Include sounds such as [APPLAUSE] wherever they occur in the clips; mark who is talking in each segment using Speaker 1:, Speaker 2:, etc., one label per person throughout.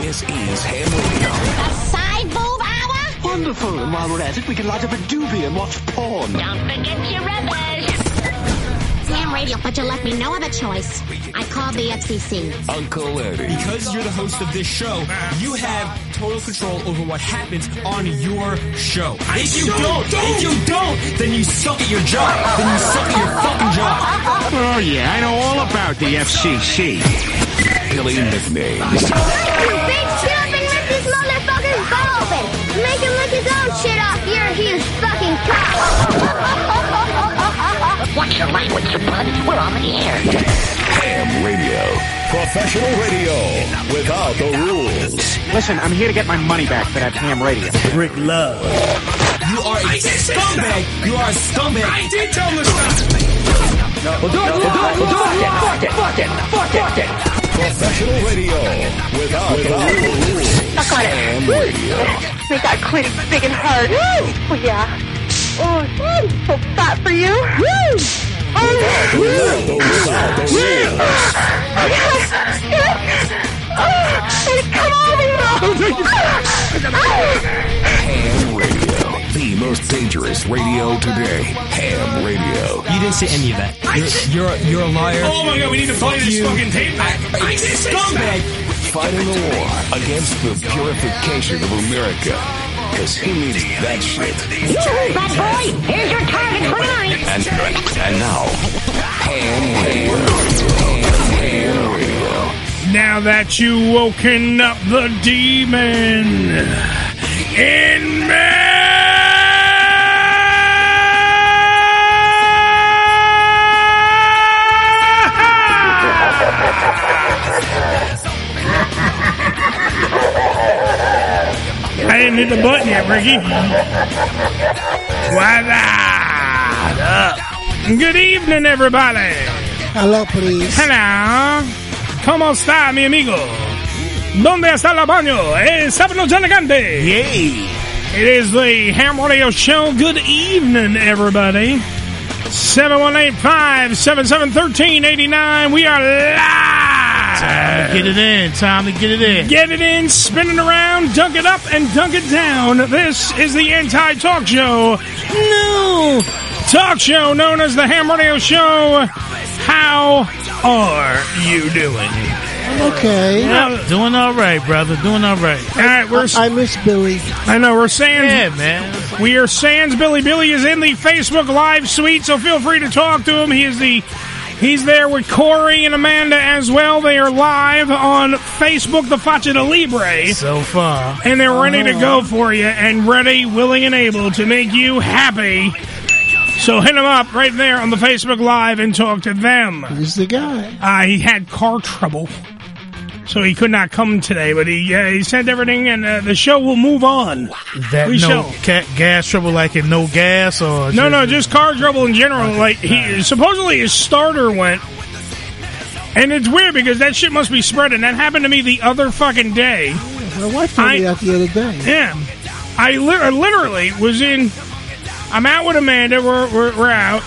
Speaker 1: This is Ham Radio.
Speaker 2: A side boob hour?
Speaker 3: Wonderful. And while we're at it, we can light up a doobie and watch porn.
Speaker 2: Don't forget your rubbish. Sam Radio, but you left me no other choice. I called the FCC.
Speaker 1: Uncle Eddie.
Speaker 4: Because you're the host of this show, you have total control over what happens on your show. If you don't, if you don't, then you suck at your job. Then you suck at your fucking job.
Speaker 5: Oh, yeah, I know all about the FCC.
Speaker 1: Billy McNames.
Speaker 6: Big stuffing, let this motherfucker's butt open. Make him lick his own shit off. You're a huge fucking [LAUGHS] cock.
Speaker 7: Watch your language, you bud. We're on the air.
Speaker 1: Ham Radio.
Speaker 8: Professional radio without the rules.
Speaker 5: Listen, I'm here to get my money back for that ham radio.
Speaker 8: Rick Love.
Speaker 4: You are a scumbag. You are a scumbag. I did tell him to stop.
Speaker 8: Professional radio without, the rules.
Speaker 9: Suck on it.
Speaker 8: Ham radio.
Speaker 9: Make that clit big and hard. Woo! Oh, yeah. Oh, mm, so fat for you. Woo! Oh, woo!
Speaker 8: Without the rules.
Speaker 9: Oh, yes. Yes. Oh, and come on, me.
Speaker 1: Ham Radio. The most dangerous radio today. Ham Radio.
Speaker 4: You didn't say any of that. You're you're, you're a liar.
Speaker 10: Oh my god, we need to play this
Speaker 4: you.
Speaker 10: fucking tape back. I did say
Speaker 4: Scumbag.
Speaker 1: Fighting the war against the purification of America. Cause who needs that shit?
Speaker 2: Bad boy, here's your target for tonight.
Speaker 1: And, and now, Ham Radio. Ham Radio.
Speaker 10: Now that you woken up the demon in me. I didn't hit the button yet, Ricky. Why that? Good evening, everybody.
Speaker 11: Hello, please.
Speaker 10: Hello. ¿Cómo está, mi amigo? ¿Dónde está el baño? Eh, sábado ya elegante. It is the Ham Radio Show. Good evening, everybody. 7185-7713-89. We are live.
Speaker 12: Get it in. Time to get it in.
Speaker 10: Get it in, spin it around, dunk it up, and dunk it down. This is the anti talk show. No! Talk show known as the Ham Radio Show. How are you doing?
Speaker 11: Okay.
Speaker 10: Now-
Speaker 12: Doing all right, brother. Doing all right.
Speaker 10: all right, we're,
Speaker 11: I miss Billy.
Speaker 10: I know, we're saying.
Speaker 12: Yeah, man.
Speaker 10: We are Sans Billy. Billy is in the Facebook Live suite, so feel free to talk to him. He is the he's there with Corey and Amanda as well. They are live on Facebook, the Faccia de Libre,
Speaker 12: So far.
Speaker 10: and
Speaker 11: Oh,
Speaker 10: they're ready to go for you and ready, willing, and able to make you happy. So hit them up right there on the Facebook Live and talk to them.
Speaker 11: He's the guy.
Speaker 10: Uh, he had car trouble, so he could not come today. But he uh, he sent everything, and uh, the show will move on.
Speaker 12: That
Speaker 10: We
Speaker 12: no
Speaker 10: shall.
Speaker 12: ca- gas trouble like in no gas or
Speaker 10: No, no, just car trouble in general. Like he supposedly his starter went, and it's weird because that shit must be spreading. That happened to me the other fucking day.
Speaker 11: My wife told me
Speaker 10: I-
Speaker 11: that the other day.
Speaker 10: Yeah, I, li- I literally was in I'm out with Amanda. We're we're, we're out,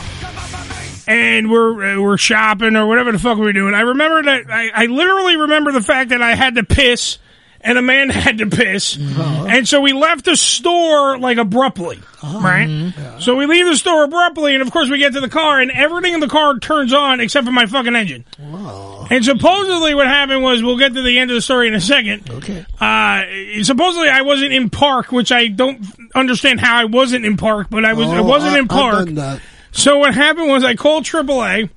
Speaker 10: and we're uh, we're shopping or whatever the fuck we were doing. I remember that. I, I literally remember the fact that I had to piss, and Amanda [LAUGHS] had to piss, and so we left the store like abruptly, right? So we leave the store abruptly, and of course we get to the car, and everything in the car turns on except for my fucking engine. And supposedly what happened was, we'll get to the end of the story in a second. Okay. Uh, supposedly I wasn't in park, which I don't understand how I wasn't in park, but I was. I
Speaker 11: Oh,
Speaker 10: wasn't
Speaker 11: I-
Speaker 10: in
Speaker 11: I've
Speaker 10: park.
Speaker 11: done that.
Speaker 10: So what happened was I called AAA,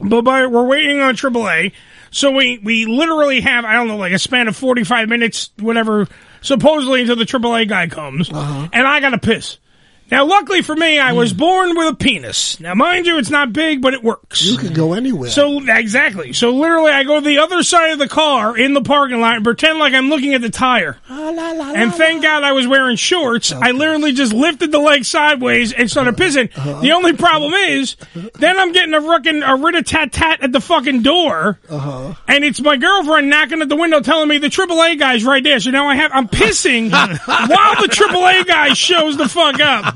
Speaker 10: but by, we're waiting on AAA. So we, we literally have, I don't know, like a span of 45 minutes, whatever, supposedly until the AAA guy comes. And I got to piss. Now, luckily for me, I was born with a penis. Now, mind you, it's not big, but it works. You can
Speaker 11: go anywhere.
Speaker 10: So, exactly. So, literally, I go to the other side of the car in the parking lot and pretend like I'm looking at the tire.
Speaker 3: Ah.
Speaker 10: And thank God I was wearing shorts. I literally just lifted the leg sideways and started pissing.
Speaker 11: Uh-huh.
Speaker 10: The only problem is, then I'm getting a fucking a rit a tat tat at the fucking door,
Speaker 6: Uh-huh.
Speaker 10: and it's my girlfriend knocking at the window telling me the AAA guy's right there. So now I have I'm
Speaker 11: [LAUGHS]
Speaker 10: pissing while the AAA guy shows the fuck up.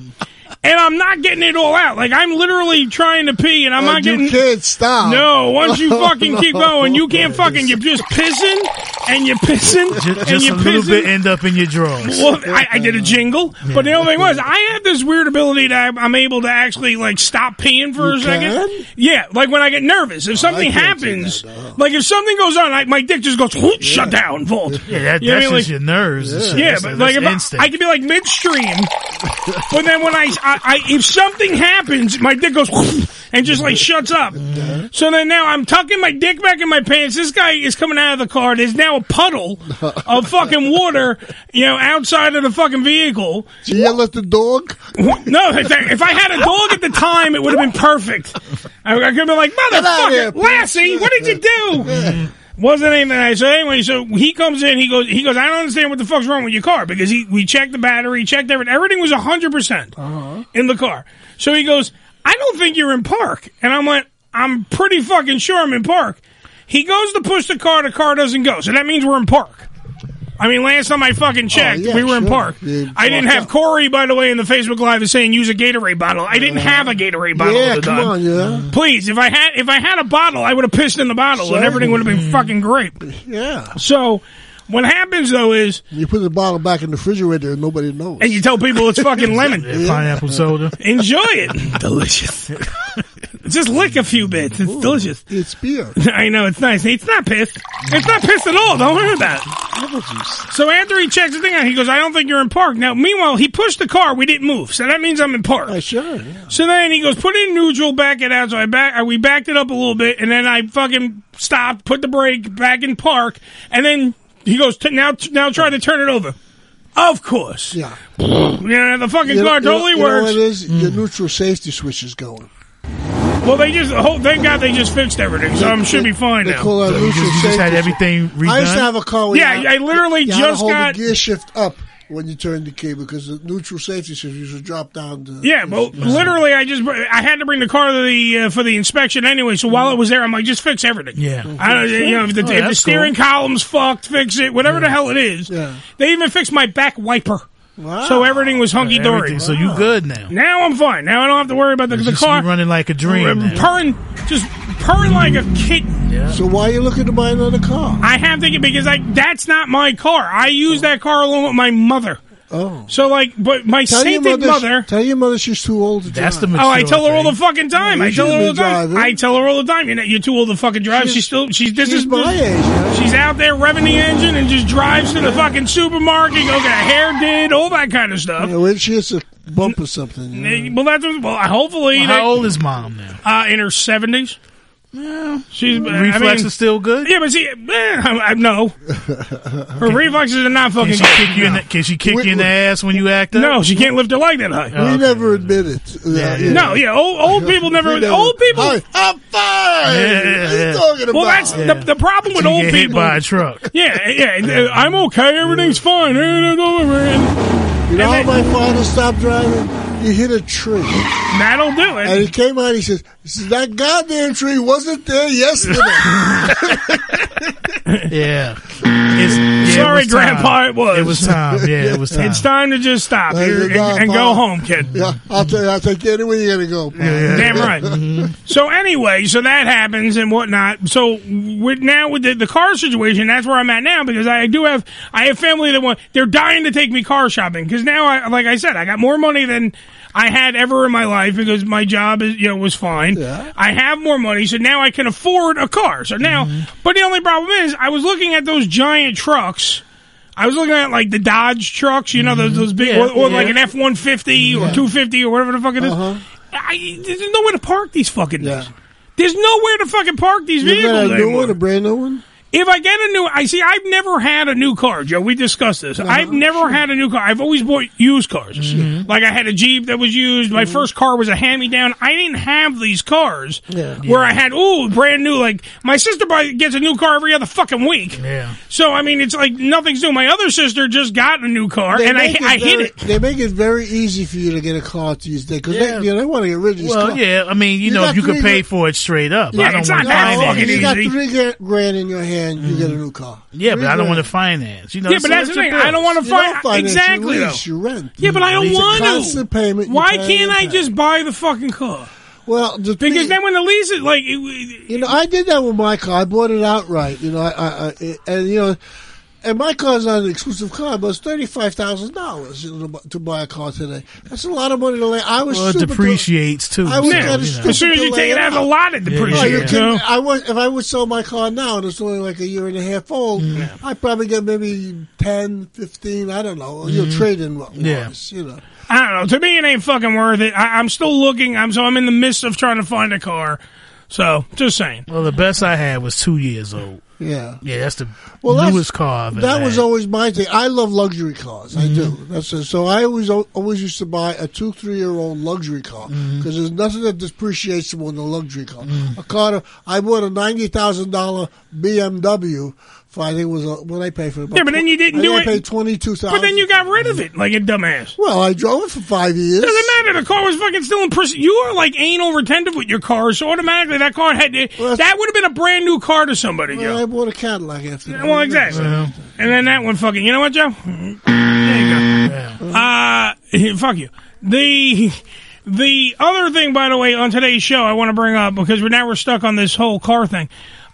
Speaker 10: And I'm not getting it all out. Like I'm literally trying to pee, and I'm
Speaker 11: Oh,
Speaker 10: not
Speaker 11: you
Speaker 10: getting.
Speaker 11: can't stop.
Speaker 10: No, once you fucking keep
Speaker 11: [LAUGHS] No.
Speaker 10: going, you
Speaker 11: [LAUGHS]
Speaker 10: can't fucking. You're just pissing, and you're pissing,
Speaker 12: Just,
Speaker 10: and
Speaker 12: just a
Speaker 10: you're
Speaker 12: little
Speaker 10: pissing.
Speaker 12: bit end up in your drawers.
Speaker 10: Well, I, I did a jingle, but the only thing was I have this weird ability that I'm able to actually like stop peeing for a
Speaker 11: You
Speaker 10: second.
Speaker 11: can?
Speaker 10: Yeah, like when I get nervous, if something
Speaker 11: can't do
Speaker 10: happens, like if something goes on, I, my dick just goes whoop, shut down, vault.
Speaker 12: Yeah, that,
Speaker 10: You know
Speaker 12: that's
Speaker 10: what I
Speaker 12: just
Speaker 10: mean?
Speaker 12: your nerves. and shit.
Speaker 10: Yeah,
Speaker 12: That's-
Speaker 10: but
Speaker 12: that's
Speaker 10: like if I,
Speaker 12: instinct.
Speaker 10: I could be like midstream, but then when I, I, I if something happens, my dick goes and just like shuts up. So then now I'm tucking my dick back in my pants. This guy is coming out of the car. There's now a puddle
Speaker 11: [LAUGHS]
Speaker 10: of fucking water, you know, outside of the fucking vehicle.
Speaker 11: Did you yell at the dog?
Speaker 10: No, if I, if I had a dog at the time, it would have been perfect. I, I could have been like,
Speaker 11: Get out of here,
Speaker 10: motherfucker, Lassie, what did you do? Wasn't anything. I so anyway. So he comes in. He goes. He goes. I don't understand what the fuck's wrong with your car because he we checked the battery, checked everything. Everything was hundred percent
Speaker 12: Uh-huh.
Speaker 10: in the car. So he goes. I don't think you're in park. And I went. I'm pretty fucking sure I'm in park. He goes to push the car. The car doesn't go. So that means we're in park. I mean, last time I fucking checked,
Speaker 11: Oh, yeah,
Speaker 10: we were in
Speaker 11: sure.
Speaker 10: park.
Speaker 11: You
Speaker 10: I didn't
Speaker 11: fucked
Speaker 10: have Corey, by the way, in the Facebook Live is saying use a Gatorade bottle. I didn't have a Gatorade bottle.
Speaker 11: Uh-huh. Yeah,
Speaker 10: at the
Speaker 11: come
Speaker 10: time.
Speaker 11: on, yeah.
Speaker 10: Please, if I had if I had a bottle, I would have pissed in the bottle, and
Speaker 11: Sure.
Speaker 10: everything would have been fucking great.
Speaker 11: Yeah.
Speaker 10: So, what happens though is
Speaker 11: you put the bottle back in the refrigerator and nobody knows.
Speaker 10: And you tell people it's
Speaker 11: [LAUGHS]
Speaker 10: fucking lemon,
Speaker 12: pineapple soda.
Speaker 10: Enjoy it, delicious. Just lick a few bits. It's delicious.
Speaker 11: It's beer.
Speaker 10: [LAUGHS] I know it's nice. It's not piss. It's not piss at all. Don't worry about it. So after he checks the thing out, he goes, "I don't think you're in park." Now, meanwhile, he pushed the car. We didn't move, so that means I'm in park.
Speaker 11: sure.
Speaker 10: So then he goes, "Put it in neutral, back it out." So I back, I, we backed it up a little bit, and then I fucking stopped, put the brake back in park, and then he goes, "T- "Now, t- now try to turn it over." Of course,
Speaker 11: yeah.
Speaker 10: yeah, the fucking
Speaker 11: You know-
Speaker 10: car
Speaker 11: you know-
Speaker 10: totally
Speaker 11: you know
Speaker 10: works.
Speaker 11: what it is? Your
Speaker 12: Hmm.
Speaker 11: neutral safety switch is going.
Speaker 10: well, they just, oh, thank God, they just fixed everything, so I am should be fine
Speaker 11: They
Speaker 10: now.
Speaker 11: call that
Speaker 12: You just,
Speaker 11: neutral
Speaker 12: you just
Speaker 11: safety.
Speaker 12: had everything redone.
Speaker 11: I used to have a car. where
Speaker 10: Yeah,
Speaker 11: you
Speaker 10: I literally
Speaker 11: you had to
Speaker 10: just
Speaker 11: hold
Speaker 10: got-
Speaker 11: the gear shift up when you turn the key because the neutral safety switch used to drop down. To,
Speaker 10: Yeah, well, literally, I just I had to bring the car to the uh, for the inspection anyway. So while it was there, I'm like, just fix everything.
Speaker 12: Yeah.
Speaker 10: I don't, you know, if the,
Speaker 12: Mm-hmm. Oh,
Speaker 10: if the
Speaker 12: that's
Speaker 10: steering column's fucked, fix it. Whatever the hell it is, they even fixed my back wiper. So everything was hunky dory.
Speaker 12: Everything. So you good now?
Speaker 10: Now I'm fine. Now I don't have to worry about the, the
Speaker 12: Just
Speaker 10: car
Speaker 12: you running like a dream.
Speaker 10: I'm
Speaker 12: now.
Speaker 10: purring, just purring like a kitten.
Speaker 11: So why are you looking to buy another car?
Speaker 10: I have to get because I that's not my car. I use
Speaker 12: Oh.
Speaker 10: that car along with my mother.
Speaker 11: Oh.
Speaker 10: So like, but my
Speaker 11: Tell your
Speaker 10: sainted
Speaker 11: mother,
Speaker 10: mother
Speaker 11: Tell your mother she's too old to
Speaker 12: That's the
Speaker 11: drive.
Speaker 10: Oh, I
Speaker 12: mature
Speaker 10: tell her all
Speaker 12: thing.
Speaker 10: the fucking time.
Speaker 11: You
Speaker 10: I tell her all
Speaker 11: shouldn't
Speaker 10: the
Speaker 11: be
Speaker 10: time.
Speaker 11: driving.
Speaker 10: I tell her all the time. You're, not, you're too old to fucking drive. She's, still. She's this
Speaker 11: she's
Speaker 10: is
Speaker 11: my age, yeah.
Speaker 10: She's out there revving the engine and just drives to the fucking supermarket. Go get a hair did, all that kind of stuff.
Speaker 11: Yeah, when she hits a bump or something. you know.
Speaker 10: Well, that's what- well. Hopefully,
Speaker 12: Well, how old is mom now?
Speaker 10: uh, in her seventies. She's I
Speaker 12: Reflex
Speaker 10: mean-
Speaker 12: is still good.
Speaker 10: Yeah, but see, eh, I, I, no, her reflexes are not
Speaker 12: Can
Speaker 10: fucking.
Speaker 12: she kick you in? The, can she kick
Speaker 11: We-
Speaker 12: you in the
Speaker 11: we-
Speaker 12: ass when you act up? Oh,
Speaker 10: no, she can't lift her leg that high.
Speaker 11: [LAUGHS] we never admit it. Yeah, yeah.
Speaker 10: No, yeah, old,
Speaker 11: [LAUGHS]
Speaker 10: old people never.
Speaker 11: We never-
Speaker 10: Old people.
Speaker 11: Hi, I'm fine.
Speaker 12: Yeah,
Speaker 11: What are
Speaker 12: yeah.
Speaker 11: you talking about?
Speaker 10: Well, that's the, the problem with
Speaker 12: you
Speaker 10: old
Speaker 12: get
Speaker 10: people.
Speaker 12: hit by a truck.
Speaker 10: Yeah, yeah, yeah, I'm okay. Everything's fine. Eh, don't worry. And
Speaker 11: you know how
Speaker 10: and
Speaker 11: my father stopped driving? He hit a tree.
Speaker 10: That'll do
Speaker 11: And
Speaker 10: it.
Speaker 11: he came out, he says, he says, that goddamn tree wasn't there yesterday.
Speaker 12: yeah. It's- yeah, it
Speaker 10: Sorry,
Speaker 12: was time.
Speaker 10: Grandpa. It was.
Speaker 12: It was time. Yeah, it was time.
Speaker 10: It's [LAUGHS] time to just stop here and, and go home, kid.
Speaker 11: Yeah, I'll tell you, I'll take you anywhere you gotta go. Pop.
Speaker 10: Damn
Speaker 11: [LAUGHS]
Speaker 13: Mm-hmm.
Speaker 10: right. so anyway, so that happens and whatnot. So with now with the, the car situation, that's where I'm at now because I do have I have family that want they're dying to take me car shopping because now I like I said I got more money than I had ever in my life because my job is you know was fine. I have more money, so now I can afford a car. So now,
Speaker 13: Mm-hmm.
Speaker 10: but the only problem is I was looking at those giant trucks. I was looking at like the Dodge trucks, you know, those, those big,
Speaker 13: Mm-hmm. Yeah,
Speaker 10: or, or like
Speaker 13: yeah. Uh-huh.
Speaker 10: an F one fifty or two fifty or whatever the fuck it is. I, there's nowhere to park these fucking things. There's nowhere to fucking park these
Speaker 11: You got
Speaker 10: vehicles.
Speaker 11: a new
Speaker 10: anymore.
Speaker 11: one, a brand new one?
Speaker 10: If I get a new, I see. I've never had a new car, Joe. We discussed this.
Speaker 11: Uh-huh.
Speaker 10: I've never had a new car. I've always bought used cars.
Speaker 11: Mm-hmm.
Speaker 10: Like I had a Jeep that was used. My first car was a hand-me-down. I didn't have these cars where I had ooh brand new. Like my sister buy, gets a new car every other fucking week.
Speaker 12: Yeah.
Speaker 10: So I mean, it's like nothing's new. My other sister just got a new car, and I,
Speaker 11: make
Speaker 10: I
Speaker 11: very,
Speaker 10: hit it.
Speaker 11: They make it very easy for you to get a car these days because they, you know, they want to get rid of these
Speaker 12: Well,
Speaker 11: cars.
Speaker 12: yeah. I mean, you,
Speaker 11: You
Speaker 12: know,
Speaker 11: got
Speaker 12: you could
Speaker 11: three
Speaker 12: pay
Speaker 11: good-
Speaker 12: for it straight up. I don't want
Speaker 11: You got three gra- grand in your hand, you get a new car.
Speaker 12: Yeah, but
Speaker 11: Three
Speaker 12: I don't
Speaker 11: grand.
Speaker 12: want to finance. You know,
Speaker 10: Yeah, but
Speaker 12: so
Speaker 10: that's
Speaker 12: it's
Speaker 10: the
Speaker 12: a
Speaker 10: thing.
Speaker 12: bill.
Speaker 10: I don't want to
Speaker 11: You don't
Speaker 10: find
Speaker 11: finance, you
Speaker 10: exactly though.
Speaker 11: lease, you rent.
Speaker 10: Yeah, but I don't
Speaker 11: It's a
Speaker 10: want to.
Speaker 11: constant payment, you
Speaker 10: Why
Speaker 11: pay
Speaker 10: can't I
Speaker 11: every
Speaker 10: just buy the fucking car?
Speaker 11: Well, the
Speaker 10: because
Speaker 11: thing-
Speaker 10: then when the lease is like, it,
Speaker 11: You know, I did that with my car. I bought it outright. You know, I, I, I and you know, and my car's not an exclusive car, but it's thirty five thousand dollars to buy a car today. That's a lot of money to lay. I was
Speaker 12: Well, it
Speaker 11: super
Speaker 12: depreciates too.
Speaker 11: I was
Speaker 12: so,
Speaker 11: kinda
Speaker 12: you know.
Speaker 11: stupid
Speaker 10: As soon as you
Speaker 11: to
Speaker 10: take
Speaker 11: lay
Speaker 10: it out of the
Speaker 11: out.
Speaker 10: lot, it
Speaker 11: Oh, you're
Speaker 10: depreciates.
Speaker 11: kidding.
Speaker 10: you know?
Speaker 11: I was, if I would sell my car now and it's only like a year and a half old, I'd probably get maybe 10, 15, I don't know. You'll
Speaker 12: Mm-hmm.
Speaker 11: trade in what
Speaker 10: Yeah.
Speaker 11: was, you know.
Speaker 10: I don't know. To me, it ain't fucking worth it. I, I'm still looking. I'm so I'm in the midst of trying to find a car. So just saying.
Speaker 12: Well, the best I had was two years old.
Speaker 11: Yeah.
Speaker 12: Yeah, that's the
Speaker 11: Well, that's-
Speaker 12: newest car. I've ever
Speaker 11: That was
Speaker 12: had.
Speaker 11: always my thing. I love luxury cars. I do. That's it. so. I always always used to buy a two, three year old luxury car because there's nothing that depreciates more than a luxury car.
Speaker 12: Mm-hmm.
Speaker 11: A car. that- I bought a ninety thousand dollar BMW. For, I think it was uh what I paid for it. about
Speaker 10: Yeah, but then
Speaker 11: tw-
Speaker 10: you didn't
Speaker 11: I think
Speaker 10: do
Speaker 11: I
Speaker 10: it-
Speaker 11: Paid twenty two thousand.
Speaker 10: But then you got rid of it like a dumbass.
Speaker 11: Well, I drove it for five years.
Speaker 10: Doesn't matter. The car was fucking still in prison. You are like anal retentive with your cars, so automatically that car had that would have been a brand new car to somebody.
Speaker 11: Well,
Speaker 10: Joe.
Speaker 11: I bought a Cadillac after that.
Speaker 10: Well, exactly. And then that one fucking. You know what, Joe? Uh, [LAUGHS] fuck you. The the other thing, by the way, on today's show, I want to bring up because we're now we're stuck on this whole car thing.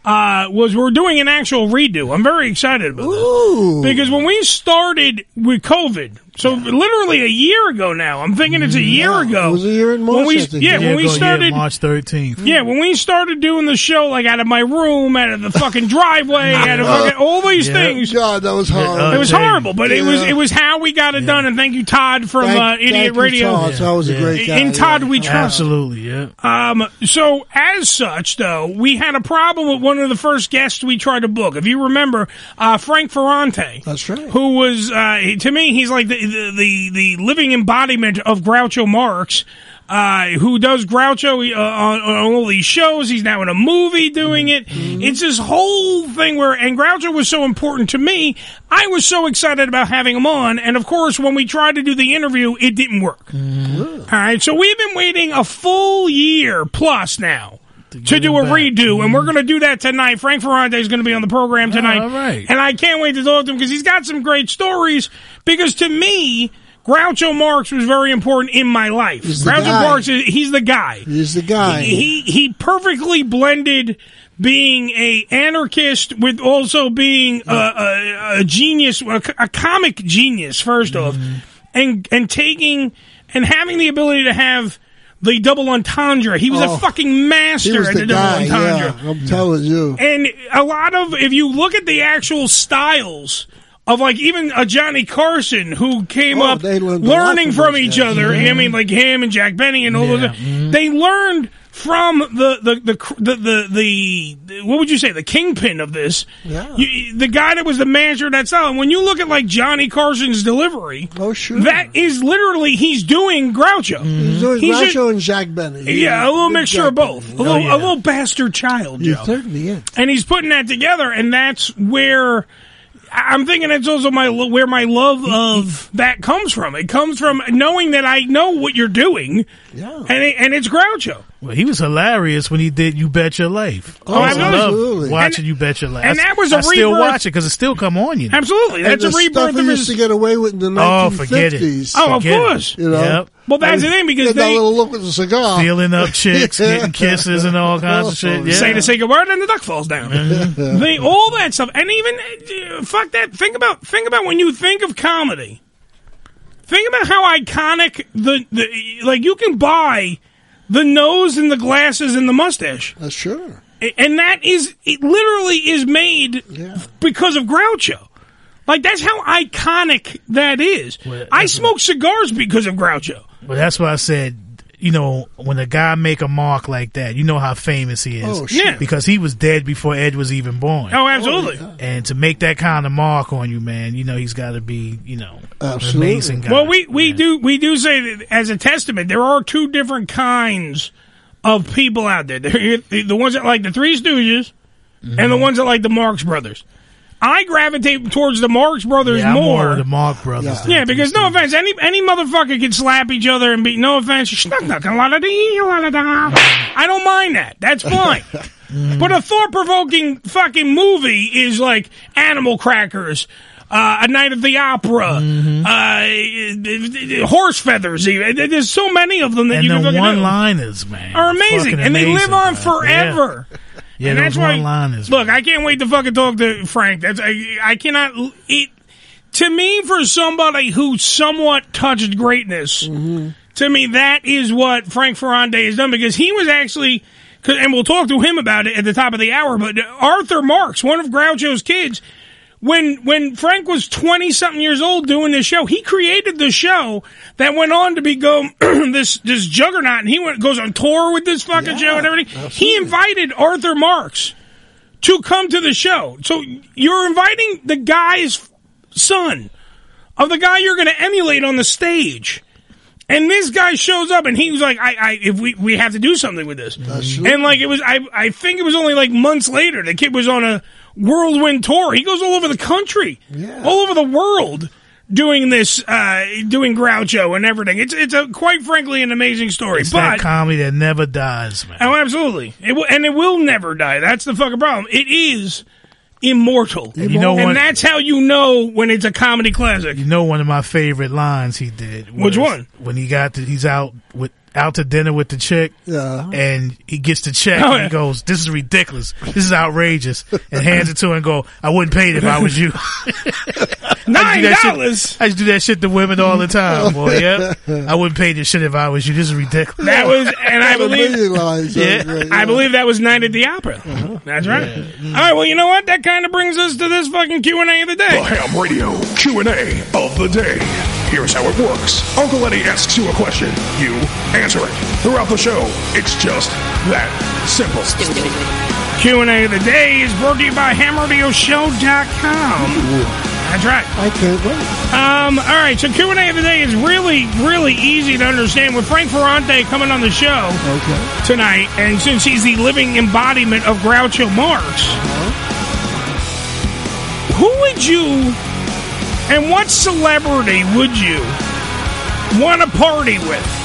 Speaker 10: Uh, was we're doing an actual redo. I'm very excited about
Speaker 11: Ooh.
Speaker 10: that because when we started with COVID, so literally a year ago now, I'm thinking it's a year ago. It was a year in
Speaker 12: March,
Speaker 10: When we,
Speaker 12: I think.
Speaker 10: yeah,
Speaker 12: Yeah,
Speaker 10: when we
Speaker 12: go- yeah,
Speaker 10: started
Speaker 12: March 13th.
Speaker 10: yeah, when we started doing the show, like out of my room, out of the fucking
Speaker 11: [LAUGHS]
Speaker 10: driveway, out of fucking, all these
Speaker 11: Yeah.
Speaker 10: things.
Speaker 11: God, that was horrible.
Speaker 10: It was horrible, but it was
Speaker 11: Yeah.
Speaker 10: it was how we got it done. And thank you, Todd from
Speaker 11: Thank-
Speaker 10: uh, Idiot
Speaker 11: thank you,
Speaker 10: Radio.
Speaker 11: Todd. Todd was a great guy,
Speaker 10: In Todd,
Speaker 11: yeah.
Speaker 10: we trust.
Speaker 12: Absolutely, yeah.
Speaker 10: Um, so as such, though, we had a problem with one of the first guests we tried to book. If you remember, uh, Frank Ferrante.
Speaker 11: That's right.
Speaker 10: Who was, uh, he- to me, he's like the, the, the, the living embodiment of Groucho Marx. Uh, who does Groucho uh, on, on all these shows? He's now in a movie doing it.
Speaker 11: Mm-hmm.
Speaker 10: It's this whole thing where, and Groucho was so important to me. I was so excited about having him on. And of course, when we tried to do the interview, it didn't work. All right, so we've been waiting a full year plus now to, do a redo, and
Speaker 11: Mm-hmm.
Speaker 10: we're going to do that tonight. Frank Ferrante is going to be on the program tonight,
Speaker 12: all right.
Speaker 10: and I can't wait to talk to him because he's got some great stories. Because to me, Groucho Marx was very important in my life.
Speaker 11: the
Speaker 10: Groucho
Speaker 11: guy.
Speaker 10: Marx, is, he's the guy.
Speaker 11: He's the guy.
Speaker 10: He he perfectly blended being a anarchist with also being a, a, a genius, a, co- a comic genius. First off,
Speaker 11: Mm-hmm.
Speaker 10: and and taking and having the ability to have the double entendre. He was
Speaker 11: Oh.
Speaker 10: a fucking master
Speaker 11: He was
Speaker 10: at
Speaker 11: the
Speaker 10: the double
Speaker 11: guy.
Speaker 10: entendre.
Speaker 11: Yeah, I'm telling you.
Speaker 10: And a lot of, if you look at the actual styles of like even a Johnny Carson who came up
Speaker 11: Oh, learned a lot
Speaker 10: learning
Speaker 11: from
Speaker 10: from
Speaker 11: those
Speaker 10: each
Speaker 11: guys. Mm-hmm.
Speaker 10: other. I mean, like him and Jack Benny and all those. They learned from the the the cr- the, the, the, what would you say the kingpin of this?
Speaker 11: Yeah.
Speaker 10: You- the guy that was the manager of that style. And when you look at like Johnny Carson's delivery,
Speaker 11: oh sure,
Speaker 10: that is literally he's doing Groucho.
Speaker 11: He's doing
Speaker 10: He's
Speaker 11: Groucho
Speaker 10: a-
Speaker 11: and Jack Benny.
Speaker 10: yeah, a little
Speaker 11: Big
Speaker 10: mixture
Speaker 11: Jack
Speaker 10: of both. A
Speaker 11: Benny.
Speaker 10: little, a little bastard child,
Speaker 11: He
Speaker 10: Joe.
Speaker 11: Oh, certainly is.
Speaker 10: and he's putting that together, and that's where I- I'm thinking it's also my lo- where my love of that comes from. It comes from knowing that I know what you're doing, yeah, and it, and it's Groucho.
Speaker 12: Well, he was hilarious when he did "You Bet Your Life."
Speaker 10: Oh,
Speaker 12: I
Speaker 10: absolutely.
Speaker 12: love watching
Speaker 10: And-
Speaker 12: "You Bet Your Life,"
Speaker 10: and that was
Speaker 12: I
Speaker 10: a
Speaker 12: still
Speaker 10: rebirth-
Speaker 12: watch it because it still come on. You know?
Speaker 10: Absolutely, that's
Speaker 11: and
Speaker 10: a
Speaker 11: the
Speaker 10: rebirth
Speaker 11: stuff he
Speaker 10: of
Speaker 11: used
Speaker 10: his.
Speaker 11: to get away with in the 1950s.
Speaker 12: Oh, forget it.
Speaker 10: Oh, of
Speaker 12: Forget it.
Speaker 10: course.
Speaker 11: You know?
Speaker 12: Yep.
Speaker 10: Well, that's the thing because
Speaker 11: Get that
Speaker 10: they
Speaker 11: little look with the cigar.
Speaker 12: Feeling up
Speaker 10: [LAUGHS]
Speaker 12: chicks, getting kisses, and all kinds of shit. Yeah.
Speaker 10: say the secret word and the duck falls
Speaker 12: [LAUGHS]
Speaker 10: down. They all that stuff, and even uh, fuck that. Think about think about when you think of comedy. Think about how iconic the, the like you can buy the nose and the glasses and the mustache,
Speaker 11: Uh, sure.
Speaker 10: A- and that is it. Literally is made because of Groucho. Like that's how iconic that is. I smoke cigars because of Groucho.
Speaker 12: But that's why I said, you know, when a guy make a mark like that, you know how famous he is.
Speaker 10: Oh, shit. Yeah.
Speaker 12: Because he was dead before Ed was even born.
Speaker 10: Oh, absolutely.
Speaker 12: And to make that kind of mark on you, man, you know he's got to be, you know, an amazing guy.
Speaker 10: Well, we we do we do say that as a testament, there are two different kinds of people out there. [LAUGHS] There- the, the ones that like the Three Stooges, and the
Speaker 12: Mm-hmm.
Speaker 10: ones that like the Marx Brothers. I gravitate towards the Marx Brothers
Speaker 12: yeah, I'm
Speaker 10: more.
Speaker 12: of the Mark Brothers. than-
Speaker 10: yeah, because no offense, any any motherfucker can slap each other and be no offense, schnuck knuck, a lot of dee, a lot of da. I don't mind that. That's
Speaker 12: [LAUGHS]
Speaker 10: fine. [LAUGHS] But a thought provoking fucking movie is like Animal Crackers, uh, A Night at the Opera,
Speaker 12: Mm-hmm.
Speaker 10: uh, horse feathers. Even there's so many of them that
Speaker 12: And
Speaker 10: you can
Speaker 12: the
Speaker 10: fucking do.
Speaker 12: one-liners, man,
Speaker 10: are amazing,
Speaker 12: fucking
Speaker 10: and they live
Speaker 12: amazing,
Speaker 10: on
Speaker 12: man.
Speaker 10: forever.
Speaker 12: Yeah,
Speaker 10: and
Speaker 12: those
Speaker 10: that's why.
Speaker 12: one-liners.
Speaker 10: Look, I can't wait to fucking talk to Frank. That's I, I cannot. l- It to me for somebody who somewhat touched greatness. To me, that is what Frank Ferrande has done because he was actually. 'cause- And we'll talk to him about it at the top of the hour. But Arthur Marks, one of Groucho's kids, when when Frank was twenty something years old doing this show, he created the show that went on to become [CLEARS THROAT] this this juggernaut, and he went goes on tour with this fucking show and everything. He invited Arthur Marks to come to the show. So you're inviting the guy's son of the guy you're going to emulate on the stage. And this guy shows up, and he was like, "I, I if we, we have to do something with this." And like it was, I, I think it was only like months later. The kid was on a whirlwind tour. He goes all over the country, all over the world, doing this, uh, doing Groucho and everything. It's it's a quite frankly an amazing story.
Speaker 12: It's
Speaker 10: but
Speaker 12: that comedy that never dies, man.
Speaker 10: Oh, absolutely. It will, and it will never die. That's the fucking problem. It is immortal.
Speaker 12: And you know what?
Speaker 10: and that's how you know when it's a comedy classic.
Speaker 12: You know, one of my favorite lines he did.
Speaker 10: Which
Speaker 12: was
Speaker 10: one?
Speaker 12: When he got to, he's out with out to dinner with the chick,
Speaker 11: Yeah.
Speaker 12: and he gets the check,
Speaker 10: Oh,
Speaker 12: and
Speaker 10: yeah.
Speaker 12: he goes, "This is ridiculous. This is outrageous," and hands it to her and go, "I wouldn't pay it if I was you." [LAUGHS]
Speaker 10: Nine
Speaker 12: that shit-
Speaker 10: dollars.
Speaker 12: I used to do that shit to women all the time, boy. Yeah, I wouldn't pay this shit if I was you. This is ridiculous.
Speaker 10: That was, and I
Speaker 11: [LAUGHS] The
Speaker 10: believe,
Speaker 11: million lines, uh,
Speaker 12: Yeah.
Speaker 11: great, Uh-huh.
Speaker 10: I believe that was Night at the Opera. That's right. All right. Well, you know what? That kind of brings us to this fucking Q and A of the
Speaker 1: The
Speaker 10: day.
Speaker 1: Ham Radio Q&A of the day. Here's how it works. Uncle Eddie asks you a question. You answer it. Throughout the show, it's just that simple.
Speaker 12: oh.
Speaker 10: Q and A of the day is brought to you by HamRadioShow.com. That's right.
Speaker 11: I can't wait.
Speaker 10: Um, all right, so Q and A of the day is really, really easy to understand. With Frank Ferrante coming on the show tonight, and since he's the living embodiment of Groucho Marx, who would you and what celebrity would you want to party with?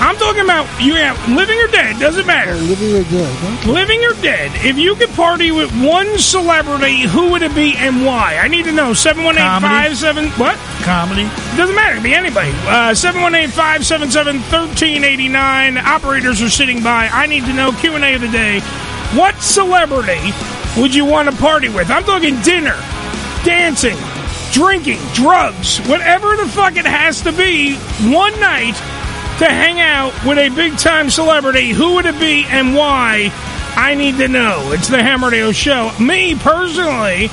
Speaker 10: I'm talking about you have living or dead, doesn't matter.
Speaker 11: Living or dead. Huh?
Speaker 10: Living or dead, if you could party with one celebrity, who would it be and why? I need to know. 71857 what?
Speaker 12: comedy.
Speaker 10: It doesn't matter. It could be anybody. Uh, 718-577-1389. Operators are sitting by. I need to know Q&A of the day. What celebrity would you want to party with? I'm talking dinner, dancing, drinking, drugs, whatever the fuck it has to be. One night to hang out with a big time celebrity. Who would it be and why? I need to know. It's the Ham Radio Show. Me personally,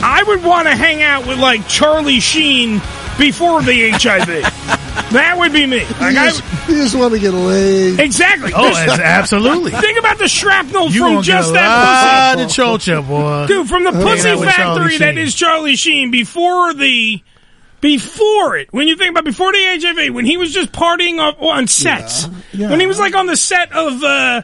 Speaker 10: I would want to hang out with like Charlie Sheen before the
Speaker 11: [LAUGHS]
Speaker 10: HIV. that would be me. Like
Speaker 11: You
Speaker 10: I,
Speaker 11: just, you just want to get laid.
Speaker 10: exactly. [LAUGHS]
Speaker 12: Oh,
Speaker 10: This-
Speaker 12: it's absolutely.
Speaker 10: think about the shrapnel
Speaker 12: You
Speaker 10: from
Speaker 12: gonna get a
Speaker 10: just that
Speaker 12: lot of chocha, boy.
Speaker 10: pussy, dude, from the pussy
Speaker 12: out with Charlie
Speaker 10: factory that
Speaker 12: Sheen.
Speaker 10: is Charlie Sheen before the. Before it, when you think about before the HIV, when he was just partying on, on sets,
Speaker 11: Yeah, yeah.
Speaker 10: when he was like on the set of uh,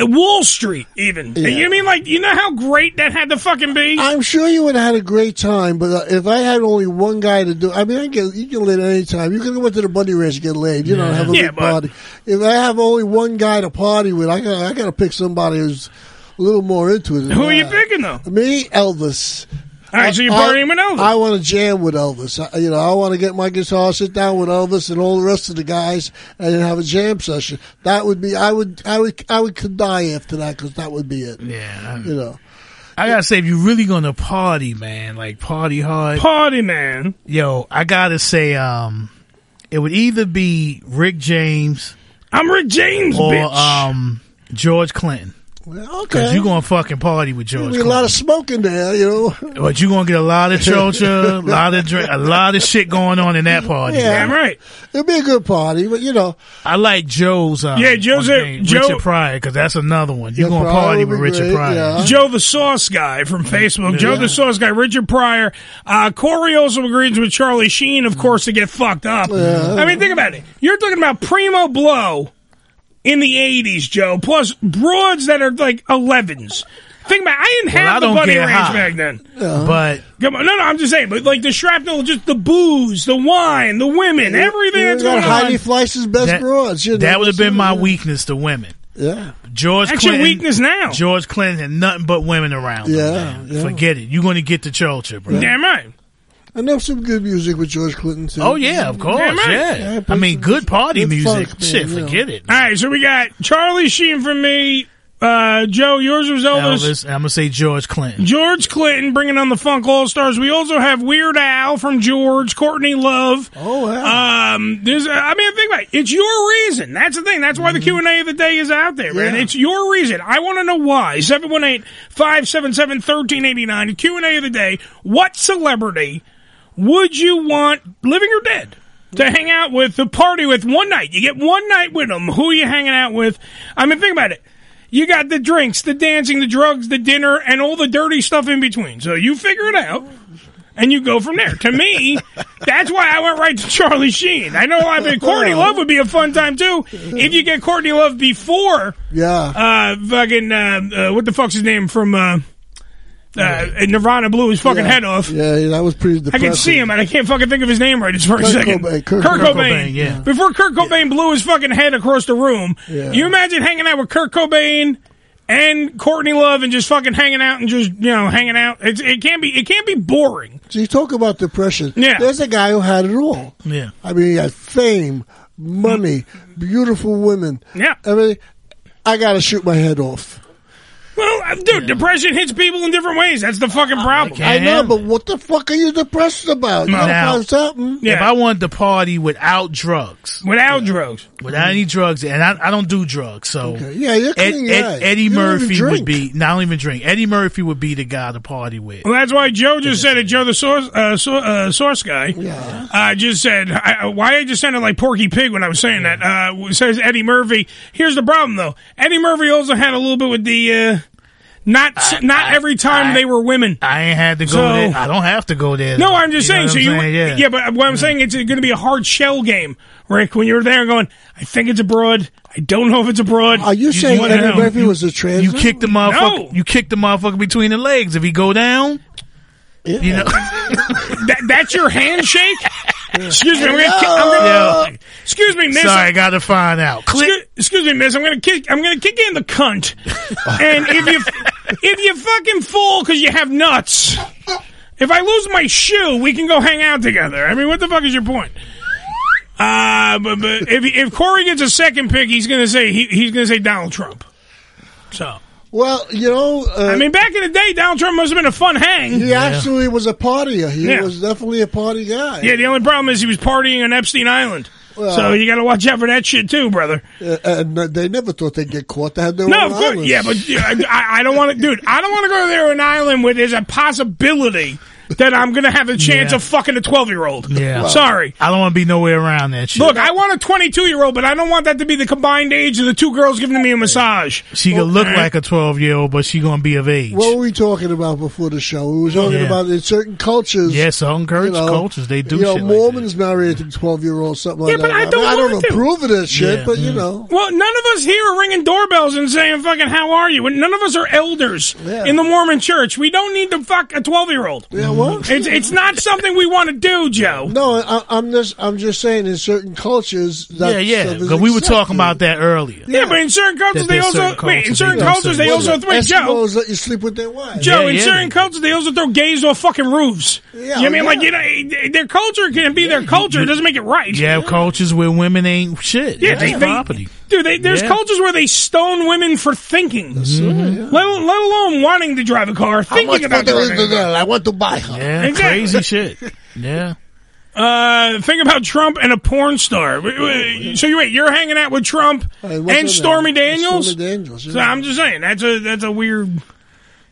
Speaker 10: uh, Wall Street, even.
Speaker 11: Yeah. Oh,
Speaker 10: You mean like you know how great that had to fucking be?
Speaker 11: I'm sure you would have had a great time, but uh, if I had only one guy to do, I mean, I get you get laid any time. You can go to the bunny ranch and get laid. You don't have a
Speaker 10: Yeah,
Speaker 11: big
Speaker 10: but-
Speaker 11: party. If I have only one guy to party with, I got I got to pick somebody who's a little more into it. than
Speaker 10: Who are you
Speaker 11: I-
Speaker 10: picking though?
Speaker 11: Me, Elvis.
Speaker 10: All right, so you're partying with Elvis.
Speaker 11: I want to jam with Elvis. I, you know, I want to get my guitar, sit down with Elvis and all the rest of the guys, and have a jam session. That would be. I would. I would. I would could die after that because that would be it.
Speaker 12: Yeah.
Speaker 11: You know.
Speaker 12: I gotta say, if you're really gonna party, man, like party hard,
Speaker 10: party man.
Speaker 12: Yo, I gotta say, um, it would either be Rick James.
Speaker 10: I'm Rick James,
Speaker 12: or
Speaker 10: bitch.
Speaker 12: um George Clinton. Because
Speaker 11: okay.
Speaker 12: you're gonna fucking party with George.
Speaker 11: There'll be a lot of smoke in there, you know.
Speaker 12: Clinton. But you're gonna get a lot of
Speaker 11: [LAUGHS]
Speaker 12: chocha, a lot of drink, a lot of shit going on in that party. man.
Speaker 10: right.
Speaker 11: It'll be a good party, but you know,
Speaker 12: I like Joe's. Uh,
Speaker 10: Yeah, Joe's a-
Speaker 12: name,
Speaker 10: Joe-
Speaker 12: Richard Pryor because that's another one. You're
Speaker 10: Yeah,
Speaker 12: gonna
Speaker 10: Pryor
Speaker 12: party
Speaker 10: would
Speaker 12: with
Speaker 10: be
Speaker 12: Richard
Speaker 10: great,
Speaker 12: Pryor.
Speaker 10: Joe the Sauce Guy from Facebook. Joe the Sauce Guy, Richard Pryor. Uh, Corey also agrees with Charlie Sheen, of course, to get fucked up. I mean, think about it. You're talking about Primo Blow in the 80s, Joe, plus broads that are like 11s. Think about I didn't
Speaker 12: Well,
Speaker 10: have
Speaker 12: I
Speaker 10: the
Speaker 12: don't
Speaker 10: bunny
Speaker 12: get
Speaker 10: ranch
Speaker 12: high,
Speaker 10: back then.
Speaker 12: but-
Speaker 10: Come on, no, no, I'm just saying, but like the shrapnel, just the booze, the wine, the women, everything that's going
Speaker 11: Heidi
Speaker 10: on.
Speaker 11: Fleiss' best
Speaker 12: That-
Speaker 11: broads. You know,
Speaker 12: that would have been my
Speaker 11: Yeah.
Speaker 12: weakness to women.
Speaker 11: Yeah.
Speaker 12: George
Speaker 10: That's your
Speaker 12: Clinton,
Speaker 10: weakness now.
Speaker 12: George Clinton had nothing but women around. him,
Speaker 11: Yeah,
Speaker 12: man.
Speaker 11: yeah.
Speaker 12: forget it. You're going to get the chocha, bro.
Speaker 10: Damn right.
Speaker 11: I know some good music with George Clinton too.
Speaker 12: Oh yeah, of course. Yeah, I mean, good party music.
Speaker 11: funk,
Speaker 12: Shit,
Speaker 11: man, yeah.
Speaker 12: forget it.
Speaker 10: All right, so we got Charlie Sheen from me. Uh, Joe, yours was Elvis.
Speaker 12: Elvis. I'm gonna say George Clinton.
Speaker 10: George Clinton bringing on the Funk All Stars. We also have Weird Al from George, Courtney Love. Oh wow! Um, there's, I mean, think about it. It's your reason. That's the thing. That's why the Q and A of the day is out there, man.
Speaker 4: Yeah.
Speaker 10: It's your reason. I want to know why. 718-577-1389. Q and A of the day. What celebrity would you want, living or dead? To hang out with, to party with one night. You get one night with them. Who are you hanging out with? I mean, think about it. You got the drinks, the dancing, the drugs, the dinner, and all the dirty stuff in between. So you figure it out and you go from there. To
Speaker 11: [LAUGHS]
Speaker 10: me, that's why I went right to Charlie Sheen. I know I mean Courtney Love would be a fun time too if you get Courtney Love before
Speaker 11: Yeah.
Speaker 10: uh fucking uh, uh what the fuck's his name from uh uh, Nirvana blew his fucking
Speaker 11: Yeah.
Speaker 10: head off.
Speaker 11: Yeah, yeah, that was pretty
Speaker 10: I
Speaker 11: depressing.
Speaker 10: can see him, and I can't fucking think of his name right this very
Speaker 11: Kurt
Speaker 10: second.
Speaker 11: Cobain, Kurt
Speaker 10: Cobain.
Speaker 11: Cobain. Cobain, yeah.
Speaker 10: Before Kurt Cobain blew his fucking head across the room,
Speaker 11: Yeah.
Speaker 10: you imagine hanging out with Kurt Cobain and Courtney Love and just fucking hanging out and just you know hanging out. It's, it can't be it can't be boring.
Speaker 11: So you talk about depression.
Speaker 10: Yeah.
Speaker 11: There's a guy who had it all.
Speaker 12: Yeah.
Speaker 11: I mean, he had fame, money, beautiful women.
Speaker 10: Yeah.
Speaker 11: I mean, I gotta shoot my head off.
Speaker 10: Well, uh, dude, depression hits people in different ways. That's the fucking problem.
Speaker 11: I know, but what the fuck are you depressed about? You gotta
Speaker 12: Now,
Speaker 11: find something.
Speaker 12: If I wanted to party without drugs,
Speaker 10: without drugs,
Speaker 12: without any drugs, and I, I don't do drugs, so
Speaker 11: Yeah, you're clean, yeah.
Speaker 12: Eddie
Speaker 11: You don't
Speaker 12: Murphy
Speaker 11: even
Speaker 12: would be. Not even drink. Eddie Murphy would be the guy to party with.
Speaker 10: Well, that's why Joe just said it. Joe, the source, uh, so, uh, source guy, uh, just said, I, why I just sounded like Porky Pig when I was saying that. Uh, says Eddie Murphy. Here's the problem, though. Eddie Murphy also had a little bit with the, uh, not, not every time they were women.
Speaker 12: I ain't had to go.
Speaker 10: So-
Speaker 12: there. I don't have to go there.
Speaker 10: No, I'm just
Speaker 12: You
Speaker 10: saying.
Speaker 12: know what
Speaker 10: So
Speaker 12: I'm
Speaker 10: you,
Speaker 12: saying?
Speaker 10: yeah.
Speaker 12: yeah.
Speaker 10: but what I'm saying it's going to be a hard shell game, Rick. When you're there going, I think it's abroad. I don't know if it's abroad.
Speaker 11: Are you, saying
Speaker 10: wanna
Speaker 11: Eddie
Speaker 10: know.
Speaker 11: Murphy was a trans?
Speaker 12: You kick the motherfucker.
Speaker 10: No.
Speaker 12: You kick the motherfucker between the legs. If he go down, you know.
Speaker 10: That, that's your handshake? Excuse me. I'm gonna, ki- I'm
Speaker 12: Hello?
Speaker 10: gonna, excuse me, miss.
Speaker 12: Sorry, I got to find out.
Speaker 10: Excuse- Excuse me, miss. I'm gonna kick. I'm gonna kick you in the
Speaker 12: [LAUGHS]
Speaker 10: cunt. and if you if you fucking fall because you have nuts, if I lose my shoe, we can go hang out together. I mean, what the fuck is your point? Uh, but, but if if Corey gets a second pick, he's gonna say he, he's gonna say Donald Trump. So
Speaker 11: Well, you know, uh,
Speaker 10: I mean, back in the day, Donald Trump must have been a fun hang.
Speaker 11: he actually was a partier. He
Speaker 10: Yeah.
Speaker 11: was definitely a party guy.
Speaker 10: Yeah, the only problem is he was partying on Epstein Island.
Speaker 11: Well-
Speaker 10: so you got to watch out for that shit too, brother.
Speaker 11: Uh, and they never thought they'd get caught. They had their
Speaker 10: No,
Speaker 11: own
Speaker 10: of course.
Speaker 11: islands. [LAUGHS]
Speaker 10: Yeah, but yeah, I, I don't want to, dude. I don't want to go there on an island where there's a possibility that I'm going to have a chance
Speaker 12: Yeah.
Speaker 10: of fucking a 12 year old.
Speaker 12: Yeah.
Speaker 10: Sorry.
Speaker 12: I don't want to be nowhere around that shit.
Speaker 10: Look, I want a 22 year old, but I don't want that to be the combined age of the two girls giving me a massage.
Speaker 12: she could look like a 12 year old, but she going to be of age.
Speaker 11: What were we talking about before the show? We were
Speaker 10: Oh,
Speaker 11: talking
Speaker 12: Yeah.
Speaker 11: about in certain cultures.
Speaker 12: Yeah, certain cur- cultures, they do
Speaker 11: You know,
Speaker 12: shit like
Speaker 11: Mormons marry a twelve-year-old, something
Speaker 10: Yeah,
Speaker 11: like
Speaker 10: but
Speaker 11: that.
Speaker 10: I don't
Speaker 11: mean, I don't
Speaker 10: want to.
Speaker 11: approve of that shit,
Speaker 10: Yeah.
Speaker 11: but you know,
Speaker 10: [LAUGHS] Well, none of us here are ringing doorbells and saying fucking how are you, and none of us are elders in the Mormon Church. We don't need to fuck a twelve year old. Yeah,
Speaker 11: well-
Speaker 10: it's it's not something we want to do, Joe.
Speaker 11: no, I, I'm just, I'm just saying, in certain cultures, that
Speaker 12: yeah, yeah.
Speaker 11: stuff is
Speaker 12: Because we were
Speaker 11: accepted.
Speaker 12: talking about that earlier.
Speaker 10: Yeah, but in certain cultures
Speaker 12: That
Speaker 10: they
Speaker 12: there's
Speaker 10: also
Speaker 12: certain
Speaker 10: wait, in
Speaker 12: cultures
Speaker 10: certain
Speaker 12: they do
Speaker 10: cultures they
Speaker 12: certain
Speaker 10: also
Speaker 12: things.
Speaker 10: wait, Joe.
Speaker 11: Eskimos let you sleep with their wives.
Speaker 10: Joe, in
Speaker 12: yeah,
Speaker 10: certain cultures, they also throw gays off fucking roofs. Yeah, you know what I mean, like you know, eh, their culture can be their culture. It doesn't make it right.
Speaker 12: You have cultures where women ain't shit.
Speaker 10: Yeah,
Speaker 12: Yeah,
Speaker 10: they-
Speaker 12: they,
Speaker 10: they-
Speaker 12: property.
Speaker 10: Dude, they, there's
Speaker 12: Yeah. Mm-hmm.
Speaker 10: cultures where they stone women for thinking, let, let alone wanting to drive a car. Thinking
Speaker 12: much
Speaker 10: about
Speaker 12: better is
Speaker 10: driving a
Speaker 12: the
Speaker 10: car.
Speaker 11: I want to buy her.
Speaker 12: Yeah,
Speaker 10: Exactly.
Speaker 12: crazy shit.
Speaker 10: [LAUGHS]
Speaker 12: Yeah.
Speaker 10: Uh, think about Trump and a porn star. W- w- So you wait, you're hanging out with Trump
Speaker 11: Uh, what's her
Speaker 10: and Stormy
Speaker 11: name?
Speaker 10: Daniels.
Speaker 11: Stormy Daniels,
Speaker 10: So I'm just saying that's a that's a weird.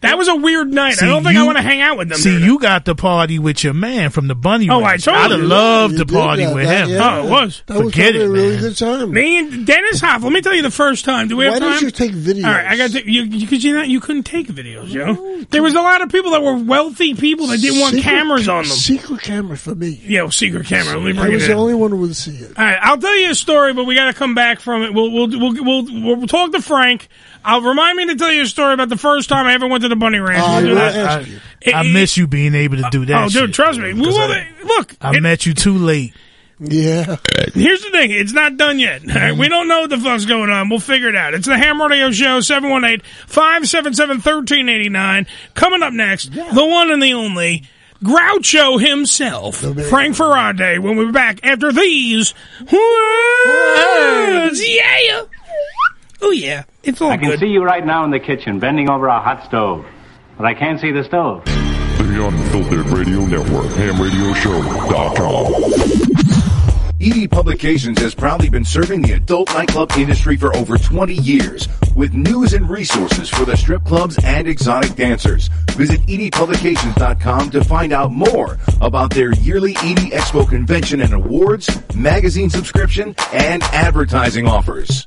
Speaker 10: That was a weird night.
Speaker 12: See,
Speaker 10: I don't think I
Speaker 12: you-
Speaker 10: want to hang out with them.
Speaker 12: See,
Speaker 10: dude.
Speaker 12: you got the party with your man from the bunny.
Speaker 10: Oh, I
Speaker 12: Ranch.
Speaker 10: told
Speaker 12: I'd
Speaker 10: you.
Speaker 12: have loved
Speaker 10: You
Speaker 12: to
Speaker 10: did
Speaker 12: party
Speaker 10: that,
Speaker 12: with
Speaker 10: that-
Speaker 12: him.
Speaker 10: yeah, Oh, it was. that was
Speaker 12: Forget
Speaker 10: probably
Speaker 12: it,
Speaker 10: a
Speaker 12: man.
Speaker 11: really good time.
Speaker 10: Me and Dennis Hoff. Let me tell you the first time. Do we have
Speaker 11: Why
Speaker 10: time?
Speaker 11: don't you take videos?
Speaker 10: All right, I got to, you because you know you couldn't take videos, yo. There was a lot of people that were wealthy people that didn't want
Speaker 11: Secret-
Speaker 10: cameras on them.
Speaker 11: Secret camera for me.
Speaker 10: Yo, secret camera. Let me
Speaker 11: I
Speaker 10: bring
Speaker 11: was
Speaker 10: it
Speaker 11: the
Speaker 10: in.
Speaker 11: only one who would see it.
Speaker 10: All right, I'll tell you a story, but we got to come back from it. We'll we'll, we'll we'll we'll talk to Frank. I'll remind me to tell you a story about the first time I ever went to the Bunny
Speaker 11: Oh,
Speaker 10: Ranch. We'll do that.
Speaker 12: I, I- I miss you being able to do that.
Speaker 10: oh, dude,
Speaker 12: shit.
Speaker 10: trust me. We
Speaker 12: 'Cause
Speaker 10: will-
Speaker 12: I-
Speaker 10: look,
Speaker 12: I met you too late.
Speaker 11: Yeah.
Speaker 10: Here's the thing. It's not done yet. All right, We don't know what the fuck's going on. We'll figure it out. It's the Ham Radio Show, 718-577-1389. Coming up next, the one and the only Groucho himself, Frank Faraday, when we're back after these words. Yeah. Oh, yeah. It's all
Speaker 13: I can
Speaker 10: good.
Speaker 13: see you right now in the kitchen, bending over a hot stove. But I can't see the stove.
Speaker 14: The Unfiltered Radio Network, hamradioshow.com.
Speaker 15: ED Publications has proudly been serving the adult nightclub industry for over 20 years with news and resources for the strip clubs and exotic dancers. Visit edpublications.com to find out more about their yearly ED Expo convention and awards, magazine subscription, and advertising offers.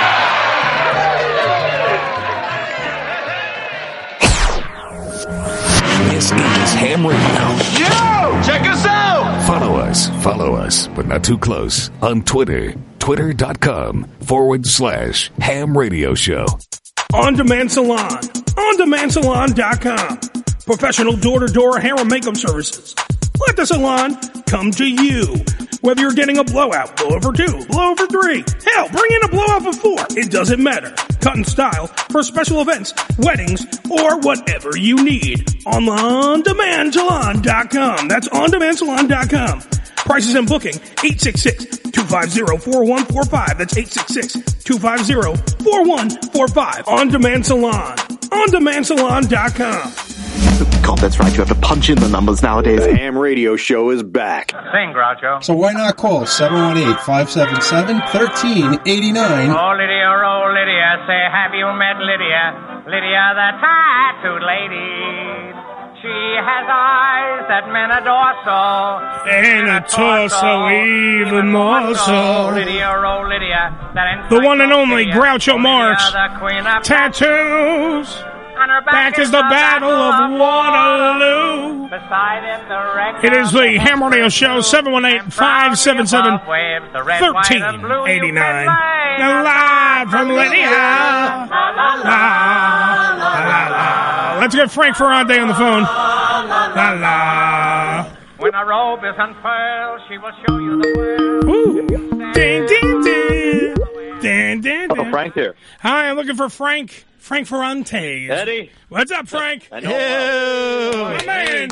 Speaker 1: This is Ham Radio. Oh,
Speaker 8: Yo! Check us out!
Speaker 1: Follow us, follow us, but not too close on Twitter, twitter.com forward slash ham radio show.
Speaker 10: On Demand Salon. OnDemandSalon.com. Professional door-to-door hair and makeup services. Let the salon come to you. Whether you're getting a blowout, blowover two, blowover three, hell, bring in a blowout of four. It doesn't matter. Cut and style for special events, weddings, or whatever you need. On OnDemandSalon.com. That's OnDemandSalon.com.
Speaker 16: Prices and booking, 866-250-4145. That's 866-250-4145. On Demand Salon. OnDemandSalon.com.
Speaker 3: God, that's right. You have to punch in the numbers nowadays.
Speaker 17: The ham radio show is back.
Speaker 18: Sing, Groucho.
Speaker 19: So why not call 718-577-1389?
Speaker 18: Oh, Lydia, oh, Lydia, say, have you met Lydia? Lydia, the tattooed lady. She has eyes that men adore so.
Speaker 10: And a torso even more so.
Speaker 18: Lydia, oh, Lydia, that
Speaker 10: The one and only Groucho Marx.
Speaker 18: Lydia, the queen of
Speaker 10: Tattoos.
Speaker 18: On her back,
Speaker 10: Back is the Battle of Waterloo.
Speaker 18: Beside it, the wreck
Speaker 10: It is
Speaker 18: of
Speaker 10: the Ham Radio Show, 718 577
Speaker 18: above waves, the red, white, and blue. You
Speaker 10: 1389.
Speaker 18: can
Speaker 10: Live from Lydia.
Speaker 18: La, la, la, la, la, la.
Speaker 10: Let's get Frank Ferrante on the phone. La la.
Speaker 18: When a robe is unfurled, she will show you the world.
Speaker 10: Ooh. Ding, ding, ding. Ding, ding, ding.
Speaker 17: Oh, Frank here.
Speaker 10: Hi, I'm looking for Frank. Frank Ferrante.
Speaker 17: Eddie.
Speaker 10: What's up, Frank?
Speaker 17: I know him
Speaker 10: My man.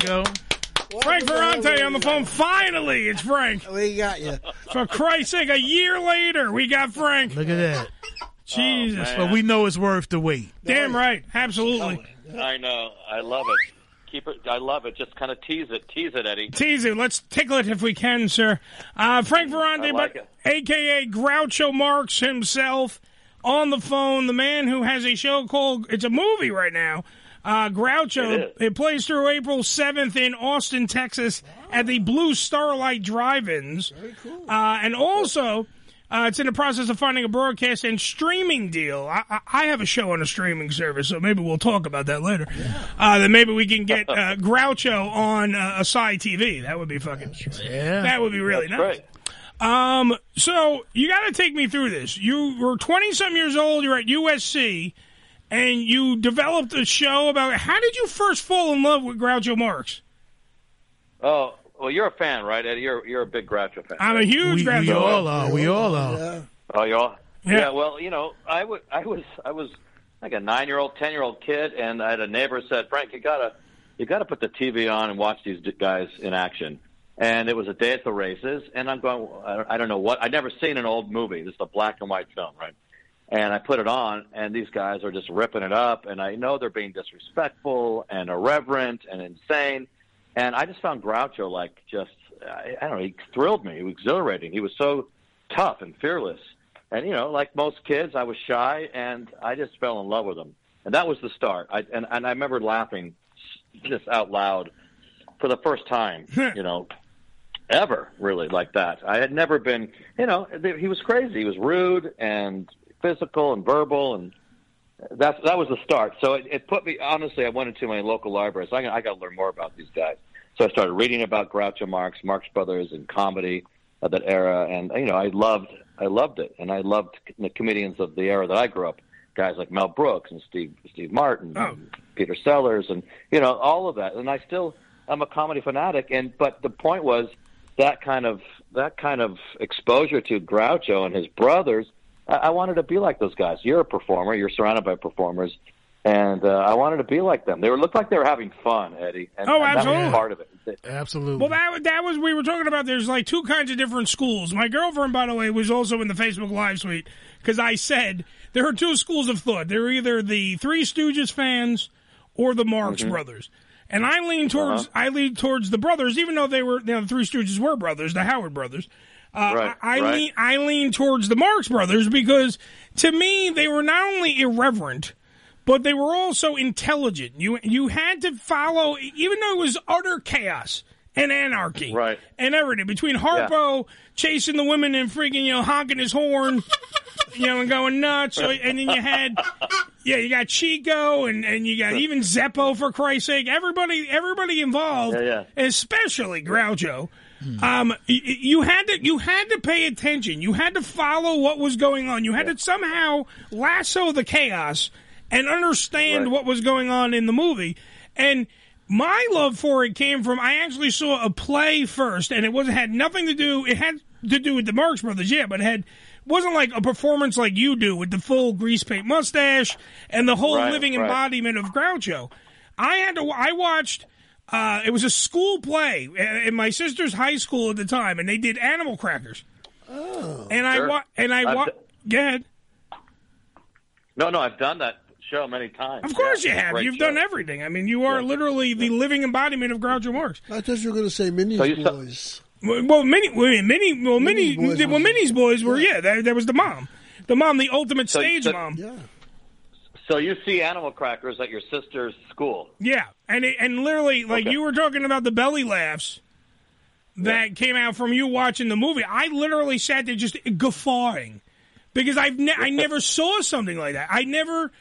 Speaker 10: Frank Ferrante on the phone. Finally, it's Frank.
Speaker 11: We got you.
Speaker 10: For Christ's sake, a year later, we got Frank.
Speaker 12: Look at that.
Speaker 10: Oh, Jesus.
Speaker 12: But we know it's worth the wait.
Speaker 10: Damn right. Absolutely.
Speaker 20: I know. I love it. Keep it. I love it. Just kind of tease it. Tease it, Eddie.
Speaker 10: Tease it. Let's tickle it if we can, sir. Uh, Frank Ferrante,
Speaker 20: I like
Speaker 10: but AKA Groucho Marx himself, on the phone. The man who has a show called it's a movie right now. Uh, Groucho.
Speaker 20: It
Speaker 10: It, plays through April seventh in Austin, Texas, at the Blue Starlight Drive-ins. Very cool. Uh, and also. Uh, it's in the process of finding a broadcast and streaming deal. I, I, I have a show on a streaming service, so maybe we'll talk about that later. Uh, then maybe we can
Speaker 12: [LAUGHS]
Speaker 10: get uh, Groucho on uh, a side TV. That would be fucking.
Speaker 12: Yeah.
Speaker 10: That would be really
Speaker 12: That's
Speaker 10: nice. Um, so you got to take me through this. You were 20 some years old, you're at USC, and you developed a show about how did you first fall in love with Groucho Marx?
Speaker 20: Oh, well, you're a fan, right, Eddie? You're you're a big Groucho fan.
Speaker 10: I'm a huge Groucho.
Speaker 12: We all are. We all are.
Speaker 20: Oh, you all?
Speaker 10: Yeah.
Speaker 20: well, you know, I wa- I was I was like a nine year old, ten year old kid, and I had a neighbor said, Frank, you gotta you gotta put the TV on and watch these d- guys in action. And it was a day at the races, and I'm going, I don't- I don't know what. I'd never seen an old movie. This is a black and white film, right? And I put it on, and these guys are just ripping it up, and I know they're being disrespectful and irreverent and insane. And I just found Groucho like just, I, I don't know, he thrilled me. He was exhilarating. He was so tough and fearless. And, you know, like most kids, I was shy, and I just fell in love with him. And that was the start. I, and, and I remember laughing just out loud for the first time, you know, ever really like that. I had never been, you know, th- he was crazy. He was rude and physical and verbal, and that's that was the start. So it, it put me honestly. I went into my local library. So I, got- I got to learn more about these guys. So I started reading about Groucho Marx, Marx Brothers, and comedy of that era, and you know, I loved I loved it, and I loved the comedians of the era that I grew up. Guys like Mel Brooks and Steve Steve Martin,
Speaker 10: Oh.
Speaker 20: and Peter Sellers, and you know all of that. And I still I'm a comedy fanatic, and but the point was that kind of that kind of exposure to Groucho and his brothers, I, I wanted to be like those guys. You're a performer. You're surrounded by performers, and uh, I wanted to be like them. They were looked like they were having fun, Eddie. And,
Speaker 10: Oh,
Speaker 20: and That
Speaker 10: absolutely.
Speaker 20: was part of it. They-
Speaker 12: Absolutely.
Speaker 10: Well, that that was we were talking about. There's like two kinds of different schools. My girlfriend, by the way, was also in the Facebook Live suite because I said there are two schools of thought. There are either the Three Stooges fans or the Marx
Speaker 11: Mm-hmm.
Speaker 20: Mhm.
Speaker 10: Brothers, and I lean towards
Speaker 20: Uh-huh.
Speaker 10: I lean towards the brothers, even though they were you know, the Three Stooges were brothers, the Howard brothers. Uh,
Speaker 20: Right,
Speaker 10: I, I
Speaker 20: right.
Speaker 10: lean I lean towards the Marx Brothers because to me they were not only irreverent but they were also intelligent. You you had to follow, even though it was utter chaos and anarchy, right? [LAUGHS] And everything between Harpo chasing the women and freaking you know honking his horn, you know, and going nuts. So, and then you had yeah, you got Chico and and you got even Zeppo for Christ's sake. Everybody everybody involved,
Speaker 20: Yeah,
Speaker 10: especially Groucho. Um, y- y- you had to you had to pay attention. You had to follow what was going on. You had to somehow lasso the chaos and understand what was going on in the movie. And my love for it came from I actually saw a play first, and it was had nothing to do. It had to do with the Marx Brothers, yeah, but it had wasn't like a performance like you do with the full grease paint mustache and the whole
Speaker 20: Right,
Speaker 10: living
Speaker 20: right.
Speaker 10: embodiment of Groucho. I had to. I watched Uh, it was a school play a- at my sister's high school at the time, and they did animal crackers. Oh, and I
Speaker 20: Sure.
Speaker 10: wa- and I
Speaker 20: I've
Speaker 10: wa-
Speaker 20: d-
Speaker 10: Go ahead.
Speaker 20: No, no, I've done that show many times.
Speaker 10: Of course
Speaker 20: Yeah,
Speaker 10: you
Speaker 20: it's a
Speaker 10: have.
Speaker 20: great
Speaker 10: You've
Speaker 20: show.
Speaker 10: done everything. I mean, you are literally the living embodiment of Groucho Marx.
Speaker 11: I thought you were going to say Minions
Speaker 20: So you saw-
Speaker 11: Boys.
Speaker 10: Well, well, many, well, many, well, many,
Speaker 11: Boys
Speaker 10: well, Minnie's boys were. Yeah, there, there was the mom, the mom, the ultimate
Speaker 20: So-
Speaker 10: stage
Speaker 20: so-
Speaker 10: mom.
Speaker 20: So you see animal crackers at your sister's school.
Speaker 10: Yeah, and it, and literally, like you were talking about the belly laughs that came out from you watching the movie. I literally sat there just guffawing because I've ne- I never saw something like that. I never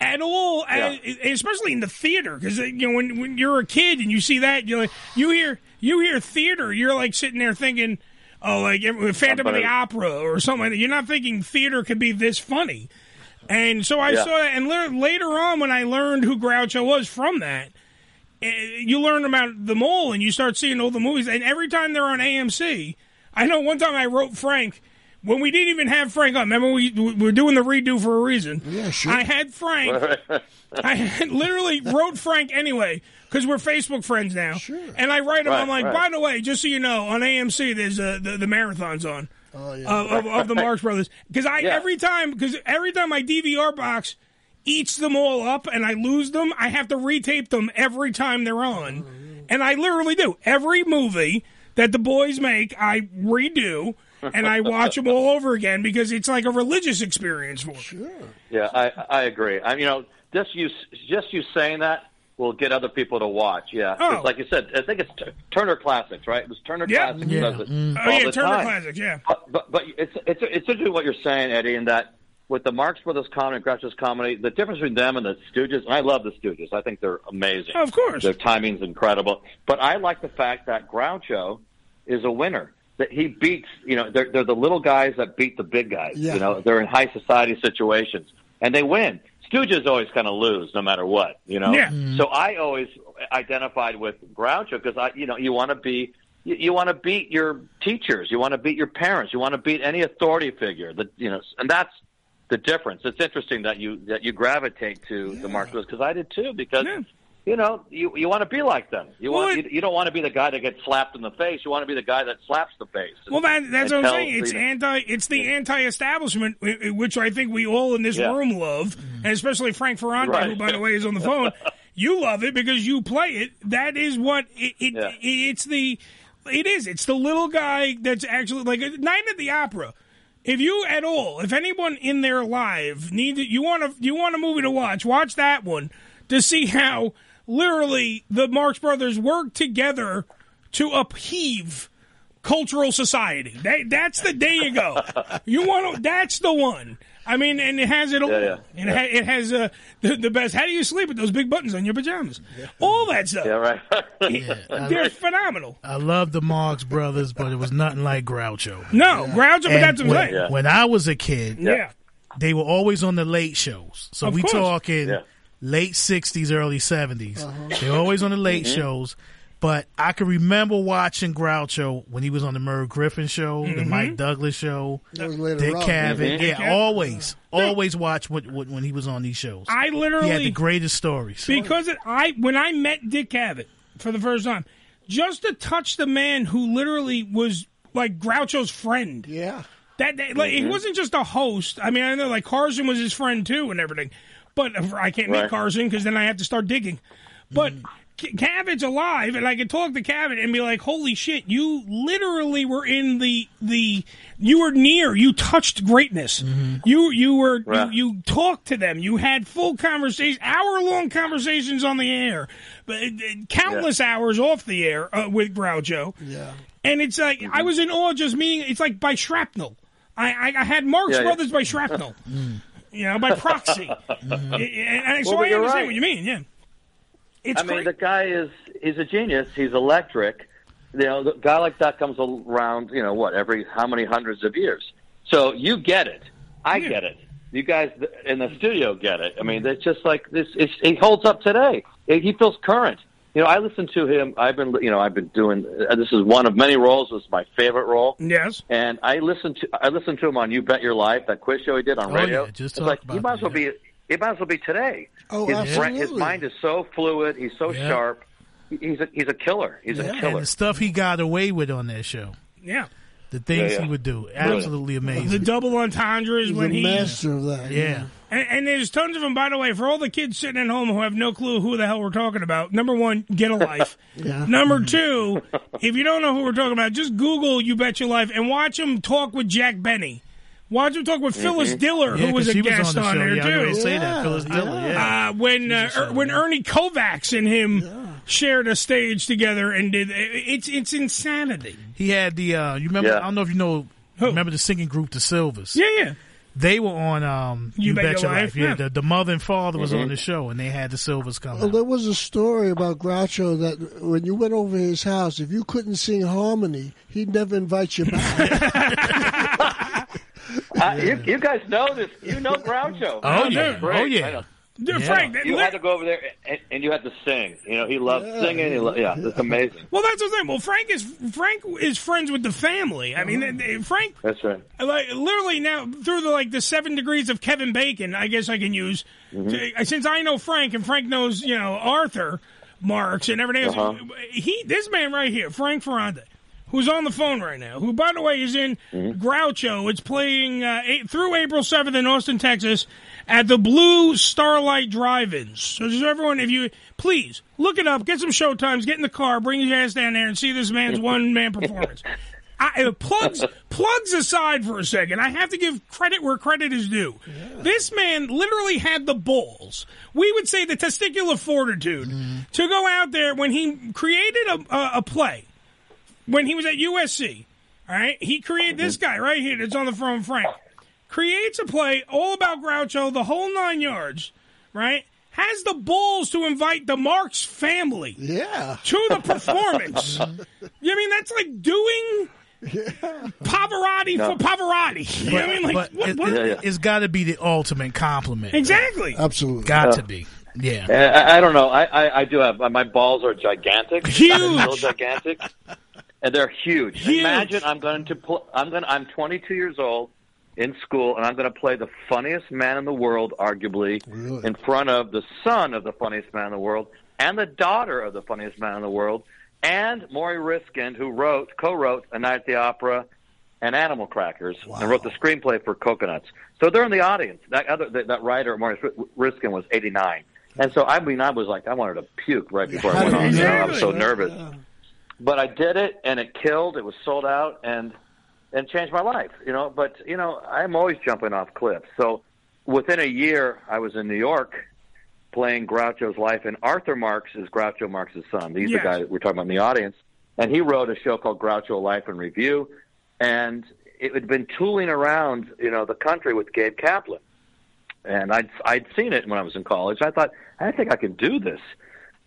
Speaker 10: at all, uh, especially in the theater, because you know when when you're a kid and you see that, you're like you hear you hear theater, you're like sitting there thinking. Oh, like every- Phantom of the
Speaker 20: Somebody-
Speaker 10: Opera or something. like that. You're not thinking theater could be this funny. And so I
Speaker 20: Yeah.
Speaker 10: saw that, and la- later on, when I learned who Groucho was from that, eh, you learn about the mole, and you start seeing all the movies. And every time they're on AMC, I know one time I wrote Frank when we didn't even have Frank on. Remember, we we were doing the redo for a reason. Yeah, sure. I had [LAUGHS] Frank. I [LAUGHS] had literally wrote Frank anyway because we're Facebook friends now. Sure. And I write him.
Speaker 20: Right,
Speaker 10: I'm like,
Speaker 20: right.
Speaker 10: by the way, just so you know, on AMC, there's uh, the the marathons on uh,
Speaker 11: oh, yeah.
Speaker 10: of, of, of the Marx Brothers because I every time because every time my DVR box eats them all up and I lose them, I have to retape them every time they're on,
Speaker 11: Oh,
Speaker 10: and I literally do every movie that the boys make, I redo and I watch them all over again because it's like a religious experience for me.
Speaker 20: Yeah, I, I agree. I, you know, just you just you saying that will get other people to watch. Yeah,
Speaker 10: Oh.
Speaker 20: It's like you said, I think it's Tur- Turner Classics, right? It was Turner
Speaker 10: Yeah.
Speaker 20: Classics.
Speaker 10: Yeah.
Speaker 20: does it
Speaker 10: Oh
Speaker 20: all
Speaker 10: yeah,
Speaker 20: the
Speaker 10: Turner
Speaker 20: time.
Speaker 10: Classics, yeah.
Speaker 20: But, but but it's it's it's interesting what you're saying, Eddie, in that with the Marx Brothers comedy and Groucho's comedy, the difference between them and the Stooges, and I love the Stooges. I think they're amazing.
Speaker 10: Of course.
Speaker 20: their timing's incredible. But I like the fact that Groucho is a winner. That he beats, you know, they're, they're the little guys that beat the big guys.
Speaker 11: Yeah.
Speaker 20: You know, they're in high society situations and they win. Stooges always kind of lose no matter what, you know.
Speaker 7: Yeah. Mhm.
Speaker 20: So I always identified with Groucho because I, you know, you want to be, you, you want to beat your teachers, you want to beat your parents, you want to beat any authority figure. That you know, and that's the difference. It's interesting that you that you gravitate to the Mark Lewis because I did too because. You know, you you want to be like them. You want you, you don't want to be the guy that gets slapped in the face. You want to be the guy that slaps the face.
Speaker 10: Well, that, that's what I'm
Speaker 20: Until
Speaker 10: saying. It's [LAUGHS]
Speaker 20: [LAUGHS] the-
Speaker 10: anti. It's the anti-establishment, w- w- which I think we all in this
Speaker 20: Yeah.
Speaker 10: room love, and especially Frank Ferrante,
Speaker 20: Right.
Speaker 10: who, by the way, is on the phone. you love it because you play it. That is what it. it It's the. It is. It's the little guy that's actually like a Night at the Opera. If you at all, if anyone in their live need you want to you want a movie to watch, watch that one to see how literally the Marx Brothers work together to upheave cultural society. That, that's the there you go. You want to, that's the one. I mean, and it has it all.
Speaker 20: Yeah, yeah.
Speaker 10: And it, ha- [LAUGHS] it has uh, the, the best. How do you sleep with those big buttons on your pajamas? All that stuff. [LAUGHS]
Speaker 20: Yeah, right.
Speaker 10: They're phenomenal.
Speaker 12: I love the Marx Brothers, but it was nothing like Groucho.
Speaker 10: No, Groucho, but
Speaker 12: And
Speaker 10: that's what I'm
Speaker 12: when,
Speaker 10: saying.
Speaker 12: when I was a kid,
Speaker 10: Yeah.
Speaker 12: they were always on the late shows. So
Speaker 10: Of
Speaker 12: we
Speaker 10: course.
Speaker 12: talking late '60s, early '70s.
Speaker 11: Uh-huh.
Speaker 12: They were always on the late
Speaker 20: Mm-hmm.
Speaker 10: Mhm.
Speaker 12: shows. But I can remember watching Groucho when he was on the Merv Griffin show, the
Speaker 10: Mm-hmm.
Speaker 12: Mike Douglas show,
Speaker 11: That was later
Speaker 12: Dick
Speaker 11: on.
Speaker 12: Cavett.
Speaker 20: Mm-hmm.
Speaker 11: Mhm.
Speaker 12: Yeah,
Speaker 11: Dick Cavett.
Speaker 12: always, always watch when, when when he was on these shows.
Speaker 10: I literally
Speaker 12: he had the greatest stories.
Speaker 10: Because it, I when I met Dick Cavett for the first time, just to touch the man who literally was like Groucho's friend.
Speaker 11: Yeah.
Speaker 10: That, that- like he
Speaker 20: Mm-hmm.
Speaker 11: Mhm.
Speaker 10: wasn't just a host. I mean, I know like Carson was his friend too and everything, but uh, I can't meet
Speaker 20: Right. Mm-hmm.
Speaker 10: Carson because then I have to start digging. But C- Cavett's alive, and I could talk to Cavett and be like, "Holy shit, you literally were in the the you were near, you touched greatness. You you were
Speaker 20: Mm-hmm. Right.
Speaker 10: you, you talked to them. You had full conversation, hour long conversations on the air, but uh, countless hours off the air uh, with Groucho.
Speaker 11: Yeah.
Speaker 10: And it's like
Speaker 12: Mm-hmm.
Speaker 10: I was in awe just meeting. It's like by shrapnel. I I, I had Marx
Speaker 20: Yeah, yeah.
Speaker 10: Brothers by shrapnel. You know, by
Speaker 12: [LAUGHS]
Speaker 10: proxy. and, and so
Speaker 20: Well, but
Speaker 10: I
Speaker 20: you're
Speaker 10: understand
Speaker 20: right.
Speaker 10: what you mean. Yeah. It's
Speaker 20: I
Speaker 10: great.
Speaker 20: mean, the guy is he's a genius. He's electric. You know, the guy like that comes around. You know, what every how many hundreds of years. So you get it. I get it. You guys th- in the studio get it. I mean, it's just like this. It's, he holds up today. It, he feels current. You know, I listen to him. I've been, you know, I've been doing. Uh, this is one of many roles. This is my favorite role.
Speaker 10: Yes.
Speaker 20: And I listen to I listen to him on You Bet Your Life, that quiz show he did on
Speaker 12: Oh,
Speaker 20: radio.
Speaker 12: yeah, just
Speaker 20: it's
Speaker 12: talked
Speaker 20: like he
Speaker 12: about
Speaker 20: might as well be. It might as well be today.
Speaker 11: Oh,
Speaker 20: his, brain- his
Speaker 11: absolutely.
Speaker 20: mind is so fluid. He's so
Speaker 11: Yeah.
Speaker 20: sharp. he's a he's a killer. He's a
Speaker 12: And
Speaker 20: killer.
Speaker 12: the stuff he got away with on that show.
Speaker 10: Yeah.
Speaker 12: The things
Speaker 20: Yeah, yeah.
Speaker 12: he would do.
Speaker 10: Brilliant.
Speaker 12: Absolutely amazing.
Speaker 10: The double entendres
Speaker 12: He's
Speaker 10: when
Speaker 12: a
Speaker 10: he
Speaker 12: master of that, Yeah. yeah.
Speaker 10: And, and there's tons of them, by the way, for all the kids sitting at home who have no clue who the hell we're talking about. Number one,
Speaker 12: [LAUGHS]
Speaker 10: get a life.
Speaker 11: Yeah.
Speaker 10: Number two, if you don't know who we're talking about, just Google "You Bet Your Life" and watch him talk with Jack Benny. Watch him talk with Phyllis
Speaker 12: Mhm.
Speaker 10: Diller,
Speaker 12: Yeah,
Speaker 10: who was
Speaker 12: 'cause
Speaker 10: a
Speaker 12: she was
Speaker 10: guest
Speaker 12: on the show.
Speaker 10: there
Speaker 12: Yeah, I was
Speaker 10: too.
Speaker 12: gonna say that, Phyllis Diller, yeah.
Speaker 10: Uh, when uh, er, when Ernie Kovacs and him shared a stage together and did it's it's insanity.
Speaker 12: He had the uh you remember
Speaker 10: Yeah.
Speaker 12: I don't know if you know remember the singing group The Silvers.
Speaker 10: Yeah, yeah.
Speaker 12: They were on um
Speaker 10: You Bet Your Life,
Speaker 12: Yeah,
Speaker 10: yeah. Oh,
Speaker 12: the, the mother and father was
Speaker 11: Mhm.
Speaker 20: Mm-hmm.
Speaker 12: on the show and they had the Silvers come.
Speaker 11: Well, there was a story about Groucho that when you went over his house, if you couldn't sing harmony, he'd never invite
Speaker 12: [LAUGHS]
Speaker 11: you back.
Speaker 20: Uh, you, you guys know this. You know Groucho.
Speaker 11: [LAUGHS] Oh,
Speaker 20: Groucho's
Speaker 11: yeah.
Speaker 20: great.
Speaker 11: Oh, yeah.
Speaker 20: I know.
Speaker 10: Dude, Yeah. Frank, that-
Speaker 20: you
Speaker 10: that-
Speaker 20: had to go over there and, and you had to sing. You know, he loved
Speaker 10: Yeah.
Speaker 20: singing. He lo- yeah, it's amazing.
Speaker 10: Well, that's the thing. Well, Frank is Frank is friends with the family. I mean, they- they- Frank
Speaker 20: That's right.
Speaker 10: like literally now through the like the seven degrees of Kevin Bacon, I guess I can use to- since I know Frank and Frank knows you know Arthur Marks and everything else.
Speaker 7: Uh-huh.
Speaker 10: He this man right here, Frank Ferrante, who's on the phone right now, who by the way is in Groucho. It's playing uh, eight, through April seventh in Austin, Texas, at the Blue Starlight Drive-ins. So just everyone, if you please look it up, get some show times, get in the car, bring your ass down there, and see this man's one man performance. I, uh, plugs [LAUGHS] plugs aside for a second, I have to give credit where credit is due. This man literally had the balls. We would say the testicular fortitude to go out there when he created a, a, a play when he was at USC. All right, he created this guy right here that's on the front, Frank. Creates a play all about Groucho, the whole nine yards. Right, has the balls to invite the Marx family.
Speaker 11: Yeah,
Speaker 10: to the performance. You mean that's like doing Pavarotti
Speaker 12: No.
Speaker 10: for Pavarotti? You know what I mean, like
Speaker 12: but
Speaker 10: what,
Speaker 12: it,
Speaker 10: what-
Speaker 12: has got to be the ultimate compliment.
Speaker 10: Exactly.
Speaker 11: Absolutely.
Speaker 12: Got
Speaker 20: Yeah.
Speaker 12: to be. Yeah.
Speaker 20: And I, I don't know. I, I, I do have my balls are
Speaker 11: [LAUGHS]
Speaker 20: gigantic,
Speaker 12: Huge.
Speaker 20: They're still gigantic, and they're huge. Huge. Imagine I'm going to pl- I'm going to, I'm 22 years old in school, and I'm going to play the funniest man in the world, arguably, in front of the son of the funniest man in the world and the daughter of the funniest man in the world, and Maury Riskin, who wrote co-wrote A Night at the Opera and Animal Crackers, and wrote the screenplay for Coconuts. So they're in the audience. That other that, that writer, Maury Riskin, was 89, and so I mean, I was like, I wanted to puke right before I went on. You know, I was so nervous, but I did it, and it killed. It was sold out, and and changed my life. You know, but you know, I'm always jumping off cliffs. So within a year, I was in New York playing Groucho's life, and Arthur Marx is Groucho Marx's son. He's
Speaker 6: Yes.
Speaker 20: the guy that we're talking about in the audience, and he wrote a show called Groucho Life and Review, and it had been tooling around, you know, the country with Gabe Kaplan, and I'd I'd seen it when I was in college. I thought I think I can do this.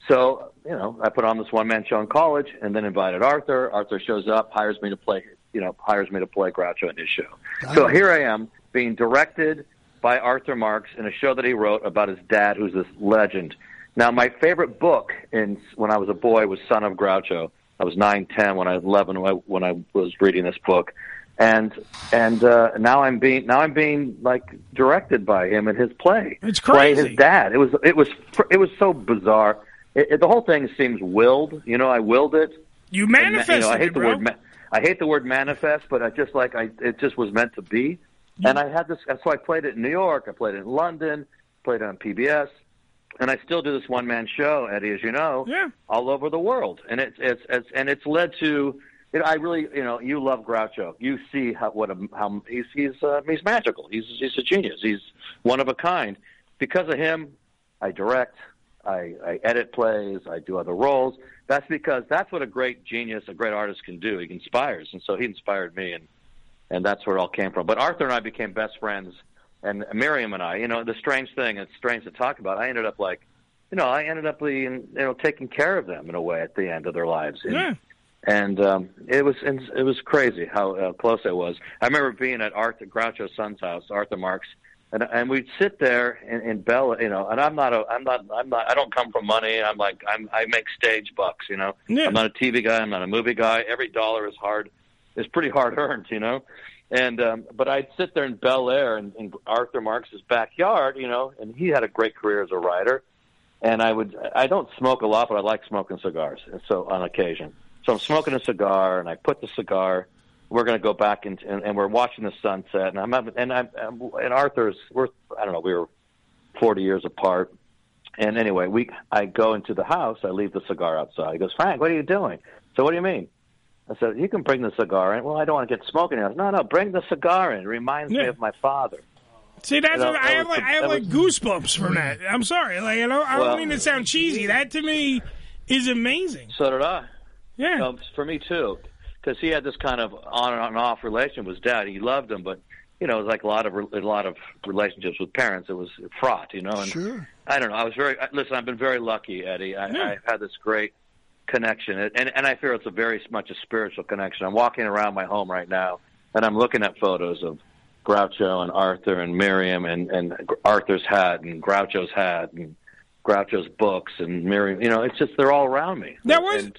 Speaker 20: So you know, I put on this one man show in college, and then invited Arthur. Arthur shows up, hires me to play, you know, hires me to play Groucho in his show. So here I am being directed by Arthur Marx in a show that he wrote about his dad, who's this legend. Now, my favorite book in when I was a boy was Son of Groucho. I was nine, ten when I was eleven when I, when I was reading this book, and and uh, now I'm being now I'm being like directed by him in his play.
Speaker 10: It's
Speaker 20: Play
Speaker 10: crazy.
Speaker 20: his dad. It was it was fr- it was so bizarre. It, it, the whole thing seems willed. You know, I willed it.
Speaker 10: you
Speaker 20: And ma-
Speaker 10: manifested
Speaker 20: You know, I hate
Speaker 10: it,
Speaker 20: the
Speaker 10: bro.
Speaker 20: word. Ma- I hate the word manifest, but I just like I. It just was meant to be.
Speaker 10: Mm-hmm.
Speaker 20: And I had this, and so I played it in New York. I played it in London. Played it on PBS, and I still do this one man show, Eddie, as you know,
Speaker 10: Yeah.
Speaker 20: all over the world. And it's it's, it's and it's led to. You know, I really, you know, you love Groucho. You see how what a how he's he's uh, he's magical. He's he's a genius. He's one of a kind. Because of him, I direct, I, I edit plays, I do other roles. That's because that's what a great genius, a great artist can do. He inspires, and so he inspired me, and [LAUGHS] and that's where it all came from. But Arthur and I became best friends, and Miriam and I. You know, the strange thing, it's strange to talk about. I ended up like, you know, I ended up being, you know, taking care of them in a way at the end of their lives. And,
Speaker 10: Yeah.
Speaker 20: and um, it was and it was crazy how uh, close I was. I remember being at Arthur Groucho's son's house, Arthur Marks, and and we'd sit there in, in Bella, you know. And I'm not a, I'm not, I'm not, I don't come from money. I'm like, I'm, I make stage bucks, you know.
Speaker 10: Yeah.
Speaker 20: I'm not a TV guy. I'm not a movie guy. Every dollar is hard, is pretty hard earned, you know. And um, but I'd sit there in Bel Air in, in Arthur Marx's backyard, you know, and he had a great career as a writer and I would I don't smoke a lot, but I like smoking cigars, and so on occasion. So I'm smoking a cigar, and I put the cigar. We're going to go back and, and and we're watching the sunset, and I'm having- and I'm, I'm and Arthur's. We're I don't know. We were 40 years apart, and anyway, we I go into the house. I leave the cigar outside. He goes, Frank, what are you doing? So what do you mean? I said, you can bring the cigar in. Well, I don't want to get smoking. I said, no, no, bring the cigar in. It reminds me of my father.
Speaker 10: See, that's
Speaker 20: You know,
Speaker 10: what,
Speaker 20: that
Speaker 10: I have
Speaker 20: was
Speaker 10: like
Speaker 20: the-
Speaker 10: I have
Speaker 20: that
Speaker 10: like goosebumps from that. I'm sorry, like you know, I don't
Speaker 20: Well-
Speaker 10: mean to sound cheesy. That to me is amazing.
Speaker 20: So did I.
Speaker 10: Yeah.
Speaker 20: Um, for me too, because he had this kind of on and off relation with his dad. He loved him, but you know, it was like a lot of a lot of relationships with parents. It was fraught, you know. And
Speaker 11: Sure.
Speaker 20: I don't know. I was very I- listen. I've been very lucky, Eddie. I,
Speaker 11: Yeah.
Speaker 20: I've had this great connection, and and- and I feel it's a very much a spiritual connection. I'm walking around my home right now, and I'm looking at photos of Groucho and Arthur and Miriam and and Arthur's hat and Groucho's hat and Groucho's books and Miriam. You know, it's just they're all around me.
Speaker 10: That was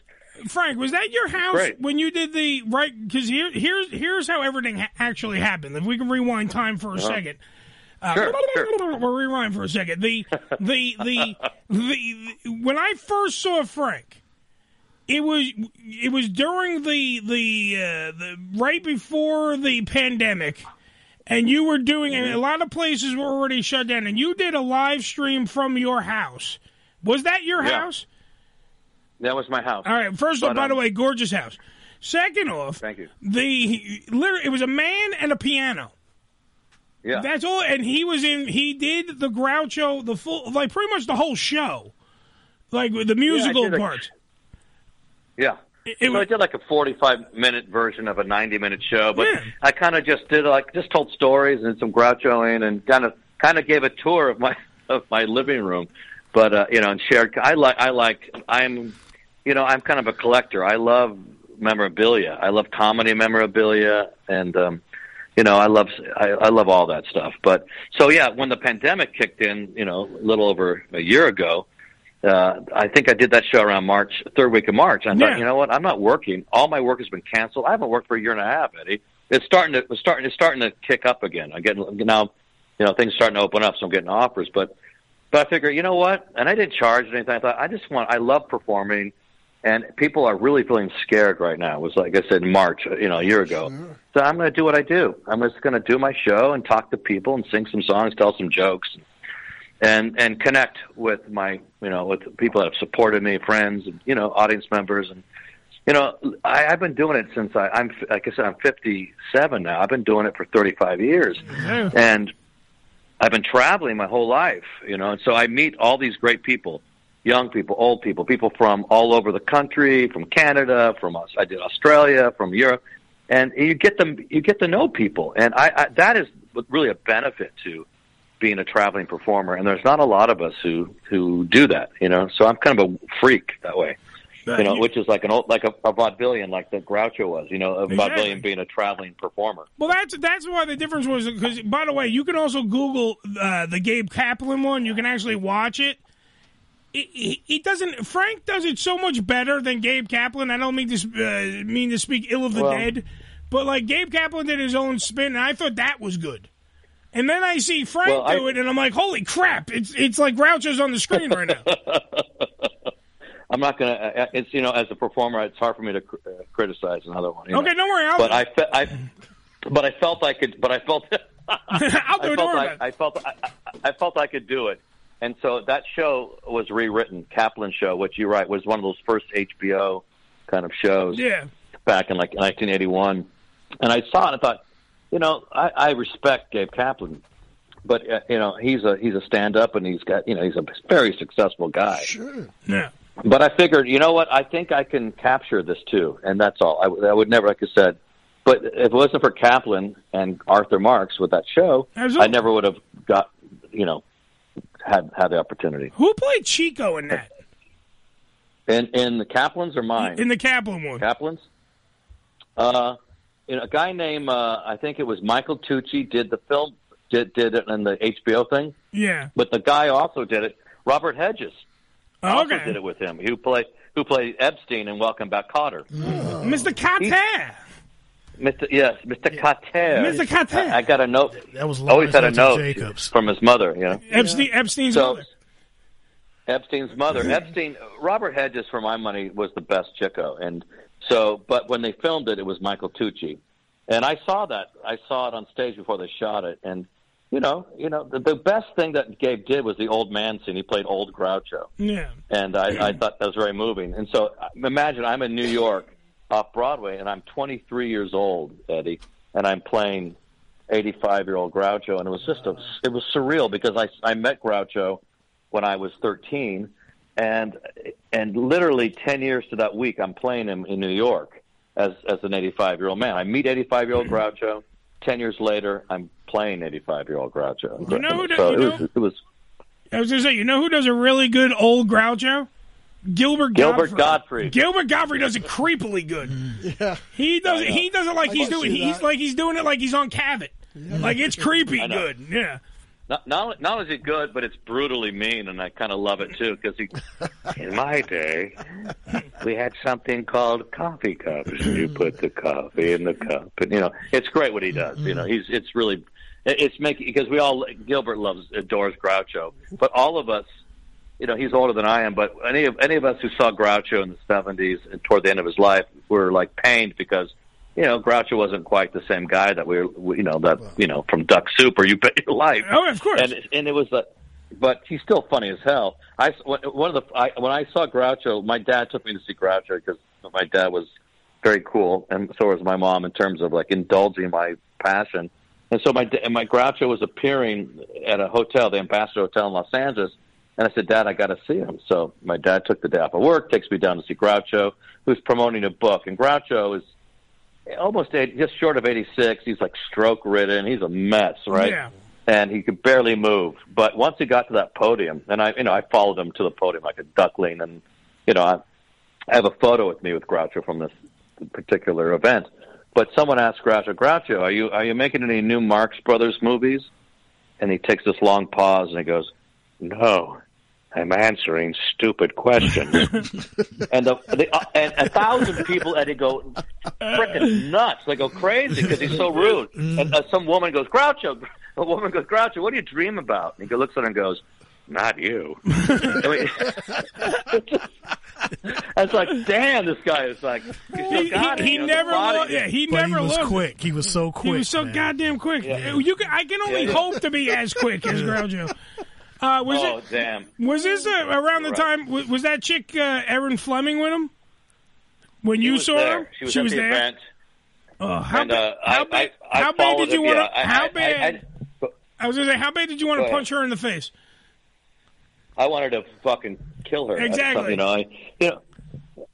Speaker 10: Frank. Was that your house
Speaker 20: Great.
Speaker 10: when you did the right? Because here, here's here's how everything ha- actually happened. If we can rewind time for a
Speaker 20: Uh-huh.
Speaker 10: second. Uh,
Speaker 20: Sure,
Speaker 10: We'll rewind for a second. The the the, the the when I first saw Frank, it was it was during the the uh, the right before the pandemic, and you were doing and a lot of places were already shut down, and you did a live stream from your house. Was that your
Speaker 20: Yeah.
Speaker 10: house?
Speaker 20: That was my house.
Speaker 10: All right. First off,
Speaker 20: But,
Speaker 10: by
Speaker 20: um,
Speaker 10: the way, gorgeous house. Second off,
Speaker 20: Thank you.
Speaker 10: the literally, it was a man and a piano.
Speaker 20: Yeah.
Speaker 10: That's all, and he was in. He did the Groucho, the full, like pretty much the whole show, like with the musical
Speaker 20: did a-
Speaker 10: parts.
Speaker 20: Yeah. so I did like a 45 minute version of a 90 minute show, but I kind of just did like just told stories and some grouchoing and kind of kind of gave a tour of my [LAUGHS] of my living room, but uh, you know and shared. I like I like I'm you know I'm kind of a collector. I love memorabilia. I love comedy memorabilia and um, you know I love I, I love all that stuff. But so yeah, when the pandemic kicked in, you know, a little over a year ago uh, I think I did that show around March, third week of March. I
Speaker 7: Yeah.
Speaker 20: thought, you know what? I'm not working. All my work has been canceled. I haven't worked for a year and a half, Eddie. It's starting to, it's starting, it's starting to kick up again. I'm getting now, you know, things starting to open up, so I'm getting offers. But, but I figure, you know what? And I didn't charge anything. I thought, I just want, I love performing, and people are really feeling scared right now. It was like I said, in March, you know, a year ago. So I'm going to do what I do. I'm just going to do my show and talk to people and sing some songs, tell some jokes, and and connect with my you know with people that have supported me, friends, and you know audience members, and you know I, I've been doing it since I, I'm like I said I'm 57 now. I've been doing it for 35 years, and I've been traveling my whole life, you know, and so I meet all these great people, young people, old people, people from all over the country, from Canada, from us, I did Australia, from Europe, and you get them, you get to know people, and I, I that is what really a benefit to being a traveling performer, and there's not a lot of us who who do that, you know. So I'm kind of a freak that way,
Speaker 10: Uh,
Speaker 20: you know,
Speaker 10: you-
Speaker 20: which is like an old like a, a vaudevillian, like the Groucho was, you know, a
Speaker 10: Exactly.
Speaker 20: vaudevillian being a traveling performer.
Speaker 10: Well, that's that's why the difference was because. By the way, you can also Google uh, the Gabe Kaplan one. You can actually watch it. It, it. it doesn't. Frank does it so much better than Gabe Kaplan. I don't mean to sp- uh, mean to speak ill of the
Speaker 20: Well-
Speaker 10: dead, but like Gabe Kaplan did his own spin, and I thought that was good. And then I see Frank
Speaker 20: Well, I-
Speaker 10: do it, and I'm like, "Holy crap!" It's it's like Groucho's on the screen right now.
Speaker 20: [LAUGHS] I'm not gonna. uh, It's you know, as a performer, it's hard for me to cr- uh, criticize another one. you know.
Speaker 10: Okay, don't worry, I'll
Speaker 20: but
Speaker 10: do
Speaker 20: I, fe- I, but I felt I could. But I felt. [LAUGHS] I'll
Speaker 10: do it,
Speaker 20: I
Speaker 10: don't
Speaker 20: felt
Speaker 10: worry
Speaker 20: I, I felt I, I- I felt I could do it, and so that show was rewritten. Kaplan show, which you write was one of those first HBO kind of shows
Speaker 10: Yeah.
Speaker 20: back in like 1981, and I saw it. and I thought, you know, I, I respect Gabe Kaplan, but uh, you know, he's a he's a stand up, and he's got you know he's a very successful guy.
Speaker 11: Sure.
Speaker 10: Yeah.
Speaker 20: But I figured, you know what? I think I can capture this too, and that's all. I, w- I would never, like I said, but if it wasn't for Kaplan and Arthur Marks with that show,
Speaker 10: Absolutely.
Speaker 20: I never would have got, you know, had had the opportunity.
Speaker 10: Who played Chico in that?
Speaker 20: And and the Kaplan's or mine?
Speaker 10: In the Kaplan one.
Speaker 20: Kaplan's. Uh, you know, a guy named uh, I think it was Michael Tucci did the film, did did it in the HBO thing.
Speaker 10: Yeah.
Speaker 20: But the guy also did it. Robert Hedges also
Speaker 10: Okay.
Speaker 20: did it with him. Who played who played Epstein in Welcome Back, Cotter. Uh,
Speaker 10: Mr. Carter.
Speaker 20: Mr. Yes, Mr. Carter.
Speaker 10: Mr. Carter.
Speaker 20: I, I got a note.
Speaker 10: That was
Speaker 20: always had a
Speaker 10: Lawrence Hudson
Speaker 20: note from his mother. You know.
Speaker 10: Epstein, Epstein's
Speaker 20: So-
Speaker 10: mother.
Speaker 20: Epstein's mother. Epstein, Robert Hedges, for my money, was the best Chico. And so, but when they filmed it, it was Michael Tucci. And I saw that. I saw it on stage before they shot it. And, you know, you know, the, the best thing that Gabe did was the old man scene. He played old Groucho.
Speaker 10: Yeah.
Speaker 20: And I, I thought that was very moving. And so uh, imagine I'm in New York off Broadway and I'm 23 years old, Eddie, and I'm playing 85 year old Groucho. And it was just a, it was surreal because I, I met Groucho when I was 13 and, and literally 10 years to that week, I'm playing him in New York as, as an 85 year old man. I meet 85 year old Groucho. 10 years later, I'm playing 85 year old Groucho.
Speaker 10: You know who did-
Speaker 20: so
Speaker 10: you
Speaker 20: it was, it was
Speaker 10: I was gonna say, you know who does a really good old Groucho? Gilbert Godfrey.
Speaker 20: Gilbert Godfrey.
Speaker 10: Gilbert Godfrey does it creepily good. Yeah, he does.
Speaker 20: I know.
Speaker 10: He does it like
Speaker 20: I
Speaker 10: he's
Speaker 20: can
Speaker 10: doing.
Speaker 20: see
Speaker 10: He's
Speaker 20: that.
Speaker 10: like he's doing it like he's on Cavett. Like it's creepy
Speaker 20: I know.
Speaker 10: good. Yeah.
Speaker 20: Not, not not only is it good, but it's brutally mean, and I kind of love it too. Because in my day, we had something called coffee cups. and You put the coffee in the cup, and you know it's great what he does. You know he's it's really it- it's making because we all Gilbert loves adores Groucho, but all of us, you know, he's older than I am. But any of any of us who saw Groucho in the seventies and toward the end of his life were like pained because you know Groucho wasn't quite the same guy that we were, we- you know that you know from Duck Soup or You Bet Your Life.
Speaker 10: Oh, of course.
Speaker 20: And and it was a. But he's still funny as hell. I one of the I, when I saw Groucho, my dad took me to see Groucho because my dad was very cool, and so was my mom in terms of like indulging my passion. And so my and my Groucho was appearing at a hotel, the Ambassador Hotel in Los Angeles. And I said, Dad, I got to see him. So my dad took the day off of work, takes me down to see Groucho, who's promoting a book. And Groucho is almost eight, just short of 86. He's like stroke ridden. He's a mess, right?
Speaker 10: Yeah.
Speaker 20: And he could barely move. But once he got to that podium, and I, you know, I followed him to the podium like a duckling. And, you know, I, I have a photo with me with Groucho from this particular event. But someone asked Groucho, Groucho, are you are you making any new Marx Brothers movies? And he takes this long pause and he goes, No, I'm answering stupid
Speaker 10: [LAUGHS]
Speaker 20: questions. and the, the uh, and a thousand people at it go freaking nuts. They go crazy because he's so rude. And uh, some woman goes, Groucho. [LAUGHS] A woman goes, Groucho, what do you dream about? And he looks at her and goes, Not you. And [LAUGHS] we- I was like, damn, this guy is like, he's still
Speaker 10: He,
Speaker 20: got
Speaker 10: he,
Speaker 20: it,
Speaker 10: he
Speaker 20: you know, the
Speaker 10: never.
Speaker 20: body-
Speaker 10: Lo- yeah, he
Speaker 12: But
Speaker 10: never
Speaker 12: he was
Speaker 10: looked.
Speaker 12: quick. He was so quick.
Speaker 10: He was so
Speaker 12: man.
Speaker 10: goddamn quick. You can, I can only
Speaker 12: Yeah, yeah.
Speaker 10: hope to be as quick
Speaker 20: [LAUGHS]
Speaker 10: as Groucho. Uh, was
Speaker 20: oh,
Speaker 10: it?
Speaker 20: damn.
Speaker 10: Was this uh, around the
Speaker 20: Right.
Speaker 10: time? Was, was that chick uh, Erin Fleming with him? When
Speaker 20: She
Speaker 10: you
Speaker 20: was
Speaker 10: saw
Speaker 20: there.
Speaker 10: her,
Speaker 20: She was at the
Speaker 10: there.
Speaker 20: event.
Speaker 10: Oh, how
Speaker 20: and, uh,
Speaker 10: how
Speaker 20: I,
Speaker 10: bad-
Speaker 20: I, I
Speaker 10: how bad
Speaker 20: followed
Speaker 10: did you
Speaker 20: him,
Speaker 10: wanna-
Speaker 20: yeah. I-
Speaker 10: how
Speaker 20: I- I-
Speaker 10: bad- I was gonna say, how bad did you want
Speaker 20: Go
Speaker 10: to
Speaker 20: ahead.
Speaker 10: punch her in the face?
Speaker 20: I, I wanted to fucking kill her. I-
Speaker 10: Exactly.
Speaker 20: You know, I, you know,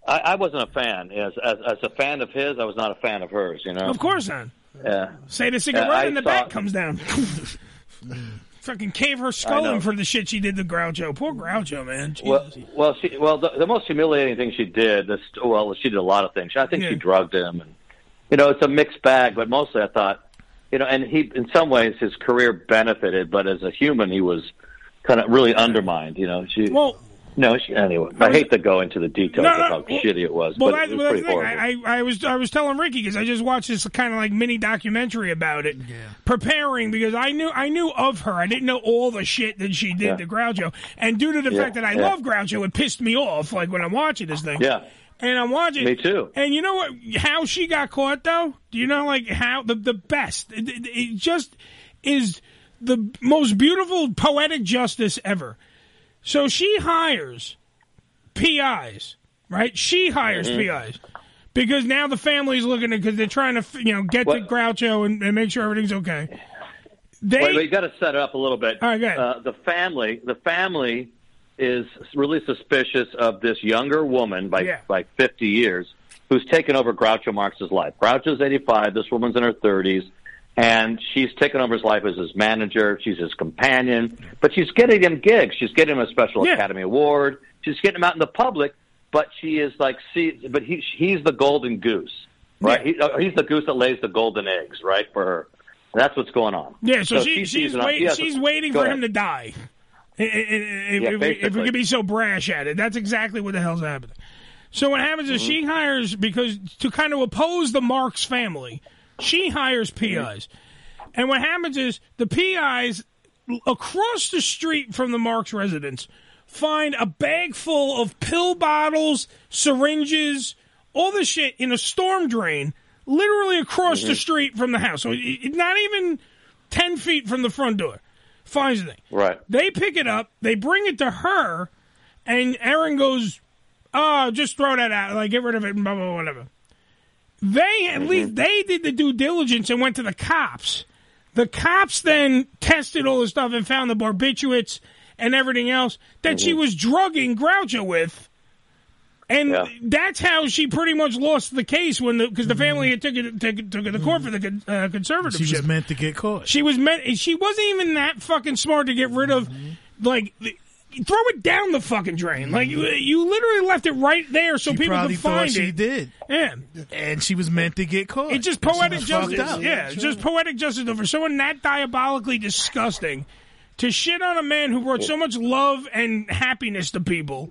Speaker 20: I, I wasn't a fan. As, as as a fan of his, I was not a fan of hers. You know.
Speaker 10: Of course not.
Speaker 20: Yeah.
Speaker 10: Say the
Speaker 20: Yeah, I
Speaker 10: cigarette in the
Speaker 20: saw-
Speaker 10: back comes down. [LAUGHS] Fucking cave her skull
Speaker 20: know.
Speaker 10: in for the shit she did to Groucho. Poor Groucho, man. Jeez.
Speaker 20: Well, well, she, well, the, the most humiliating thing she did. This, well, she did a lot of things. I think she drugged him, and you know, it's a mixed bag. But mostly, I thought, you know, and he, in some ways, his career benefited, but as a human, he was kind of really undermined. You know, she.
Speaker 10: Well,
Speaker 20: no, she, anyway, I hate to go into the details
Speaker 10: No,
Speaker 20: of
Speaker 10: no,
Speaker 20: how
Speaker 10: well-
Speaker 20: shitty it was,
Speaker 10: Well,
Speaker 20: but
Speaker 10: that's,
Speaker 20: it was
Speaker 10: well, that's
Speaker 20: pretty
Speaker 10: the thing.
Speaker 20: horrible.
Speaker 10: I, I, I was I was telling Ricky because I just watched this kind of like mini documentary about it, preparing because I knew I knew of her. I didn't know all the shit that she did
Speaker 20: Yeah.
Speaker 10: to Groucho, and due to the
Speaker 20: Yeah,
Speaker 10: fact that I
Speaker 20: yeah.
Speaker 10: love Groucho, it pissed me off. Like when I'm watching this thing,
Speaker 20: Yeah.
Speaker 10: And I'm watching.
Speaker 20: Me too.
Speaker 10: And you know what? How she got caught though? Do you know like how the the best? It, it- it just is the most beautiful poetic justice ever. So she hires PIs, right? She hires
Speaker 20: Mhm.
Speaker 10: PIs because now the family's looking at because they're trying to you know get to
Speaker 20: What-
Speaker 10: Groucho and, and make sure everything's okay. They
Speaker 20: Wait, wait, you got to set it up a little bit.
Speaker 10: All right, go ahead.
Speaker 20: Uh, the family, the family is really suspicious of this younger woman by
Speaker 10: Yeah.
Speaker 20: by 50 years who's taken over Groucho Marx's life. Groucho's 85. This woman's in her 30s, and she's taken over his life as his manager. She's his companion, but she's getting him gigs. She's getting him a special
Speaker 10: Yeah.
Speaker 20: Academy Award. She's getting him out in the public. But she is like, see, but he, he's the golden goose, right? He, uh, he's the goose that lays the golden eggs, right, for her. That's what's going on.
Speaker 10: yeah, so,
Speaker 20: So
Speaker 10: she,
Speaker 20: she sees
Speaker 10: she's
Speaker 20: it on-
Speaker 10: wait,
Speaker 20: yes,
Speaker 10: she's waiting
Speaker 20: go
Speaker 10: for
Speaker 20: ahead.
Speaker 10: him to die. I- I- I- If,
Speaker 20: Yeah,
Speaker 10: if, we, if we
Speaker 20: basically.
Speaker 10: could be so brash at it, that's exactly what the hell's happening. So what happens
Speaker 20: Mm-hmm.
Speaker 10: is she hires because to kind of oppose the Marx family, she hires
Speaker 20: Mm-hmm.
Speaker 10: PIs. And what happens is the PIs across the street from the Marx residence find a bag full of pill bottles, syringes, all this shit in a storm drain, literally across
Speaker 20: Mm-hmm.
Speaker 10: the street from the house. So it- it- not even 10 feet from the front door. Finds the thing.
Speaker 20: Right.
Speaker 10: They pick it up, they bring it to her, and Aaron goes, "Oh, just throw that out, like get rid of it, and blah blah blah, whatever." They at least they did the due diligence and went to the cops. The cops then tested all the stuff and found the barbiturates and everything else that she was drugging Groucho with, and that's how she pretty much lost the case when the because the family had took it took, it- took it to court for the con- uh, conservatorship.
Speaker 12: She was meant to get caught.
Speaker 10: She was meant. She wasn't even that fucking smart to get rid of.
Speaker 12: Mm-hmm.
Speaker 10: Like, th- throw it down the fucking drain. Like you, you literally left it right there so people
Speaker 12: probably
Speaker 10: could
Speaker 12: thought
Speaker 10: find
Speaker 12: Mm-hmm. she
Speaker 10: it.
Speaker 12: did.
Speaker 10: Yeah.
Speaker 12: And she was meant to get caught.
Speaker 10: It's just
Speaker 12: She was
Speaker 10: poetic
Speaker 12: fucked
Speaker 10: justice.
Speaker 12: up.
Speaker 10: Yeah, it's just poetic justice though, for someone that diabolically disgusting to shit on a man who brought so much love and happiness to people.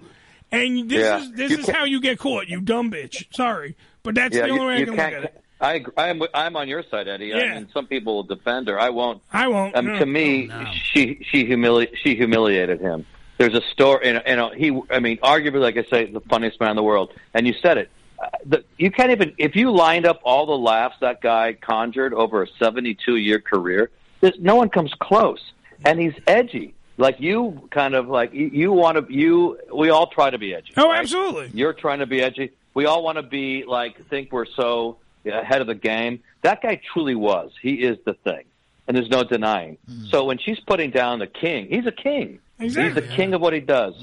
Speaker 10: And this
Speaker 20: Yeah.
Speaker 10: is this
Speaker 20: You
Speaker 10: is
Speaker 20: can't-
Speaker 10: how you get caught, you dumb bitch. Sorry, but that's
Speaker 20: yeah,
Speaker 10: the only
Speaker 20: you,
Speaker 10: way I
Speaker 20: you
Speaker 10: can look
Speaker 20: can't.
Speaker 10: at it.
Speaker 20: I ag- I'm I'm on your side, Eddie.
Speaker 10: Yeah.
Speaker 20: I mean, some people will defend her. I won't.
Speaker 10: I won't.
Speaker 20: Um,
Speaker 10: no.
Speaker 20: To me, she she humili- she humiliated him. There's a story, and you know, he. I mean, arguably, like I say, the funniest man in the world. And you said it. Uh, the, you can't even if you lined up all the laughs that guy conjured over a 72 year career. There's, no one comes close, and he's edgy. Like you, kind of like you, you want to. You we all try to be edgy.
Speaker 10: Oh, absolutely.
Speaker 20: You're trying to be edgy. We all want to be like think we're so ahead of the game. That guy truly was. He is the thing, and there's no denying. So when she's putting down the king, he's a king.
Speaker 10: Hmm. Exactly.
Speaker 20: He's the king of what he does.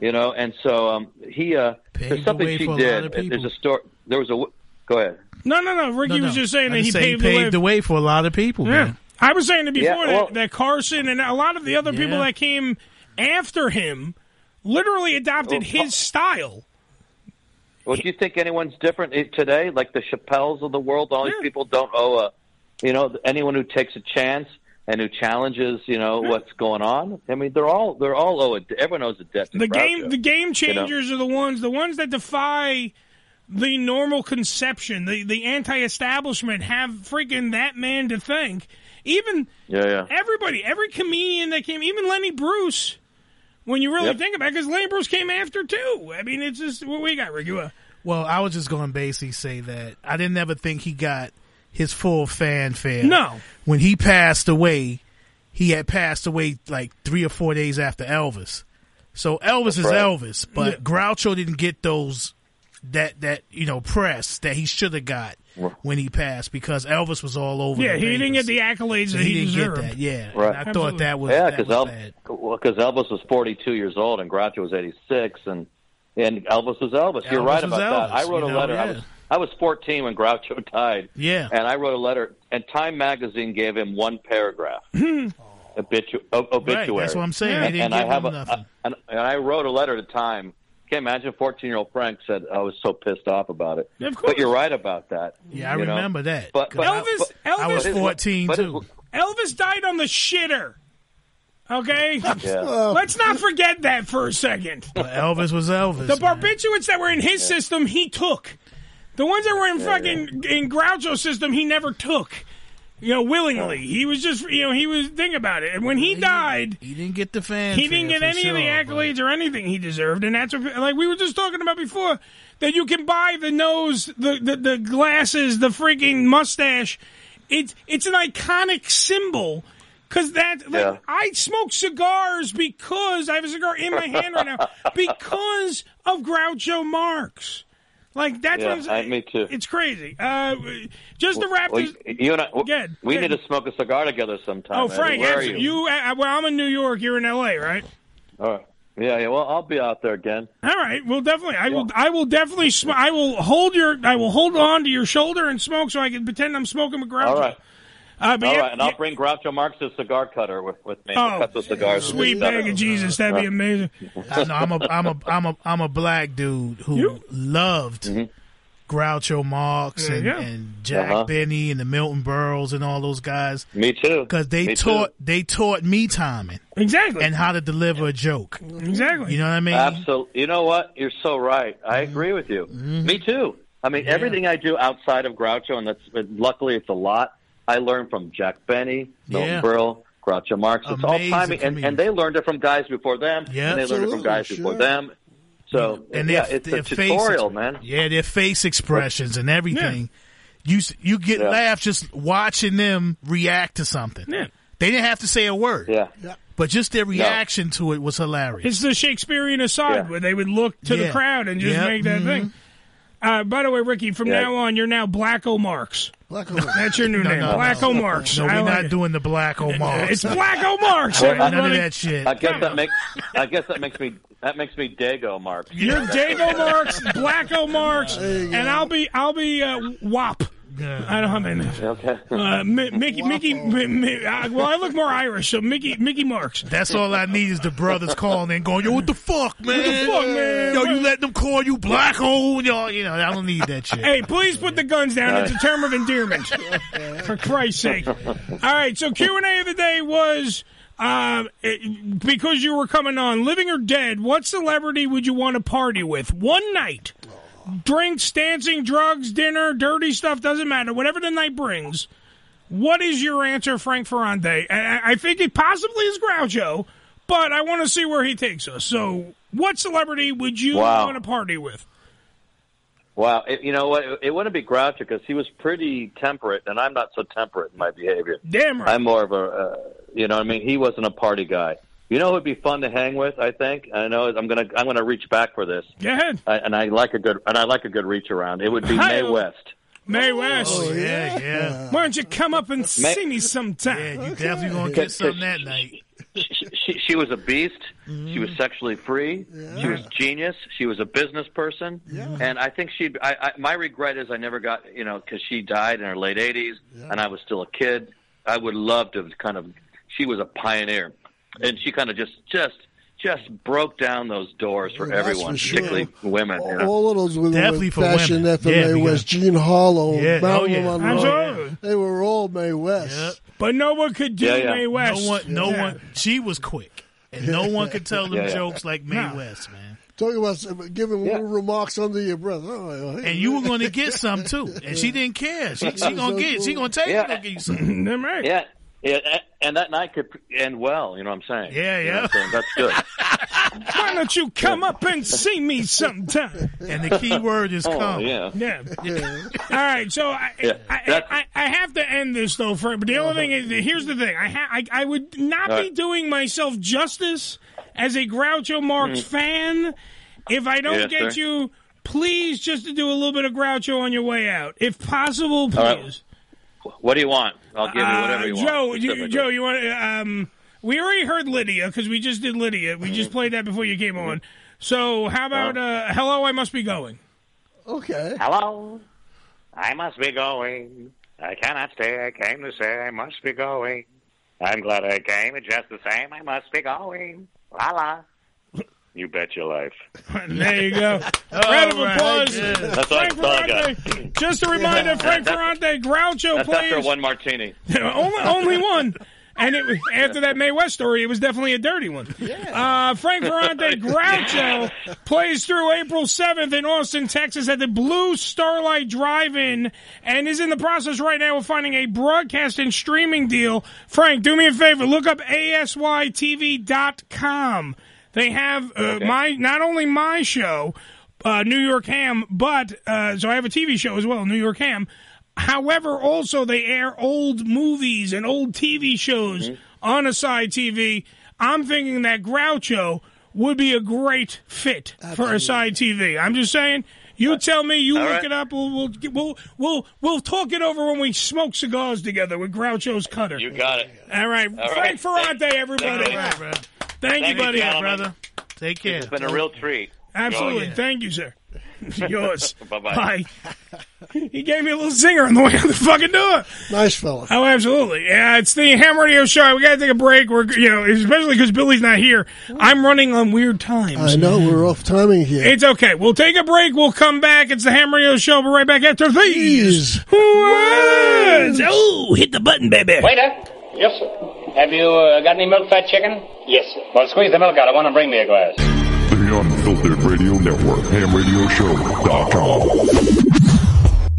Speaker 20: You know, and so um, he uh, there's
Speaker 10: way
Speaker 20: something she
Speaker 10: for a lot
Speaker 20: did.
Speaker 10: of
Speaker 20: There's a story. There was a w- go ahead.
Speaker 10: No, no, no. Ricky
Speaker 12: No,
Speaker 10: was
Speaker 12: no.
Speaker 10: just saying
Speaker 12: I
Speaker 10: that he
Speaker 12: say
Speaker 10: paved, the way.
Speaker 12: for a lot of people.
Speaker 10: Yeah.
Speaker 12: man.
Speaker 10: I was saying it before
Speaker 12: Yeah, well-
Speaker 10: that, that Carson and a lot of the other people
Speaker 12: Yeah.
Speaker 10: that came after him literally adopted his style.
Speaker 20: Well, do you think anyone's different i- today? Like the Chappelles of the world, all these people don't owe a, you know, anyone who takes a chance and who challenges, you know, what's going on. I mean, they're all they're all owed. Everyone owes a debt. To
Speaker 10: The
Speaker 20: Groucho,
Speaker 10: game, the game
Speaker 20: you know?
Speaker 10: changers are the ones, the ones that defy the normal conception. The the anti-establishment have freaking that man to think. Even
Speaker 20: Yeah, yeah.
Speaker 10: everybody, every comedian that came, even Lenny Bruce. When you really
Speaker 12: Yep.
Speaker 10: think about, it, because Lenny Bruce came after too. I mean, it's just what we got, Ricky. What?
Speaker 12: Well, I was just going to basically say that I didn't ever think he got his full fanfare.
Speaker 10: No.
Speaker 12: When he passed away, he had passed away like three or four days after Elvis. So Elvis is
Speaker 4: Right.
Speaker 12: Elvis, but
Speaker 4: Yeah.
Speaker 12: Groucho didn't get those that that you know press that he should have got when he passed because Elvis was all over.
Speaker 10: Yeah,
Speaker 12: the
Speaker 10: he
Speaker 12: papers.
Speaker 10: didn't get the accolades that
Speaker 12: He
Speaker 10: he,
Speaker 12: didn't get
Speaker 10: deserved.
Speaker 12: that, yeah.
Speaker 20: Right.
Speaker 12: I thought that was
Speaker 20: yeah,
Speaker 12: that
Speaker 20: because
Speaker 12: was bad.
Speaker 20: Elvis, Elvis was 42 years old and Groucho was 86, and and Elvis was Elvis. You're Elvis right was about that. Elvis, I wrote you a know, letter. I yeah. was I was 14 when Groucho [LAUGHS] died.
Speaker 12: Yeah.
Speaker 20: and I wrote a letter, and Time Magazine gave him one paragraph. Obitu- o- obituary.
Speaker 12: that's what I'm saying. They didn't
Speaker 20: and
Speaker 12: give
Speaker 20: I have
Speaker 12: him
Speaker 20: a-
Speaker 12: nothing.
Speaker 20: a- and, and I wrote a letter at a time. Can't imagine 14 year old Frank said I was so pissed off about it.
Speaker 10: Of
Speaker 20: But you're right about that.
Speaker 12: Yeah, I
Speaker 20: you know?
Speaker 12: remember that.
Speaker 20: But, but
Speaker 10: Elvis, Elvis,
Speaker 20: but- but his- but his- [LAUGHS]
Speaker 10: Elvis died on the shitter. Okay,
Speaker 20: Yeah.
Speaker 10: let's not forget that for a second.
Speaker 12: But Elvis was Elvis.
Speaker 10: The barbiturates that were in his system, he took. The ones that were in fucking in Groucho's system, he never took. You know, willingly. He was just, you know, he was. Think about it. And when he died,
Speaker 12: he didn't get the fans.
Speaker 10: He didn't get any of the accolades or anything he deserved, and that's what, like we were just talking about before that you can buy the nose, the the, the glasses, the freaking mustache. It's it's an iconic symbol because that like,
Speaker 4: Yeah.
Speaker 10: I smoke cigars because I have a cigar in my hand right
Speaker 12: [LAUGHS]
Speaker 10: now because of Groucho Marx. Like that's
Speaker 20: [LAUGHS] yeah,
Speaker 10: what I'm
Speaker 20: I-
Speaker 10: saying.
Speaker 20: me too.
Speaker 10: It's crazy. Uh, just to wrap
Speaker 20: Well,
Speaker 10: this.
Speaker 20: you and I, w-
Speaker 10: Good,
Speaker 20: we
Speaker 10: good.
Speaker 20: need to smoke a cigar together sometime.
Speaker 10: Oh,
Speaker 20: Eddie.
Speaker 10: Frank,
Speaker 20: where are
Speaker 10: absolutely.
Speaker 20: you?
Speaker 10: you uh, well, I'm in New York. You're in L.A., right?
Speaker 20: All right. Yeah, yeah. Well, I'll be out there again.
Speaker 10: All right. Well, definitely. I will. I will definitely. Sm- I will hold your. I will hold on to your shoulder and smoke, so I can pretend I'm smoking a Groucho.
Speaker 20: All right.
Speaker 10: Uh, but
Speaker 20: All
Speaker 10: yeah-
Speaker 20: right, and I'll bring Groucho Marx's cigar cutter with, with me.
Speaker 10: Oh,
Speaker 20: to cut the cigars. and
Speaker 10: Sweet
Speaker 20: stuff.
Speaker 10: bag of Jesus, that'd be [LAUGHS] amazing.
Speaker 12: I know I'm a I'm a I'm a I'm a black dude who loved Groucho Marx
Speaker 4: There
Speaker 12: and,
Speaker 4: you go.
Speaker 12: and Jack
Speaker 4: Uh-huh.
Speaker 12: Benny and the Milton Burrows and all those guys.
Speaker 20: Me too.
Speaker 12: Because they
Speaker 4: Me too.
Speaker 12: taught they taught me timing
Speaker 10: exactly
Speaker 12: and how to deliver a joke.
Speaker 10: Exactly.
Speaker 12: You know what I mean?
Speaker 20: Absolutely. You know what? You're so right. I agree with you. Me too. I mean, everything I do outside of Groucho, and that's and luckily it's a lot. I learn from Jack Benny, Milton
Speaker 4: Yeah.
Speaker 20: Berle, Groucho Marx. It's
Speaker 12: Amazing
Speaker 20: all timing, and,
Speaker 12: comedian.
Speaker 20: and they learned it from guys before them.
Speaker 12: Yeah,
Speaker 20: and they learned it
Speaker 12: absolutely,
Speaker 20: from guys before
Speaker 12: sure.
Speaker 20: them. So
Speaker 12: and
Speaker 20: yeah,
Speaker 12: their,
Speaker 20: it's
Speaker 12: their
Speaker 20: a
Speaker 12: face
Speaker 20: tutorial,
Speaker 12: ex-
Speaker 20: man.
Speaker 12: Yeah, their face expressions and everything. You s- you get
Speaker 20: Yeah.
Speaker 12: laughs just watching them react to something.
Speaker 10: Yeah.
Speaker 12: They didn't have to say a word.
Speaker 20: Yeah.
Speaker 12: But just their reaction to it was hilarious.
Speaker 10: It's the Shakespearean aside
Speaker 12: Yeah.
Speaker 10: where they would look to the
Speaker 12: Yeah.
Speaker 10: crowd and just
Speaker 12: Yep.
Speaker 10: make that
Speaker 12: Mhm.
Speaker 10: thing. Uh, by the way, Ricky, from
Speaker 12: Yeah.
Speaker 10: now on, you're now Black O'Marks. Black
Speaker 12: O'Marks.
Speaker 10: That's your new
Speaker 12: No,
Speaker 10: name,
Speaker 12: no,
Speaker 10: Black
Speaker 12: no.
Speaker 10: O'Marks.
Speaker 12: No, we're
Speaker 10: I like
Speaker 12: not
Speaker 10: it.
Speaker 12: doing the black Omar.
Speaker 10: It's
Speaker 12: [LAUGHS]
Speaker 10: Black O'Marks.
Speaker 20: Well, I-
Speaker 10: everybody.
Speaker 20: I guess that makes I guess that makes me that makes me Dago Mark.
Speaker 10: You're
Speaker 20: [LAUGHS]
Speaker 10: Dago Marks, Blacko Marks, and I'll be I'll be uh, WAP. I don't have any.
Speaker 20: Okay.
Speaker 10: Uh, Mi- Mickey, Mickey, Mi- Mi- uh, well, I look more Irish, so Mickey, Mickey Marks.
Speaker 12: That's all I need is the brothers calling and going, yo, what the fuck, man?
Speaker 10: What the fuck, man?
Speaker 12: Yo, you let them call you black hole? Yo, you know, I don't need that shit.
Speaker 10: Hey, please put the guns down. It's a term of endearment. For Christ's sake. All
Speaker 20: [LAUGHS]
Speaker 10: right, so Q and A of the day was uh, it- because you were coming on, living or dead. What celebrity would you want to party with one night? Drinks, dancing, drugs, dinner, dirty stuff doesn't matter. Whatever the night brings. What is your answer, Frank Ferrante? I, I- I think it possibly is Groucho, but I want to see where he takes us. So, what celebrity would you
Speaker 20: Wow.
Speaker 10: want to party with?
Speaker 20: Wow, it, you know what? It, it wouldn't be Groucho because he was pretty temperate, and I'm not so temperate in my behavior.
Speaker 10: Damn right.
Speaker 20: I'm more of a, uh, you know, what I mean, he wasn't a party guy. You know, who'd be fun to hang with. I think. I know. I'm gonna. I'm gonna reach back for this.
Speaker 10: Go ahead.
Speaker 20: I, and I like a good. And I like a good reach around. It would be May
Speaker 10: Hi-oh.
Speaker 20: West.
Speaker 10: May West.
Speaker 12: Oh, yeah, yeah.
Speaker 10: Why don't you come up and
Speaker 20: May-
Speaker 10: see me sometime?
Speaker 12: Yeah, you definitely gonna
Speaker 20: Okay.
Speaker 12: get something that night.
Speaker 20: She, she was a beast. She
Speaker 11: Mm.
Speaker 20: was sexually free. She was genius. She was a business person. And I think she. I, I, my regret is I never got you know because she died in her late eighties, and I was still a kid. I would love to have kind of. She was a pioneer, and she kind of just just just broke down those doors for
Speaker 11: Yeah, that's
Speaker 20: everyone,
Speaker 11: for sure.
Speaker 20: particularly women. you know?
Speaker 11: All of those women
Speaker 20: Definitely
Speaker 11: were
Speaker 20: for
Speaker 11: fashion
Speaker 20: women.
Speaker 11: FMA
Speaker 20: Yeah, because-
Speaker 11: West, Gene Harlow,
Speaker 20: Yeah, oh,
Speaker 11: Marilyn
Speaker 20: yeah.
Speaker 11: Monroe.
Speaker 10: Absolutely.
Speaker 11: They were all Mae West.
Speaker 10: But no one could
Speaker 11: do Yeah, yeah. Mae West.
Speaker 12: No one, no
Speaker 11: Yeah.
Speaker 12: one. She was quick, and no
Speaker 10: [LAUGHS]
Speaker 12: one could tell them
Speaker 11: Yeah, yeah.
Speaker 12: jokes like Mae
Speaker 11: Nah.
Speaker 12: West, man.
Speaker 11: Talking about some- giving little remarks under your breath. Oh, hey.
Speaker 12: And you were going to get some too, and she didn't care. She, she gonna get. It. She gonna take.
Speaker 20: Yeah.
Speaker 12: It, gonna get you
Speaker 20: [CLEARS THROAT]
Speaker 12: some.
Speaker 20: Yeah. Yeah, a- and that night could end well. You know what I'm saying?
Speaker 12: Yeah,
Speaker 20: You know
Speaker 12: yeah.
Speaker 20: what I'm saying? That's good.
Speaker 10: Why don't you come up and see me sometime?
Speaker 12: And the key word is
Speaker 20: Oh,
Speaker 12: come.
Speaker 20: yeah.
Speaker 10: Yeah. [LAUGHS] All right. So I,
Speaker 20: Yeah,
Speaker 10: I, I, I have to end this though, Frank. But the only thing is, here's the thing: I ha- I, I would not
Speaker 20: All
Speaker 10: be
Speaker 20: right.
Speaker 10: doing myself justice as a Groucho Marx
Speaker 20: Mhm.
Speaker 10: fan if I don't
Speaker 20: Yes,
Speaker 10: get
Speaker 20: sir.
Speaker 10: you. Please, just to do a little bit of Groucho on your way out, if possible, please.
Speaker 20: All right. What do you want? I'll give you
Speaker 10: Uh,
Speaker 20: whatever you want.
Speaker 10: Joe, you,
Speaker 20: specifically.
Speaker 10: Joe, you want to? Um, we already heard Lydia because we just did Lydia. We just played that before you came on. So how
Speaker 20: Uh-huh.
Speaker 10: about uh, "Hello, I Must Be Going"?
Speaker 11: Okay.
Speaker 7: Hello. I must be going. I cannot stay. I came to say I must be going. I'm glad I came. It's just the same. I must be going. La la. You bet your life.
Speaker 10: [LAUGHS] There you go. Round of
Speaker 7: right.
Speaker 10: applause.
Speaker 7: Yeah.
Speaker 20: That's all I-
Speaker 10: Frank
Speaker 20: that's all I got.
Speaker 10: Ferrante. Just a
Speaker 20: [LAUGHS]
Speaker 10: reminder, Frank Ferrante, Groucho
Speaker 20: That's after
Speaker 10: plays [LAUGHS]
Speaker 20: one martini.
Speaker 10: only, only one. And it was after that May West story, it was definitely a dirty one. Uh, Frank Ferrante Groucho plays through April 7th in Austin, Texas at the Blue Starlight Drive-In and is in the process right now of finding a broadcast and streaming deal. Frank, do me a favor. Look up asytv.com. They have uh, my not only my show, uh, New York Ham, but uh, so I have a TV show as well, New York Ham. However, also they air old movies and old TV
Speaker 20: Mm-hmm.
Speaker 10: shows on a side TV. I'm thinking that Groucho would be a great fit for a side TV. I'm just saying. You tell me. You
Speaker 20: All
Speaker 10: look
Speaker 20: right.
Speaker 10: it up. We'll, we'll we'll we'll we'll talk it over when we smoke cigars together with Groucho's cutter.
Speaker 20: You got it.
Speaker 10: All right,
Speaker 20: All
Speaker 10: Frank
Speaker 20: right.
Speaker 10: Ferrante, everybody.
Speaker 20: Thank you. All right,
Speaker 10: Thank, you,
Speaker 20: Thank you,
Speaker 10: buddy,
Speaker 20: gentlemen.
Speaker 10: brother.
Speaker 12: Take
Speaker 20: It's been a real treat.
Speaker 10: Absolutely.
Speaker 20: Enjoy.
Speaker 10: Thank you, sir. Yours.
Speaker 20: [LAUGHS] Bye-bye.
Speaker 10: He gave me a little zinger on the way out the fucking door.
Speaker 11: Nice fella.
Speaker 10: Oh, absolutely. Yeah, it's the Ham Radio Show. We got to take a break. We're, you know, especially because Billy's not here. I'm running on weird times.
Speaker 11: [LAUGHS] I know we're off timing here.
Speaker 10: It's okay. We'll take a break. We'll come back. It's the Ham Radio Show. We're right back after these words. Oh, hit the button, baby.
Speaker 6: Waiter. Yes, sir. Have you uh, got any milk fat chicken? Yes, sir. Well, squeeze the milk out. I want to bring me a glass.
Speaker 14: The Unfiltered Radio Network, hamradioshow.com.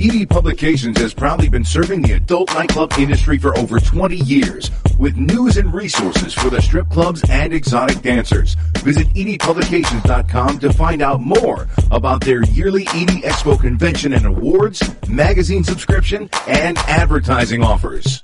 Speaker 15: ED E Publications has proudly been serving the adult nightclub industry for over 20 years with news and resources for the strip clubs and exotic dancers. Visit E edpublications.com to find out more about their yearly ED Expo convention and awards, magazine subscription, and advertising offers.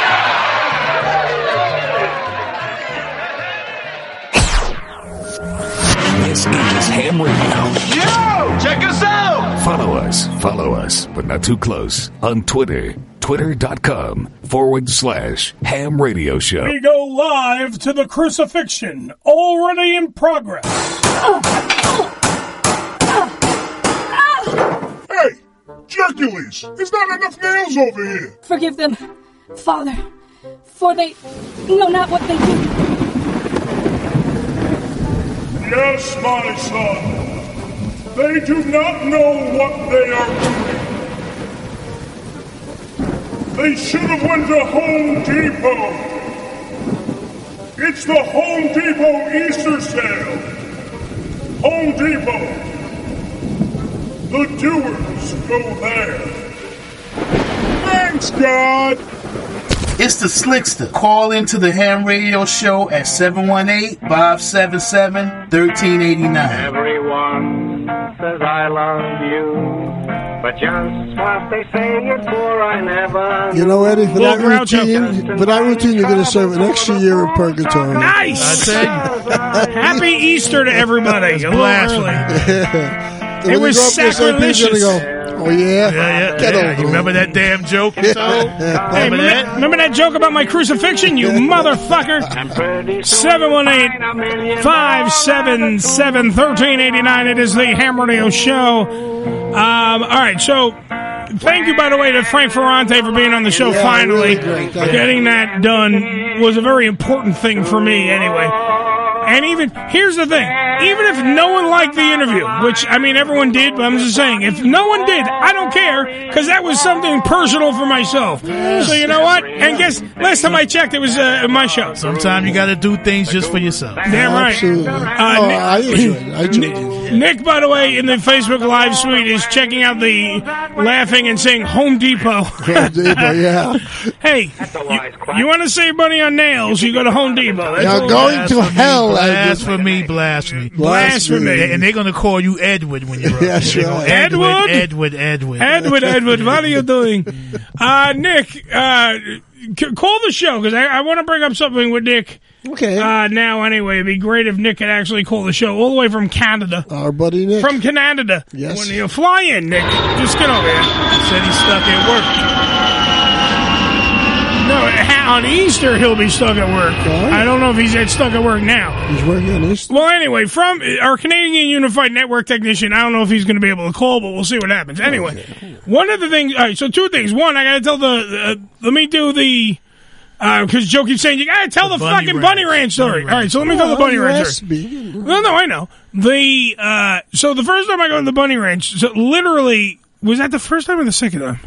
Speaker 1: This is Ham Radio.
Speaker 8: Yo! Check us out!
Speaker 1: Follow us, follow us, but not too close on Twitter. Twitter.com forward slash ham radio show.
Speaker 10: We go live to the crucifixion, already in progress.
Speaker 9: Hey, Hercules, there's not enough nails over here.
Speaker 21: Forgive them, Father, for they know not what they do.
Speaker 9: Yes, my son. They do not know what they are doing. They should have went to Home Depot. It's the Home Depot Easter sale. Home Depot. The doers go there. Thanks, God.
Speaker 22: It's the Slickster. Call into the ham radio show at 718 577 1389.
Speaker 23: Everyone says I love you, but just what they say it for, I never.
Speaker 11: You know, Eddie, for
Speaker 23: Well,
Speaker 11: that routine, for that routine, you're going to serve an extra year in purgatory.
Speaker 10: Nice! Happy Easter to everybody. A little early. [LAUGHS]
Speaker 11: it
Speaker 10: was sacrilegious.
Speaker 11: oh yeah,
Speaker 12: yeah,
Speaker 11: Get
Speaker 12: yeah.
Speaker 11: over
Speaker 12: You remember that damn joke? you
Speaker 10: [LAUGHS]
Speaker 12: told?
Speaker 10: Hey,
Speaker 12: remember
Speaker 10: remember,
Speaker 12: that?
Speaker 10: that, remember that joke about my crucifixion, you motherfucker? 718-577-1389. It is the Ham Radio Show. Um, all right, so thank you, by the way, to Frank Ferrante for being on the show
Speaker 11: Yeah,
Speaker 10: finally.
Speaker 11: really great, thank you.
Speaker 10: Getting that done was a very important thing for me anyway. And even, here's the thing, even if no one liked the interview, which, I mean, everyone did, but I'm just saying, if no one did, I don't care, because that was something personal for myself. So you know what? And guess, last time I checked, it was uh, my show.
Speaker 12: Sometimes you got to do things just for yourself.
Speaker 10: Damn right. Uh,
Speaker 11: Oh, I enjoyed it. I enjoyed it.
Speaker 10: Nick, by the way, in the Facebook Live suite is checking out the laughing and saying Home
Speaker 11: [LAUGHS]
Speaker 10: Depot. Home
Speaker 11: Depot, yeah.
Speaker 10: hey, you, want to save money on nails? You go to Home Depot. That's
Speaker 11: You're
Speaker 10: all.
Speaker 11: going to hell.
Speaker 12: Blasphemy, blasphemy,
Speaker 10: Blasphemy.
Speaker 12: and they're gonna call you Edward when you're up.
Speaker 11: Yes,
Speaker 12: They're gonna
Speaker 11: right.
Speaker 12: go,
Speaker 10: Edward?
Speaker 12: Edward, Edward,
Speaker 10: Edward, Edward, what are you doing? Uh, Nick, uh, c- call the show because I, I want to bring up something with Nick.
Speaker 11: Okay.
Speaker 10: Uh, now, anyway, it'd be great if Nick could actually call the show all the way from Canada.
Speaker 11: Our buddy Nick.
Speaker 10: From Canada.
Speaker 11: Yes.
Speaker 10: When you fly in, Nick, just get over here.
Speaker 12: Said he's stuck at work.
Speaker 10: No, ha- on Easter he'll be stuck at work. I don't know if he's at stuck at work now.
Speaker 11: He's working on this.
Speaker 10: Well, anyway, from our Canadian Unified Network technician, I don't know if he's going to be able to call, but we'll see what happens. Anyway, one of the things. All right, so two things. One, I got to tell the. Uh, let me do the. Because Joe keeps saying you got to tell the,
Speaker 11: Bunny
Speaker 10: fucking
Speaker 11: Ranch.
Speaker 10: bunny ranch story. All right, so let me tell the
Speaker 11: Oh,
Speaker 10: bunny
Speaker 11: you
Speaker 10: ranch
Speaker 11: asked
Speaker 10: story. No, no, I know. The uh, so the first time I go to the bunny ranch, so literally was that the first time or the second time?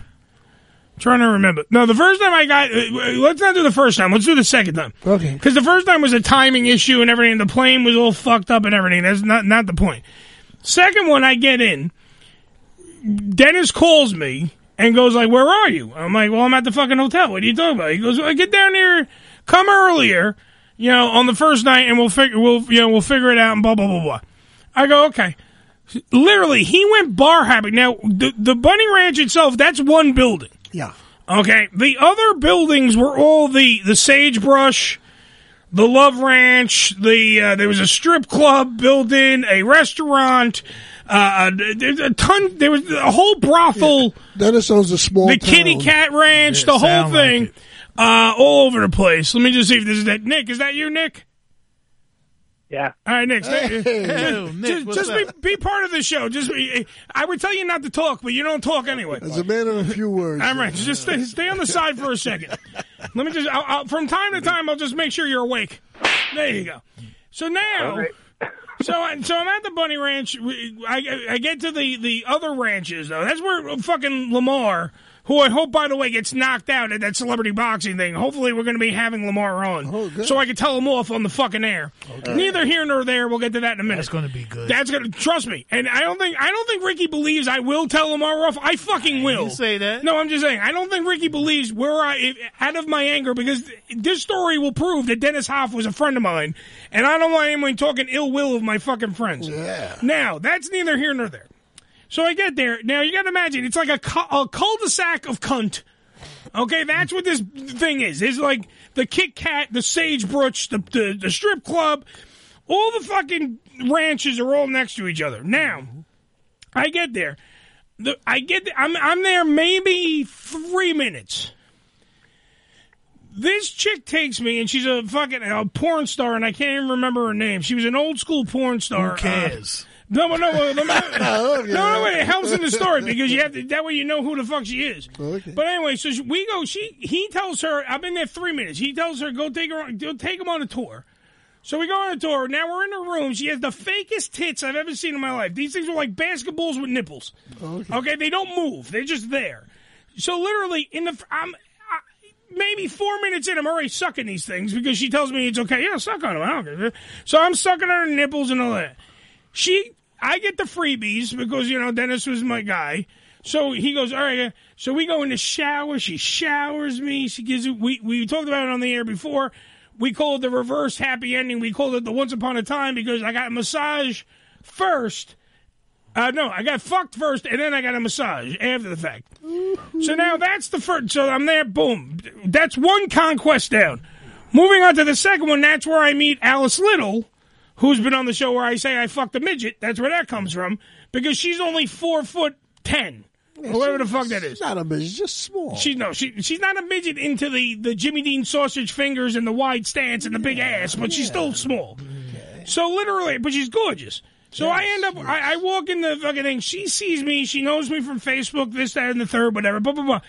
Speaker 10: trying to remember. No, the first time I got. uh, w- Let's not do the first time. Let's do the second time. Okay. Because the first time was a timing issue and everything. The plane was all fucked up and everything. That's not not the point. Second one, I get in. Dennis calls me and goes like, "Where are you?" I'm like, "Well, I'm at the fucking hotel. What are you talking about?" He goes, well, "Get down here. Come earlier. You know, on the first night, and we'll figure we'll you know we'll figure it out and blah blah blah blah." I go, "Okay." Literally, he went bar hopping. Now, the the Bunny Ranch itself, that's one building.
Speaker 11: Yeah.
Speaker 10: Okay. The other buildings were all the the sagebrush, the Love Ranch. The uh, there was a strip club building, a restaurant, uh, a, there's a ton. There was a whole brothel,
Speaker 11: Dennis owns a small
Speaker 10: the
Speaker 11: town.
Speaker 10: kitty cat ranch, the whole
Speaker 11: sound like
Speaker 10: thing, uh, all over the place. Let me just see if this is that. Nick, is that you, Nick?
Speaker 2: Yeah.
Speaker 10: All right, Nick. stay-
Speaker 2: Hey.
Speaker 10: just-
Speaker 2: Yo, Nick,
Speaker 10: just
Speaker 2: what's
Speaker 10: just be, be part of the show. Just be, I would tell you not to talk, but you don't talk anyway.
Speaker 11: As a man of a few words.
Speaker 10: All right, just stay, stay on the side for a second. Let me just, I'll, I'll, from time to time, I'll just make sure you're awake. There you go. So now, so I, so I'm at the Bunny Ranch. We- I, I get to the the other ranches though. That's where fucking Lamar, who I hope by the way gets knocked out at that celebrity boxing thing. Hopefully, we're going to be having Lamar on, so I can tell him off on the fucking air. Neither here nor there. We'll get to that in a minute. That's going to be good. That's going to trust me. And I don't think I don't think Ricky believes I will tell Lamar off. I fucking will say that. No, I'm just saying I don't think Ricky believes where I if, out of my anger because this story will prove that Dennis Hoff was a friend of mine, and I don't want anyone talking ill will of my fucking friends. Yeah. Now that's neither here nor there. So I get there. Now you got to imagine it's like a, cu- a cul-de-sac of cunt. Okay, that's what this thing is. It's like the Kit Kat, the Sagebrush, the, the the strip club. All the fucking ranches are all next to each other. Now, I get there. The, I get. th- I'm I'm there maybe three minutes. This chick takes me, and she's a fucking a porn star, and I can't even remember her name. She was an old school porn star.
Speaker 12: Who cares?
Speaker 10: no, no, no, no, [LAUGHS] no, no,
Speaker 12: you.
Speaker 10: no, wait, It helps in the story because you have to, that way you know who the fuck she is. But anyway, so she- we go. She he tells her I've been there three minutes. He tells her go take her on- go take him on a tour. So we go on a tour. Now we're in her room. She has the fakest tits I've ever seen in my life. These things are like basketballs with nipples. Okay, they don't move. They're just there. So literally in the f- I'm. I- Maybe four minutes in, I'm already sucking these things because she tells me it's okay. Yeah, suck on them. I don't care. So I'm sucking on her nipples and all that she I get the freebies because you know Dennis was my guy. So he goes, all right. uh," So we go in the shower. She showers me. She gives it. We we talked about it on the air before. We call it the reverse happy ending. We called it the once upon a time because I got a massage first. Uh, no, I got fucked first, and then I got a massage after the fact.
Speaker 11: Mm-hmm.
Speaker 10: So now that's the first. So I'm there. Boom. That's one conquest down. Moving on to the second one. That's where I meet Alice Little, who's been on the show where I say I fucked a midget. That's where that comes from because she's only four foot ten. or Whatever the fuck that is.
Speaker 11: Not a midget, just small.
Speaker 10: She no, she she's not a midget into the the Jimmy Dean sausage fingers and the wide stance and the big ass, but she's still small. So literally, but she's gorgeous. So I end up, I, I walk in the fucking thing. She sees me. She knows me from Facebook. This, that, and the third, whatever. Blah blah blah.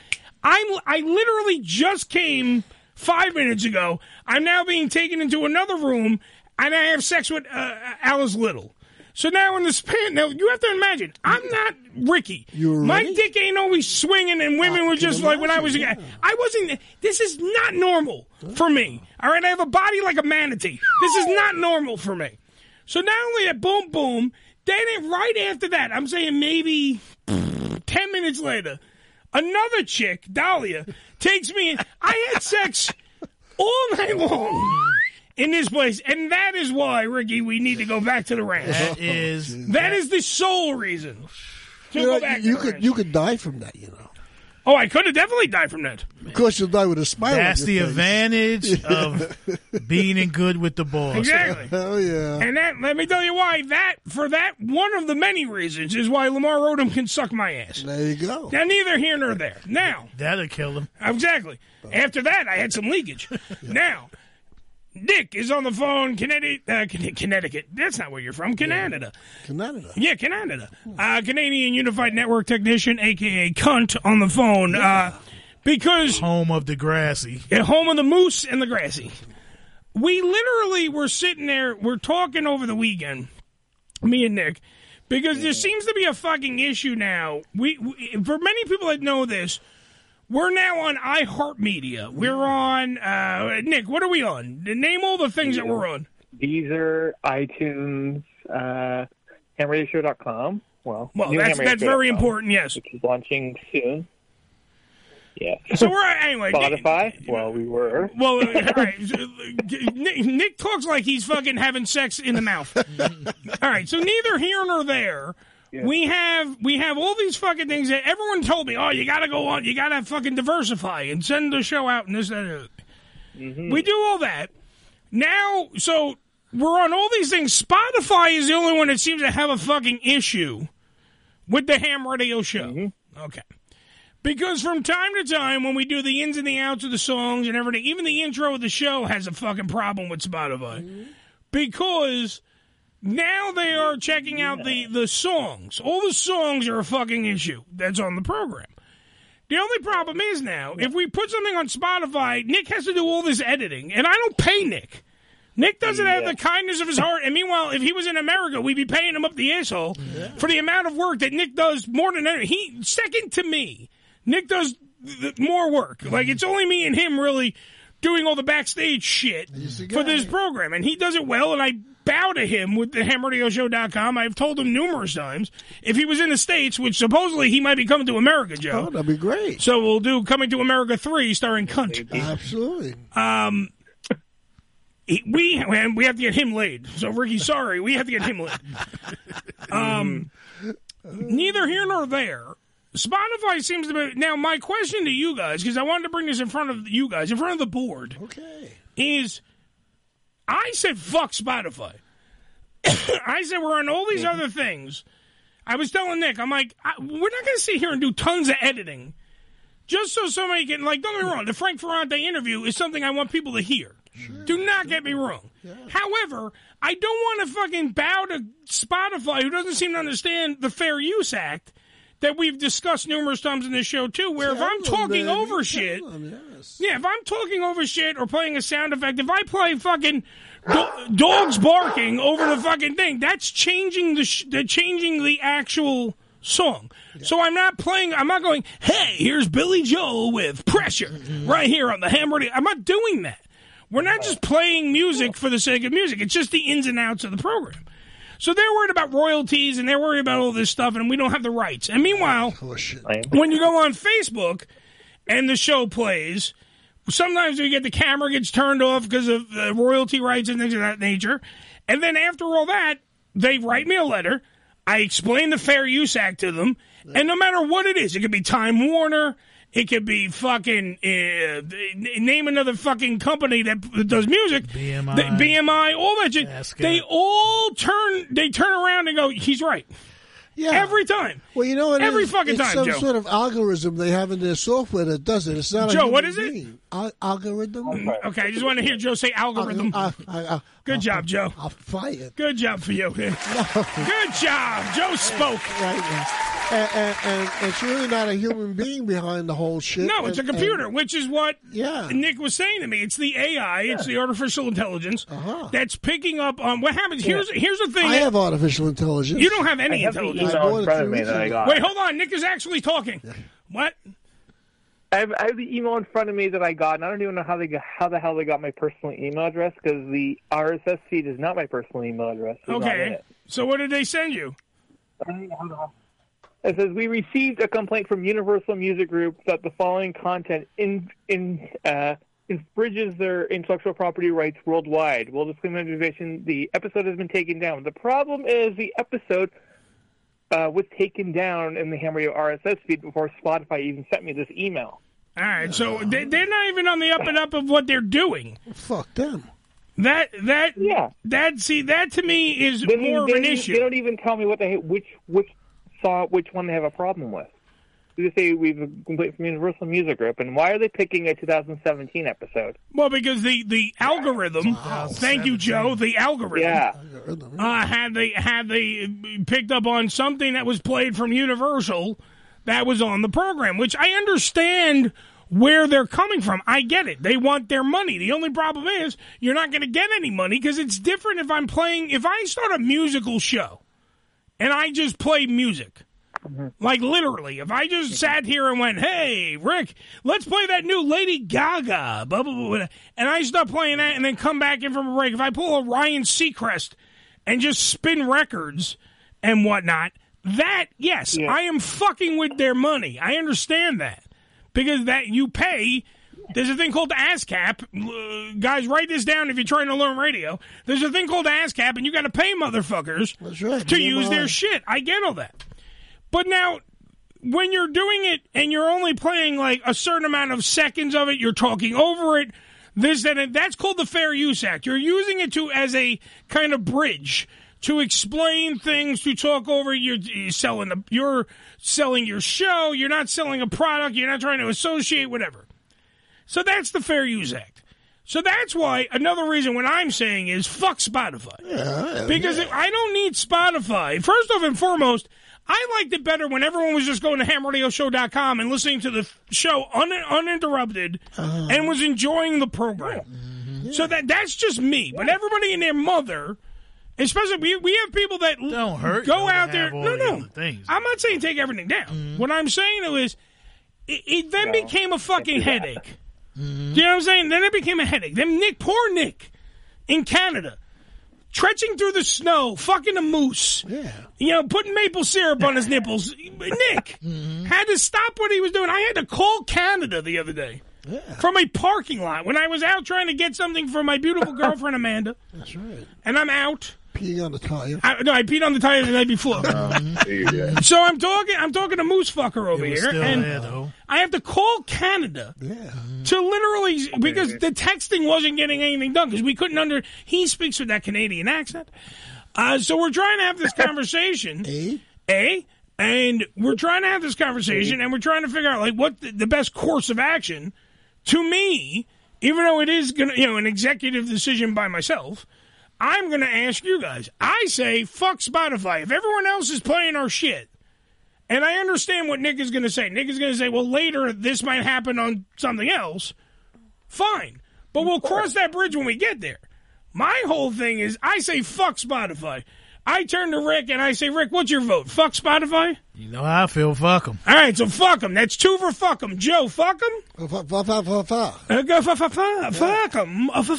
Speaker 10: I'm I literally just came five minutes ago. I'm now being taken into another room, and I have sex with uh, Alice Little. So now in the span, now you have to imagine, I'm not Ricky. My dick ain't always swinging, and women were just like when I was a guy. I wasn't. This is not normal for me. All right, I have a body like a manatee. This is not normal for me. So not only at boom boom, then it, right after that, I'm saying maybe ten minutes later, another chick, Dahlia, takes me. In. I had sex all night long in this place, and that is why, Ricky, we need to go back to the ranch.
Speaker 11: That is- [LAUGHS]
Speaker 10: that is the sole reason to
Speaker 11: You, know,
Speaker 10: go back.
Speaker 11: you
Speaker 10: to the
Speaker 11: could you could die from that, you know.
Speaker 10: Oh, I could have definitely died from that.
Speaker 11: Of course, you'll die with a smile. on
Speaker 12: That's the
Speaker 11: your face.
Speaker 12: advantage
Speaker 11: [LAUGHS] Yeah.
Speaker 12: of being in good with the boss.
Speaker 10: Exactly.
Speaker 11: Hell yeah.
Speaker 10: And that, let me tell you why that, for that, one of the many reasons is why Lamar Odom can suck my ass.
Speaker 11: There you go.
Speaker 10: Now, neither here nor there. Now,
Speaker 12: That'll kill him.
Speaker 10: [LAUGHS] exactly. After that, I had some
Speaker 12: [LAUGHS]
Speaker 10: leakage. Now, Dick is on the phone, Connecticut. Uh, Conne- Connecticut. That's not where you're from. Canada.
Speaker 11: Canada.
Speaker 10: Yeah, Canada. Uh, Canadian Unified Network Technician, aka Cunt, on the phone. Uh, because
Speaker 12: home of the grassy,
Speaker 10: yeah, home of the moose and the grassy. We literally were sitting there. We're talking over the weekend, me and Nick, because there seems to be a fucking issue now. We, we for many people that know this. We're now on iHeartMedia. We're on uh, Nick. What are we on? Name all the things that we're on.
Speaker 3: Deezer, iTunes, uh, hamradioshow.com. Well,
Speaker 10: Well,
Speaker 3: new
Speaker 10: that's- that's very
Speaker 3: hamradioshow.com,
Speaker 10: important, yes.
Speaker 3: Which is launching soon. Yeah.
Speaker 10: So we're anyway.
Speaker 3: Spotify? Well, we were.
Speaker 10: Well, uh, all right. Nick, Nick talks like he's fucking having sex in the mouth. all right, so neither here nor there. We have we have all these fucking things that everyone told me. Oh, you got to go on. You got to fucking diversify and send the show out and this that. that.
Speaker 3: Mm-hmm.
Speaker 10: We do all that now. So we're on all these things. Spotify is the only one that seems to have a fucking issue with the ham radio show. Okay. Because from time to time, when we do the ins and the outs of the songs and everything, even the intro of the show has a fucking problem with Spotify. Because now they are checking out the, the songs. All the songs are a fucking issue that's on the program. The only problem is now, if we put something on Spotify, Nick has to do all this editing, and I don't pay Nick. Nick doesn't have the kindness of his heart, and meanwhile, if he was in America, we'd be paying him up the asshole for the amount of work that Nick does more than any- he second to me. Nick does th- more work. Like it's only me and him really doing all the backstage shit for this program, and he does it well, and I bow to him with the hamradioshow.com. I've told him numerous times if he was in the states, which supposedly he might be coming to America, Joe.
Speaker 11: Oh, that'd be great.
Speaker 10: So we'll do Coming to America 3 starring Cunt.
Speaker 11: Absolutely.
Speaker 10: Um, he- we and we have to get him laid. So Ricky, sorry, we have to get him laid. Um, neither here nor there. Spotify seems to be now. My question to you guys, because I wanted to bring this in front of you guys, in front of the board.
Speaker 11: Okay.
Speaker 10: Is I said fuck Spotify. [COUGHS] I said we're on all these other things. I was telling Nick, I'm like, I, we're not going to sit here and do tons of editing just so somebody can like. Don't get me wrong, the Frank Ferrante interview is something I want people to hear. do not get me wrong. However, I don't want to fucking bow to Spotify, who doesn't seem to understand the Fair Use Act that we've discussed numerous times in this show too. Where if I'm talking over shit, yeah, if I'm talking over shit or playing a sound effect, if I play fucking do- dogs barking over the fucking thing, that's changing the, sh- the changing the actual song. So I'm not playing. I'm not going. Hey, here's Billy Joel with pressure right here on the ham radio. I'm not doing that. We're not just playing music for the sake of music. It's just the ins and outs of the program. So they're worried about royalties and they're worried about all this stuff, and we don't have the rights. And meanwhile, when you go on Facebook and the show plays, sometimes we get the camera gets turned off because of uh, royalty rights and things of that nature. And then after all that, they write me a letter. I explain the Fair Use Act to them, and no matter what it is, it could be Time Warner. It could be fucking uh, n- name another fucking company that that does music, BMI, BMI all that shit. They all turn they turn around and go, "He's right."
Speaker 11: Yeah,
Speaker 10: every time.
Speaker 11: Well, you know what? it
Speaker 10: every
Speaker 11: is?
Speaker 10: fucking
Speaker 11: it's
Speaker 10: time,
Speaker 11: some
Speaker 10: Joe.
Speaker 11: sort of algorithm they have in their software that does it. It's not.
Speaker 10: Joe,
Speaker 11: a
Speaker 10: what is it? Mm,
Speaker 11: it? Al- algorithm. Uh,
Speaker 10: Okay, I just want to hear Joe say algorithm. Good job, Joe. I'll
Speaker 11: fired.
Speaker 10: Good job for you.
Speaker 11: [LAUGHS]
Speaker 10: Good job. Joe spoke.
Speaker 11: And, and, and it's really not a human being behind the whole shit.
Speaker 10: No, it's a
Speaker 11: And- and-
Speaker 10: computer, which is what Nick was saying to me. It's the AI, it's the artificial intelligence that's picking up on what happens. Here's here's the thing.
Speaker 11: Uh-huh. I
Speaker 10: that-
Speaker 11: have artificial intelligence.
Speaker 10: You don't have any intelligence. Wait,
Speaker 3: got.
Speaker 10: hold on. Nick is actually talking. What?
Speaker 3: I have, I have the email in front of me that I got, and I don't even know how they got, how the hell they got my personal email address because the RSS feed is not my personal email address. It's not in
Speaker 10: Okay.
Speaker 3: it.
Speaker 10: So what did they send you?
Speaker 3: It says we received a complaint from Universal Music Group that the following content in in uh, infringes their intellectual property rights worldwide. We'll disclaim the organization. The episode has been taken down. The problem is the episode uh, was taken down in the Ham Radio RSS feed before Spotify even sent me this email.
Speaker 10: All right, so they, they're not even on the up and up of what they're doing.
Speaker 11: Fuck them.
Speaker 10: That that yeah. That see that to me is
Speaker 3: They don't
Speaker 10: more
Speaker 3: even-
Speaker 10: of an
Speaker 3: they don't-
Speaker 10: issue.
Speaker 3: They don't even tell me what they which which saw which one they have a problem with. They just say we've a complaint from Universal Music Group, and why are they picking a 2017 episode?
Speaker 10: Well, because the the algorithm. Thank you, Joe. The algorithm.
Speaker 3: Yeah.
Speaker 10: Uh, had they had they picked up on something that was played from Universal, that was on the program, which I understand where they're coming from. I get it. They want their money. The only problem is you're not going to get any money because it's different if I'm playing. If I start a musical show, and I just play music. Like literally, if I just sat here and went, "Hey, Rick, let's play that new Lady Gaga," blah blah blah, blah," and I stop playing that, and then come back in from a break. If I pull a Ryan Seacrest and just spin records and whatnot, that yes, I am fucking with their money. I understand that because that you pay. There's a thing called ASCAP. Uh, guys, write this down if you're trying to learn radio. There's a thing called ASCAP, and you got to pay motherfuckers to
Speaker 11: Yeah,
Speaker 10: use their
Speaker 11: right.
Speaker 10: shit. I get all that. But now, when you're doing it and you're only playing like a certain amount of seconds of it, you're talking over it. This that and that's called the Fair Use Act. You're using it to as a kind of bridge to explain things, to talk over. You're, you're selling the, you're selling your show. You're not selling a product. You're not trying to associate whatever. So that's the Fair Use Act. So that's why another reason what I'm saying is fuck Spotify. because if- I don't need Spotify. First off and foremost, I liked it better when everyone was just going to hamradioshow.com and listening to the f- show un- uninterrupted
Speaker 12: Uh-huh.
Speaker 10: and was enjoying the program.
Speaker 12: Mm-hmm.
Speaker 10: So that that's just me. But everybody and their mother, especially we, we have people that l-
Speaker 12: Don't hurt
Speaker 10: go
Speaker 12: you to
Speaker 10: out there.
Speaker 12: have all
Speaker 10: No,
Speaker 12: the
Speaker 10: no.
Speaker 12: other things.
Speaker 10: I'm not saying take everything down.
Speaker 11: Mm-hmm.
Speaker 10: What I'm saying though is it, it then
Speaker 12: No,
Speaker 10: became a fucking
Speaker 12: can't do that.
Speaker 10: headache. Do you know what I'm saying? Then it became a headache. Then Nick, poor Nick, in Canada, trenching through the snow, fucking a moose. Yeah. You know, putting maple syrup on his nipples.
Speaker 11: [LAUGHS]
Speaker 10: Nick
Speaker 11: Mm-hmm.
Speaker 10: had to stop what he was doing. I had to call Canada the other day from a parking lot when I was out trying to get something for my beautiful girlfriend Amanda,
Speaker 11: That's right.
Speaker 10: and I'm out.
Speaker 11: Peeing on the Uh-huh. tire.
Speaker 10: I, no, I peed on the tire the night before. [LAUGHS] so I'm talking. I'm talking to moose fucker over
Speaker 12: It was
Speaker 10: here,
Speaker 12: still
Speaker 10: and
Speaker 12: there, though.
Speaker 10: I have to call Canada to literally because the texting wasn't getting anything done because we couldn't under. He speaks with that Canadian accent, uh, so we're trying to have this conversation. eh? And we're trying to have this conversation, and we're trying to figure out like what the, the best course of action. To me, even though it is gonna, you know, an executive decision by myself, I'm gonna ask you guys. I say fuck Spotify. If everyone else is playing our shit, and I understand what Nick is going to say. Nick is going to say, well, later this might happen on something else. Fine. But we'll cross that bridge when we get there. My whole thing is I say, fuck Spotify. I turn to Rick and I say, Rick, what's your vote? Fuck Spotify?
Speaker 12: You know how I feel. Fuck them.
Speaker 10: All right, so fuck them. That's two for fuck them. Joe, fuck them.
Speaker 11: Fuck, fuck, fuck, fuck, fuck.
Speaker 10: Uh, go fuck, fuck, fuck, fuck Uh, them. Fuck,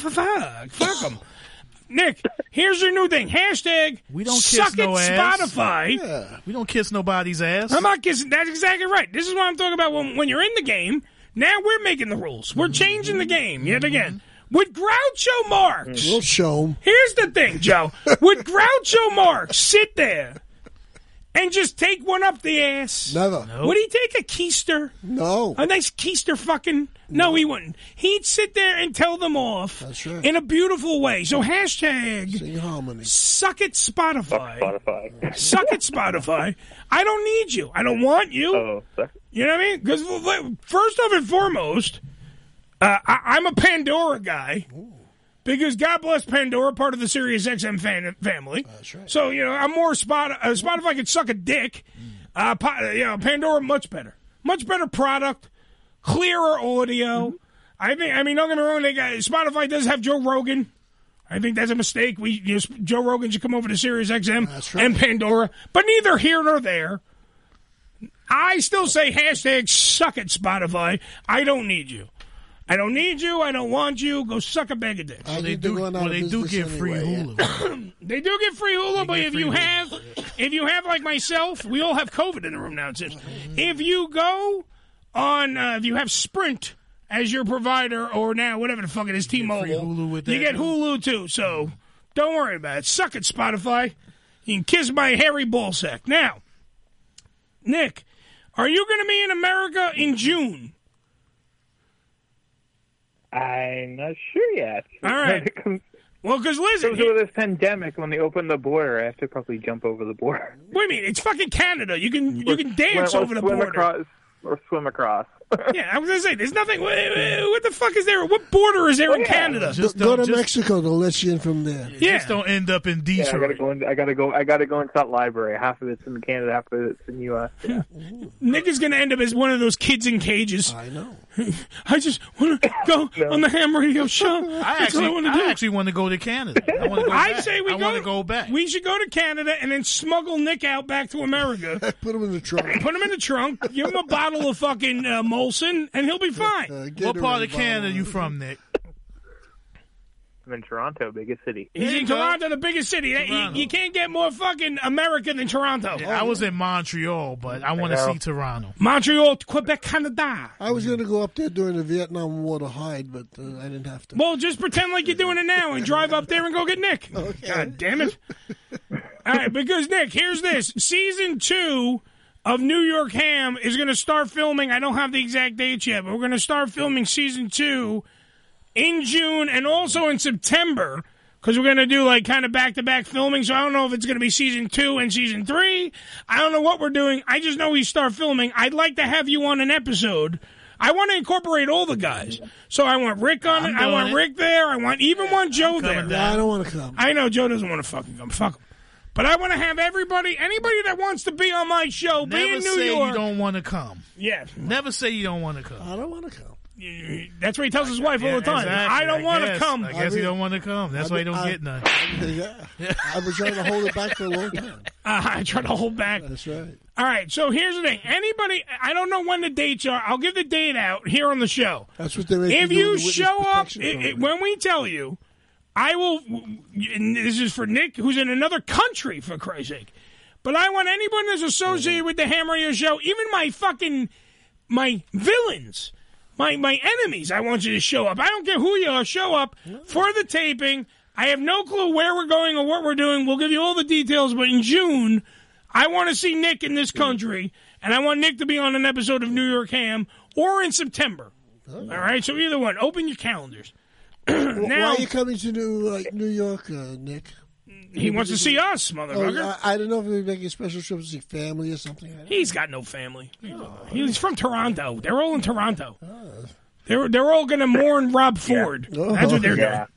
Speaker 10: fuck, fuck 'em. Nick, here's your new thing. Hashtag
Speaker 12: We don't kiss
Speaker 10: suck
Speaker 12: no
Speaker 10: it
Speaker 12: ass.
Speaker 10: Spotify.
Speaker 12: Yeah. We don't kiss nobody's ass.
Speaker 10: I'm not kissing. That's exactly right. This is what I'm talking about. When, when you're in the game, now we're making the rules. We're changing the game yet again. With Groucho Marx.
Speaker 11: We'll show 'em.
Speaker 10: Here's the thing,
Speaker 11: [LAUGHS]
Speaker 10: Joe. With Groucho Marx, sit there and just take one up the ass.
Speaker 11: Never.
Speaker 10: Would he take a keister?
Speaker 11: No.
Speaker 10: A nice keister fucking? No, he wouldn't. He'd sit there and tell them off in a beautiful way. So hashtag suck it Spotify.
Speaker 3: Spotify.
Speaker 10: Suck it, Spotify. I don't need you. I don't want you. you know what I mean? Because first off and foremost, uh, I, I'm a Pandora guy. Because God bless Pandora, part of the Sirius XM fan, family. Oh, That's right. So you know, I'm more spot. Uh, Spotify could suck a dick. Uh, po- uh, you know, Pandora much better, much better product, clearer audio. I think. I mean, don't get me wrong. They got Spotify does have Joe Rogan. I think that's a mistake. We you know, Joe Rogan should come over to Sirius XM and Pandora, but neither here nor there. I still say hashtag suck it Spotify. I don't need you. I don't need you. I don't want you. Go suck a bag of dicks.
Speaker 12: Well, they do. Well, they do get free
Speaker 10: [CLEARS THROAT]
Speaker 12: Hulu.
Speaker 10: They do get free Hulu, but if
Speaker 12: free
Speaker 10: you
Speaker 12: Hulu.
Speaker 10: have, if you have like myself, we all have COVID in the room now. It seems. If you go on, uh, if you have Sprint as your provider, or now whatever the fuck it is, T-Mobile, you get Hulu too. So don't worry about it. Suck it, Spotify. You can kiss my hairy ballsack now. Nick, are you going to be in America in June?
Speaker 3: I'm not sure yet. [LAUGHS]
Speaker 10: All right. Well, because listen,
Speaker 3: because of this pandemic, when they open the border, I have to probably jump over the border.
Speaker 10: Wait a minute, it's fucking Canada. You can you can dance
Speaker 3: Or- or
Speaker 10: over the
Speaker 3: swim
Speaker 10: border.
Speaker 3: across, or swim across.
Speaker 10: [LAUGHS] yeah, I was gonna say, there's nothing. What, what the fuck is there? What border is there in Canada?
Speaker 11: Go- go to Mexico. They'll let you in from there.
Speaker 12: Just don't end up in
Speaker 3: Yeah, I
Speaker 12: Detroit.
Speaker 3: gotta go. In, I gotta go. I gotta go into that library. Half of it's in Canada, half of it's in U.S.
Speaker 10: [LAUGHS]
Speaker 3: Yeah.
Speaker 10: Nick is going to end up as one of those kids in cages. I know. [LAUGHS] I just want to
Speaker 3: [LAUGHS]
Speaker 10: go on the ham radio show.
Speaker 12: I
Speaker 10: That's what
Speaker 12: actually,
Speaker 10: I want to
Speaker 12: I
Speaker 10: do.
Speaker 12: actually want to go to Canada. I want to go
Speaker 10: [LAUGHS] I
Speaker 12: back.
Speaker 10: say we
Speaker 12: I
Speaker 10: go,
Speaker 12: want to go back.
Speaker 10: We should go to Canada and then smuggle Nick out back to America.
Speaker 11: [LAUGHS] Put him in the trunk.
Speaker 10: Put him in the trunk. Give him a bottle of fucking uh, Molson, and he'll be
Speaker 11: uh,
Speaker 10: fine.
Speaker 12: What part of Canada you from, Nick?
Speaker 3: I'm in Toronto, biggest city.
Speaker 10: He's in Toronto, the biggest city. That- You, you can't get more fucking America than Toronto.
Speaker 12: I was in Montreal, but I want to see Toronto.
Speaker 10: Montreal, Quebec, Canada.
Speaker 11: I was going to go up there during the Vietnam War to hide, but uh, I
Speaker 10: [LAUGHS]
Speaker 11: didn't have to.
Speaker 10: Well, just pretend like you're doing it now and drive up there and go get
Speaker 11: [LAUGHS]
Speaker 10: Nick. God damn it. All right, because Nick, here's this. Season two of New York Ham is going to start filming. I don't have the exact dates yet, but we're going to start filming season two in June and also in September because we're going to do like kind of back to back filming. So I don't know if it's going to be season two and season three. I don't know what we're doing. I just know we start filming. I'd like to have you on an episode. I want to incorporate all the guys. So I want Rick on it. I
Speaker 11: doing
Speaker 10: want
Speaker 11: it.
Speaker 10: Rick there. I want even want Joe there.
Speaker 11: No, I don't want to come.
Speaker 10: I know Joe doesn't want to fucking come. Fuck him. But I want to have everybody, anybody that wants to be on my show, be
Speaker 12: Never
Speaker 10: in New
Speaker 12: say
Speaker 10: York.
Speaker 12: you don't want to come.
Speaker 10: Yeah.
Speaker 12: Never say you don't want to come. I
Speaker 11: don't want to come.
Speaker 10: That's what he tells his wife all the time. I don't want to come.
Speaker 12: I guess you don't want to come. That's why you don't
Speaker 11: I-
Speaker 12: get none.
Speaker 11: yeah. I've been trying to hold it back for a long time.
Speaker 10: [LAUGHS] Uh, I try to hold back.
Speaker 11: That's right.
Speaker 10: All right. So here's the thing. Anybody, I don't know when the dates are. I'll give the date out here on the show.
Speaker 11: That's what they're
Speaker 10: If
Speaker 11: doing
Speaker 10: you
Speaker 11: the witness
Speaker 10: show up,
Speaker 11: protection
Speaker 10: it, it,
Speaker 11: program.
Speaker 10: when we tell you, I will. And this is for Nick, who's in another country, for Christ's sake. But I want anyone that's associated with the Ham Radio Show, even my fucking my villains, my my enemies. I want you to show up. I don't care who you are. Show up for the taping. I have no clue where we're going or what we're doing. We'll give you all the details. But in June, I want to see Nick in this country, and I want Nick to be on an episode of New York Ham or in September. All right, so either one. Open your calendars.
Speaker 11: Wh-
Speaker 10: [CLEARS THROAT] now
Speaker 11: Why are you coming to New like New York, uh, Nick?
Speaker 10: he wants to see us, motherfucker.
Speaker 11: Oh, I, I don't know if they're making a special trip to see family or something. I don't-
Speaker 10: He's got no family.
Speaker 11: Oh.
Speaker 10: He's from Toronto. They're all in Toronto. They're they're all going to mourn Rob Ford.
Speaker 11: Oh.
Speaker 10: That's what [LAUGHS] they're doing.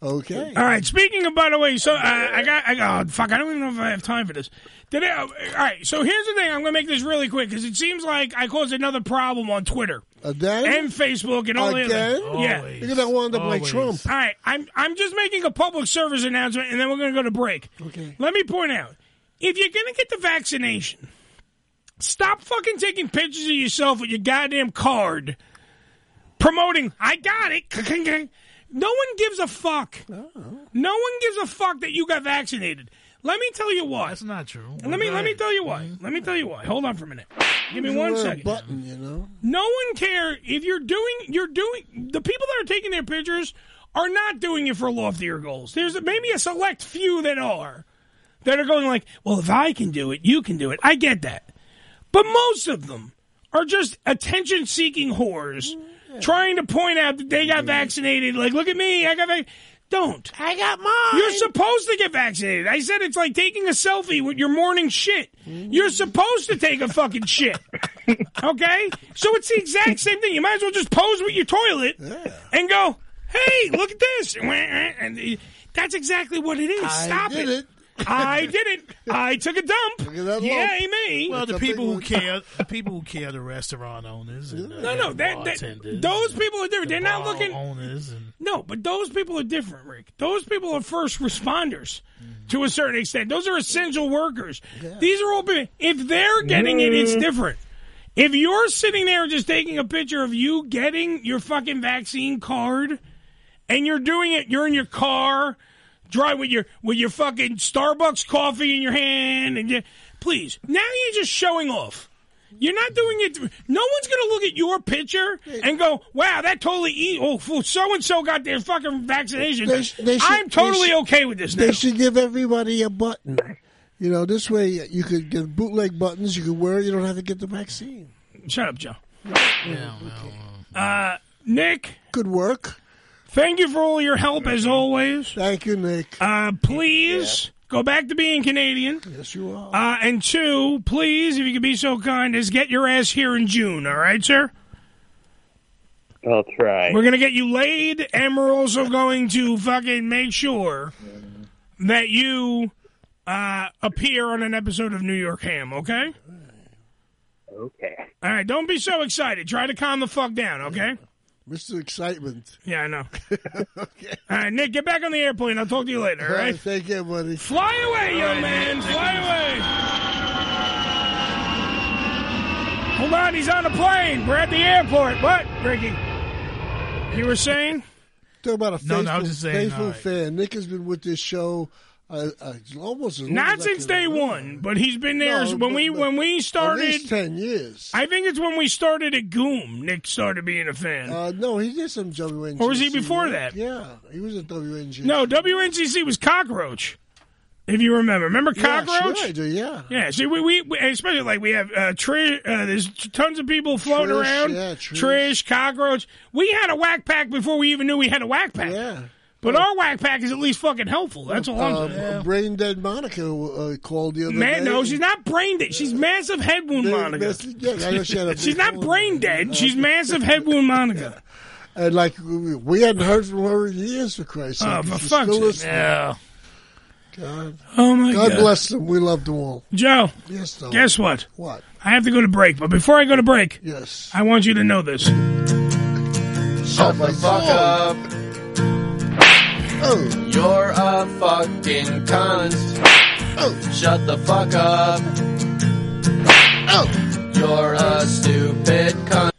Speaker 11: Okay.
Speaker 10: All right. Speaking of, by the way, so uh, I got, I got, oh, fuck, I don't even know if I have time for this. Did I, all right. So here's the thing. I'm going to make this really quick because it seems like I caused another problem on Twitter
Speaker 11: Again?
Speaker 10: and Facebook and all the
Speaker 11: Again?
Speaker 10: other. Yeah.
Speaker 11: Look at that one that like Trump.
Speaker 10: All right, I'm I'm just making a public service announcement, and then we're going to go to break. Okay. Let me point out, if you're going to get the vaccination, stop fucking taking pictures of yourself with your goddamn card, promoting I got it. No one gives a fuck. No one gives a fuck that you got vaccinated. Let me tell you why. That's
Speaker 12: not true. Mm-hmm.
Speaker 10: Let me let me tell you why. Let me tell you why. Hold on for a minute. Give me
Speaker 11: You
Speaker 10: one
Speaker 11: wear a
Speaker 10: second.
Speaker 11: Button, you know.
Speaker 10: No one care if you're doing you're doing the people that are taking their pictures are not doing it for loftier goals. There's maybe a select few that are that are going like, well, if I can do it, you can do it. I get that, but most of them are just attention seeking whores trying to point out that they got vaccinated. Like, look at me, I got vaccinated. Don't. Mm-hmm. I got mine. You're supposed to get vaccinated. I said it's like taking a selfie with your morning shit. You're supposed to take a fucking [LAUGHS] shit. Okay? So it's the exact same thing. You might as well just pose with your toilet and go, hey, look at this. [LAUGHS] And uh, that's exactly what it is.
Speaker 11: I
Speaker 10: Stop
Speaker 11: did
Speaker 10: it. I did it. I took a dump. Yay, me.
Speaker 12: Well, the people [LAUGHS] who care, the people who care, the restaurant owners. And, uh,
Speaker 10: No, no, that, that, those people are different. They're not looking.
Speaker 12: owners and
Speaker 10: No, but those people are different, Rick. Those people are first responders to a certain extent. Those are essential workers. These are all people. If they're getting it, it's
Speaker 4: Mm.
Speaker 10: different. If you're sitting there and just taking a picture of you getting your fucking vaccine card and you're doing it, you're in your car, drive with your with your fucking Starbucks coffee in your hand and you, please. Now you're just showing off. You're not doing it. No one's going to look at your picture and go, "Wow, that totally e- oh so and so got their fucking vaccination."
Speaker 11: They sh- they should-
Speaker 10: I'm totally
Speaker 11: they sh-
Speaker 10: okay with this now.
Speaker 11: They should give everybody a button. You know, this way you could get bootleg buttons. You could wear it. You don't have to get the vaccine.
Speaker 10: Shut up, Joe. Uh, Nick.
Speaker 11: Good work.
Speaker 10: Thank you for all your help as always.
Speaker 11: Thank you, Nick.
Speaker 10: Uh, please go back to being Canadian.
Speaker 11: Yes, you are.
Speaker 10: Uh, and two, please, if you could be so kind, is get your ass here in June. All right, sir.
Speaker 3: I'll try.
Speaker 10: We're gonna get you laid, and we're also going to fucking make sure that you uh, appear on an episode of New York Ham. Okay.
Speaker 3: Okay.
Speaker 10: All right. Don't be so excited. Try to calm the fuck down. Okay.
Speaker 11: Mr. Excitement.
Speaker 10: Yeah, I
Speaker 11: [LAUGHS]
Speaker 10: know. All right, Nick, get back on the airplane. I'll talk to you later. All right.
Speaker 11: Take care, buddy.
Speaker 10: Fly away, young man. Fly away. Hold on, he's on a plane. We're at the airport. What, Ricky? You were saying?
Speaker 11: Talk about a
Speaker 10: No,
Speaker 11: faithful,
Speaker 10: no, I was just saying, uh,
Speaker 11: faithful
Speaker 10: all right.
Speaker 11: fan. Nick has been with this show uh, uh, almost as long
Speaker 10: Not
Speaker 11: as I
Speaker 10: since
Speaker 11: can
Speaker 10: day
Speaker 11: remember.
Speaker 10: one, but he's been there
Speaker 11: No,
Speaker 10: when we
Speaker 11: but-
Speaker 10: when we
Speaker 11: at
Speaker 10: started.
Speaker 11: least ten years.
Speaker 10: I think it's when we started at Goom. Nick started being a fan.
Speaker 11: Uh, no, he did some WNG.
Speaker 10: Or was he before that?
Speaker 11: Yeah, he was at WNG.
Speaker 10: no, WNCC was Cockroach. If you remember, remember
Speaker 11: Yeah,
Speaker 10: Cockroach?
Speaker 11: sure I do, yeah.
Speaker 10: [LAUGHS] Yeah, see, we, we, we especially like we have uh, Trish. Uh, there's tons of people floating
Speaker 11: Trish,
Speaker 10: around.
Speaker 11: yeah,
Speaker 10: Trish. cockroach. We had a whack pack before we even knew we had a whack pack. Yeah, but our whack pack is at least fucking helpful. That's all
Speaker 11: Uh,
Speaker 10: Oh, I'm saying.
Speaker 11: Brain dead Monica uh, called the other
Speaker 10: Man,
Speaker 11: day.
Speaker 10: no, she's not brain dead. She's massive head wound Monica.
Speaker 11: yeah, I know she had
Speaker 10: [LAUGHS]
Speaker 11: a
Speaker 10: she's not brain dead. She's massive head wound Monica.
Speaker 11: And like we we hadn't heard from her in years for Christ's sake.
Speaker 10: Oh, for
Speaker 11: She's
Speaker 10: fuck's
Speaker 11: still
Speaker 10: sake.
Speaker 11: listening.
Speaker 10: Yeah.
Speaker 11: God.
Speaker 10: Oh my God.
Speaker 11: God bless them. We love them all.
Speaker 10: Joe,
Speaker 11: Yes, though.
Speaker 10: guess what?
Speaker 11: What?
Speaker 10: I have to go to break, but before I go to break,
Speaker 11: yes,
Speaker 10: I want you to know this.
Speaker 11: Shut
Speaker 13: the fuck
Speaker 19: Oh.
Speaker 13: up. You're a fucking cunt.
Speaker 19: Oh.
Speaker 13: Shut the fuck up.
Speaker 19: Oh.
Speaker 13: You're a stupid cunt.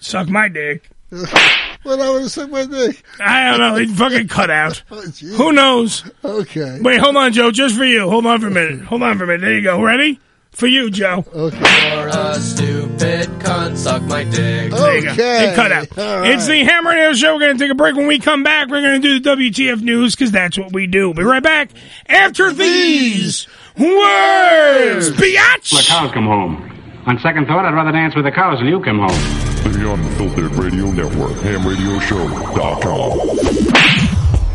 Speaker 10: Suck my dick.
Speaker 11: Well, I would have said my name.
Speaker 10: I don't know. It fucking cut
Speaker 11: [LAUGHS]
Speaker 10: out.
Speaker 11: jeez.
Speaker 10: Who knows?
Speaker 11: Okay.
Speaker 10: Wait, hold on, Joe. Just for you. Hold on for a minute. Hold on for a minute. There you go. Ready? For you, Joe.
Speaker 13: You're a stupid cunt. Suck my dick.
Speaker 6: Oh.
Speaker 10: There you go. It cut out. It's the Hammer and Nail Show. We're going to take a break. When we come back, we're going to do the WTF news because that's what we do. Be right back after these words. Biatch!
Speaker 16: The cows come home. On second thought, I'd rather dance with the cows than you come home.
Speaker 14: The Unfiltered Radio Network, hamradioshow.com.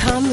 Speaker 24: Come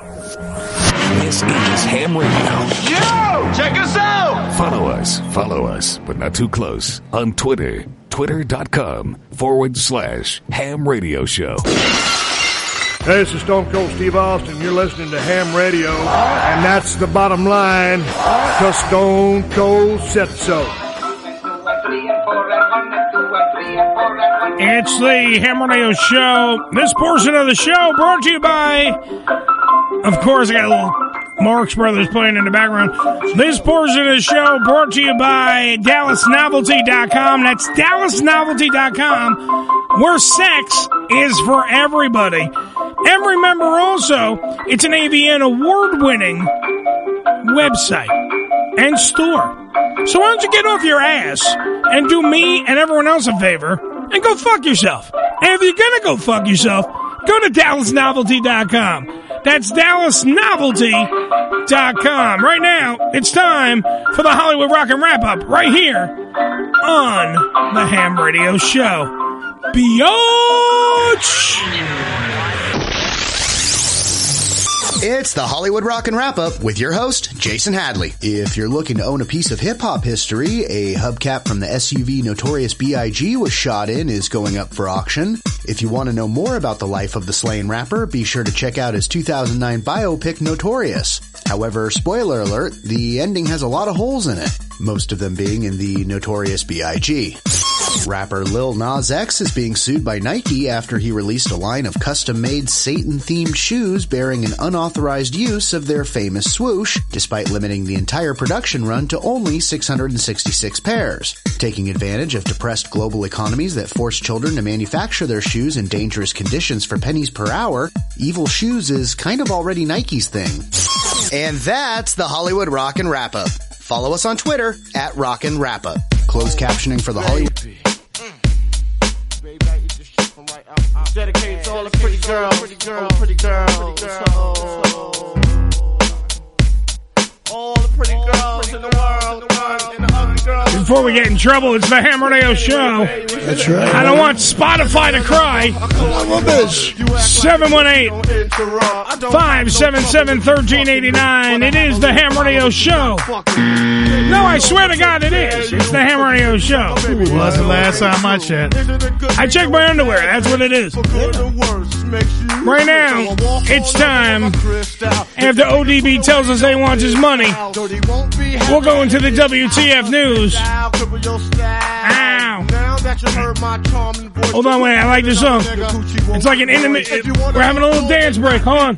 Speaker 1: This is Ham Radio.
Speaker 8: Yo! Check us out!
Speaker 1: Follow us, follow us, but not too close on Twitter. Twitter.com forward slash ham radio show.
Speaker 7: Hey, this is Stone Cold Steve Austin. You're listening to Ham Radio, and that's the bottom line. Cause Stone Cold said so.
Speaker 10: It's the Ham Radio Show. This portion of the show brought to you by, of course, I got a little Marx Brothers playing in the background. This portion of the show brought to you by DallasNovelty.com. That's DallasNovelty.com, where sex is for everybody. And remember also, it's an AVN award winning website and store. So why don't you get off your ass and do me and everyone else a favor and go fuck yourself? And if you're gonna go fuck yourself, go to DallasNovelty.com. That's DallasNovelty.com. Right now, it's time for the Hollywood Rock and Wrap Up right here on the Ham Radio Show. Biatch!
Speaker 17: It's the Hollywood Rock and Wrap Up with your host, Jason Hadley. If you're looking to own a piece of hip hop history, a hubcap from the SUV Notorious B.I.G. was shot in is going up for auction. If you want to know more about the life of the slain rapper, be sure to check out his 2009 biopic Notorious. However, spoiler alert, the ending has a lot of holes in it, most of them being in the Notorious B.I.G. Rapper Lil Nas X is being sued by Nike after he released a line of custom-made Satan-themed shoes bearing an unauthorized use of their famous swoosh, despite limiting the entire production run to only 666 pairs. Taking advantage of depressed global economies that force children to manufacture their shoes in dangerous conditions for pennies per hour, Evil Shoes is kind of already Nike's thing. And that's the Hollywood Rock and Wrap Up. Follow us on Twitter at Rock and Wrap Up. Closed captioning for the Hollywood.
Speaker 18: Dedicated to all the pretty girls, pretty girls, pretty girls, pretty girls. All the pretty girls in the world, and the ugly girls.
Speaker 10: Before we get in trouble, it's the Ham Radio Show. That's
Speaker 11: right.
Speaker 10: I don't want Spotify to cry.
Speaker 11: I'm a bitch.
Speaker 10: 718 577 1389. It is the Ham Radio Show. No, I swear to God, it is. It's the Ham Radio Show.
Speaker 12: Was the last time I checked.
Speaker 10: I check my underwear. That's what it is. Right now, it's time. After ODB tells us they want his money, we'll go into the WTF news. Ow. Hold on, wait. I like this song. It's like an intimate. We're having a little dance break. Hold on.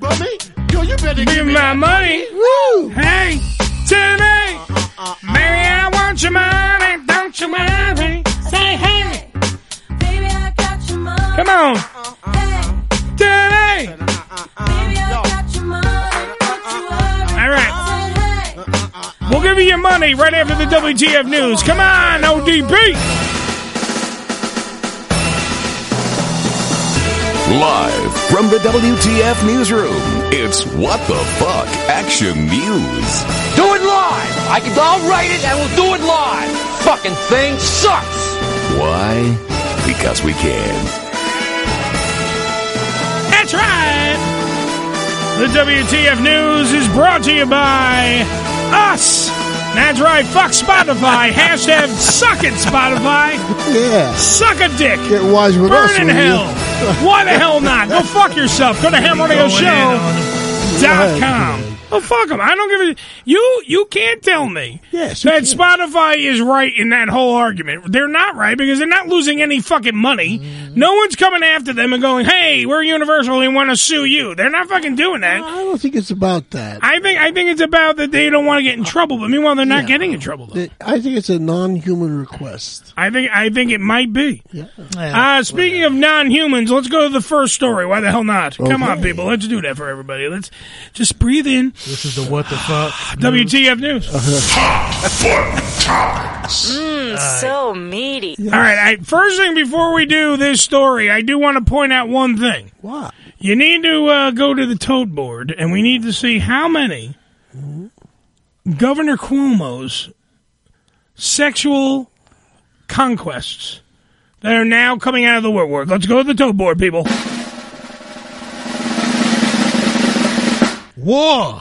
Speaker 10: Give me my money. Woo! Hey, Timmy. Baby, I want your money. Don't you worry. Say hey.
Speaker 21: Baby, I got your money.
Speaker 10: Come on. Timmy.
Speaker 21: Baby, I got your money.
Speaker 10: All right. We'll give you your money right after the WTF news. Come on, ODB.
Speaker 1: Live from the WTF newsroom, it's What the Fuck Action News.
Speaker 19: Do it live! I can, I'll write it and we'll do it live! Fucking thing sucks!
Speaker 1: Why? Because we can.
Speaker 10: That's right. The WTF News is brought to you by us. That's right. Fuck
Speaker 11: [LAUGHS]
Speaker 10: Spotify. Hashtag suck it, Spotify.
Speaker 11: Yeah.
Speaker 10: Suck a dick.
Speaker 11: Get wise with
Speaker 10: Burn
Speaker 11: us.
Speaker 10: in
Speaker 11: will you?
Speaker 10: hell. Why the hell not? Go fuck yourself. Go to
Speaker 11: Going in on
Speaker 10: dot com. Oh fuck them! I don't give a you. You can't tell me that Spotify is right in that whole argument. They're not right because they're not losing any fucking money.
Speaker 11: Mm.
Speaker 10: No one's coming after them and going, "Hey, we're Universal and want to sue you." They're not fucking doing that.
Speaker 11: I don't think it's about that.
Speaker 10: I think I think it's about that they don't want to get in trouble, but meanwhile they're not getting in trouble. Though.
Speaker 11: I think it's a non-human request.
Speaker 10: I think I think it might be. Uh, speaking of non-humans, let's go to the first story. Why the hell not? Come on,
Speaker 12: Okay.
Speaker 10: people, let's do that for everybody. Let's just breathe in.
Speaker 12: This is the what the fuck.
Speaker 10: [SIGHS] WTF news? Uh,
Speaker 20: Mmm, so meaty.
Speaker 10: All right. I, first thing before we do this story, I do want to point out one thing.
Speaker 11: What?
Speaker 10: You need to uh, go to the toad board, and we need to see how many Governor Cuomo's sexual conquests that are now coming out of the woodwork. Let's go to the toad board, people. War.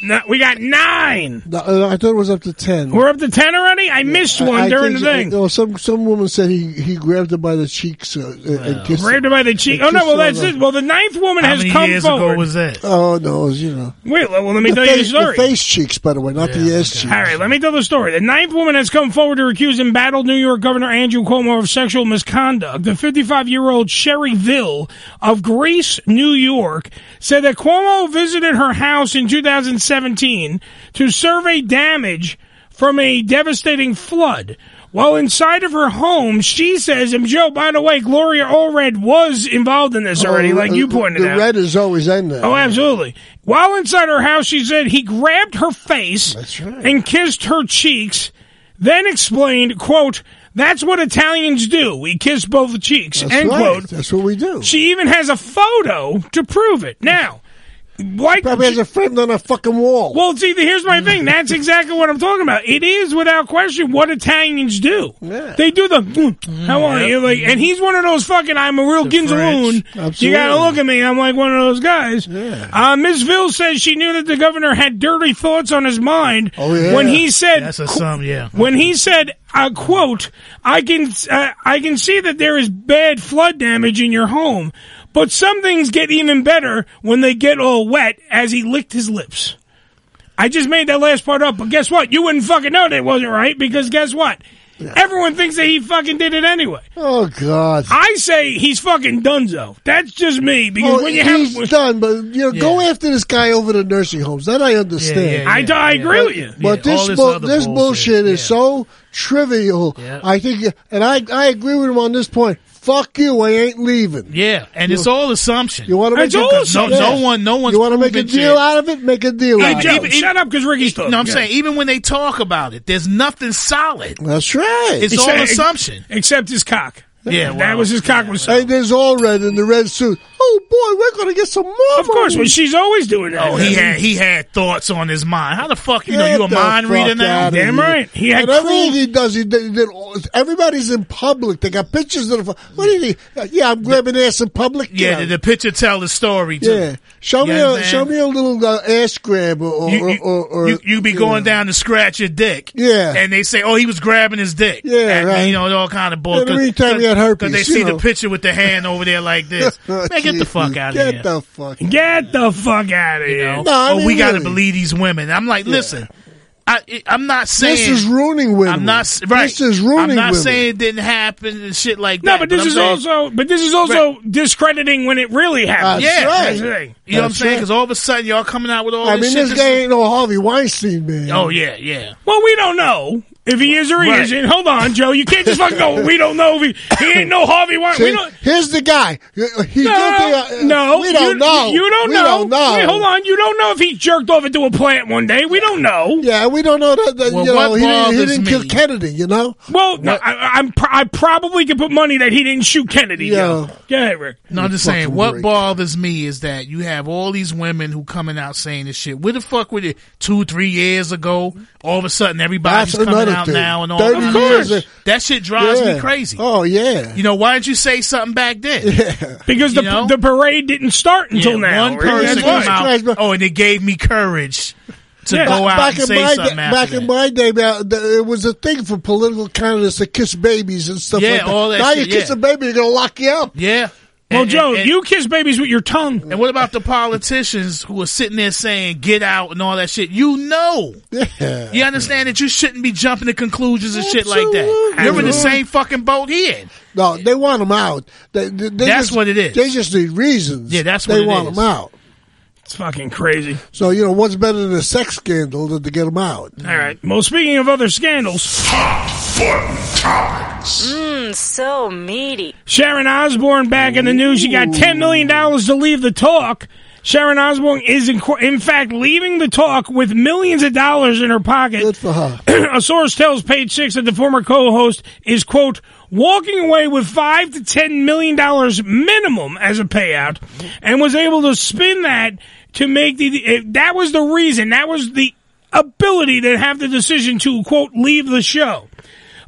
Speaker 10: No, we got nine.
Speaker 11: No, uh, I thought it was up to ten.
Speaker 10: We're up to ten already. I missed one
Speaker 11: I- I
Speaker 10: during
Speaker 11: think-
Speaker 10: the thing.
Speaker 11: uh, no, some some woman said he, he grabbed her by the cheeks uh, uh, and kissed.
Speaker 10: Grabbed her by the cheek. Oh no! Well, that's it. Well, the ninth woman
Speaker 11: How
Speaker 10: has
Speaker 11: many
Speaker 10: come
Speaker 11: years ago
Speaker 10: forward.
Speaker 11: was
Speaker 12: that?
Speaker 11: Oh no, it was, you know.
Speaker 10: Wait, well, let me
Speaker 11: the
Speaker 10: tell you the
Speaker 11: face,
Speaker 10: story.
Speaker 11: face cheeks, by the way, not the ass cheeks.
Speaker 10: All right, let me tell the story. The ninth woman has come forward to accuse embattled New York Governor Andrew Cuomo of sexual misconduct. The 55 year old Sherry Ville of Grace, New York, said that Cuomo visited her house in 2017 to survey damage from a devastating flood. While inside of her home, she says, and Joe, by the way, Gloria Allred was involved in this already,
Speaker 11: Oh,
Speaker 10: like you
Speaker 11: uh,
Speaker 10: pointed
Speaker 11: the
Speaker 10: out.
Speaker 11: red is always in there.
Speaker 10: Oh, absolutely. While inside her house, she said he grabbed her face and kissed her cheeks, then explained, quote, that's what Italians do. We kiss both cheeks,
Speaker 11: That's
Speaker 10: end
Speaker 11: right.
Speaker 10: quote.
Speaker 11: That's what we do.
Speaker 10: She even has a photo to prove it. Now, why
Speaker 11: Probably has it framed on a fucking wall.
Speaker 10: Well, see, the- here's my thing. That's exactly what I'm talking about. It is, without question, what Italians do. They do the, "Mm, how are you? Like, and he's one of those fucking, I'm a real Ginzeroon. You gotta
Speaker 11: Absolutely.
Speaker 10: look at me. I'm like one of those guys. Uh, Ms. Ville says she knew that the governor had dirty thoughts on his mind
Speaker 12: Oh, yeah.
Speaker 10: when he said,
Speaker 12: That's a sum, yeah.
Speaker 10: when he said, uh, "quote I can uh, I can see that there is bad flood damage in your home, but some things get even better when they get all wet." As he licked his lips, I just made that last part up. But guess what? You wouldn't fucking know that wasn't right because guess what? Everyone thinks that he fucking did it anyway.
Speaker 11: Oh God.
Speaker 10: I say he's fucking dunzo. That's just me because
Speaker 11: Oh,
Speaker 10: when you
Speaker 11: he's
Speaker 10: have
Speaker 11: done, but you know, go after this guy over the nursing homes. That I understand.
Speaker 10: I, I agree with you.
Speaker 11: But this
Speaker 10: this
Speaker 11: bu- this bullshit is so trivial. I think, and I I agree with him on this point. Fuck you, I ain't leaving.
Speaker 12: Yeah, and it's all assumption.
Speaker 11: You want to make
Speaker 12: It's all
Speaker 11: a,
Speaker 12: assumption. No- no one- no one's
Speaker 11: You want to make a
Speaker 12: proven
Speaker 11: deal
Speaker 12: shit.
Speaker 11: out of it? Make a deal. out of it.
Speaker 10: shut up, because Ricky's
Speaker 12: e- No,
Speaker 10: talking.
Speaker 12: I'm
Speaker 10: Yeah.
Speaker 12: saying even when they talk about it, there's nothing solid.
Speaker 11: That's right.
Speaker 12: It's all assumption.
Speaker 10: except his cock.
Speaker 12: Yeah,
Speaker 10: that was his cock was.
Speaker 11: Hey, there's all red in the red suit. Oh boy, we're gonna get some more. Of
Speaker 10: course, well, she's always doing that.
Speaker 12: Oh, he had he had thoughts on his mind. How the fuck you know
Speaker 11: Get
Speaker 12: you a
Speaker 11: the
Speaker 12: mind
Speaker 11: fuck
Speaker 12: reader now?
Speaker 11: outta here. and everything he does, he did, he did all, everybody's in public. They got pictures of the. What do you think? Uh, Yeah, I'm grabbing ass in public.
Speaker 12: Yeah, the, the picture tell the story. Too.
Speaker 11: yeah. Show me,
Speaker 12: You
Speaker 11: a,
Speaker 12: understand?
Speaker 11: show me a little uh, ass grab or or,
Speaker 12: You, you,
Speaker 11: or, or
Speaker 12: you, you be going down to scratch your dick.
Speaker 11: Yeah.
Speaker 12: And they say, oh, he was grabbing his dick. Yeah, and,
Speaker 11: right.
Speaker 12: You know, all kind of bullshit.
Speaker 11: Every time he had herpes,
Speaker 12: Because they
Speaker 11: you
Speaker 12: see
Speaker 11: know.
Speaker 12: the picture with the hand over there like
Speaker 11: [LAUGHS]
Speaker 12: this. Man, get the fuck out of
Speaker 11: Get
Speaker 12: here.
Speaker 11: the fuck.
Speaker 10: Get the fuck out of here.
Speaker 11: No, I
Speaker 12: oh,
Speaker 11: mean,
Speaker 12: we got to
Speaker 11: really.
Speaker 12: believe these women. I'm like, listen, I, I'm not saying
Speaker 11: This is ruining women.
Speaker 12: I'm not s- right.
Speaker 11: This is ruining
Speaker 12: I'm not
Speaker 11: women.
Speaker 12: saying it didn't happen and shit like that.
Speaker 10: No, but this
Speaker 12: I'm
Speaker 10: is
Speaker 12: saying-
Speaker 10: also but this is also discrediting when it really happened.
Speaker 12: yeah,
Speaker 10: That's the
Speaker 12: you
Speaker 10: thing.
Speaker 12: know what I'm saying? Because all of a sudden y'all coming out with all
Speaker 11: I
Speaker 12: this
Speaker 11: mean,
Speaker 12: shit.
Speaker 11: this guy ain't no Harvey Weinstein, man.
Speaker 12: oh yeah, yeah.
Speaker 10: Well, we don't know if he is or he
Speaker 12: Right.
Speaker 10: isn't. Hold on, Joe. You can't just fucking go. We don't know if he, he ain't no Harvey Weinstein.
Speaker 11: See,
Speaker 10: we don't.
Speaker 11: here's the guy. He
Speaker 10: No,
Speaker 11: guilty, uh,
Speaker 10: no,
Speaker 11: we don't
Speaker 10: you,
Speaker 11: know.
Speaker 10: You don't
Speaker 11: We
Speaker 10: know.
Speaker 11: don't know.
Speaker 10: Wait, hold on. You don't know if he jerked off into a plant one day. We don't know.
Speaker 11: Yeah, we don't know that. that
Speaker 10: Well,
Speaker 11: you know,
Speaker 10: what
Speaker 11: he didn't, he
Speaker 10: bothers
Speaker 11: didn't
Speaker 10: me-
Speaker 11: kill Kennedy. You know.
Speaker 10: Well, no, I, I'm. pr- I probably could put money that he didn't shoot Kennedy. Joe. Go ahead, Rick.
Speaker 12: No, I'm just saying.
Speaker 10: Fucking
Speaker 12: What
Speaker 10: break.
Speaker 12: bothers me is that you have all these women who coming out saying this shit. Where the fuck were they two, three years ago? All of a sudden, everybody's
Speaker 11: That's
Speaker 12: coming
Speaker 11: another
Speaker 12: out
Speaker 11: thing.
Speaker 12: now and all.
Speaker 11: Thirty
Speaker 12: that.
Speaker 11: years of-
Speaker 12: that shit drives
Speaker 11: Yeah.
Speaker 12: me crazy.
Speaker 11: Oh yeah.
Speaker 12: You know, why didn't you say something back then?
Speaker 10: Because the, the parade didn't start until now.
Speaker 12: One
Speaker 10: Rick. That's
Speaker 12: person
Speaker 10: why.
Speaker 12: came out, oh, and it gave me courage to
Speaker 10: Yeah.
Speaker 12: go
Speaker 10: Ba-
Speaker 12: out
Speaker 11: back
Speaker 12: and
Speaker 11: in
Speaker 12: say
Speaker 11: my
Speaker 12: something
Speaker 11: da-
Speaker 12: after
Speaker 11: back
Speaker 12: that.
Speaker 11: in my day, man, th- it was a thing for political candidates to kiss babies and stuff
Speaker 12: Yeah,
Speaker 11: like that.
Speaker 12: all that
Speaker 11: now
Speaker 12: shit,
Speaker 11: you kiss
Speaker 12: yeah.
Speaker 11: a baby, you're gonna lock you up.
Speaker 12: Yeah.
Speaker 10: Well, Joe,
Speaker 12: you
Speaker 10: kiss babies with your tongue.
Speaker 12: And what about the politicians who are sitting there saying "get out" and all that shit? You know, you understand that you shouldn't be jumping to conclusions and shit like that. You're in the same fucking boat he in.
Speaker 11: No, they want them out. They, they, they
Speaker 12: That's
Speaker 11: just,
Speaker 12: what it is.
Speaker 11: They just need reasons.
Speaker 12: Yeah, that's
Speaker 11: they
Speaker 12: what it
Speaker 11: want
Speaker 12: is.
Speaker 11: them out.
Speaker 10: It's fucking crazy.
Speaker 11: So you know what's better than a sex scandal than to get them out.
Speaker 10: All right. Well, speaking of other scandals,
Speaker 20: Mmm, so meaty.
Speaker 10: Sharon Osbourne back in the news. She got ten million dollars to leave the talk. Sharon Osbourne is in, in fact leaving the talk with millions of dollars in her pocket. Good
Speaker 11: for her.
Speaker 10: [CLEARS THROAT] a source tells Page Six that the former co-host is quote walking away with five to ten million dollars minimum as a payout, and was able to spin that to make the. eh, That was the reason. That was the ability to have the decision to quote leave the show.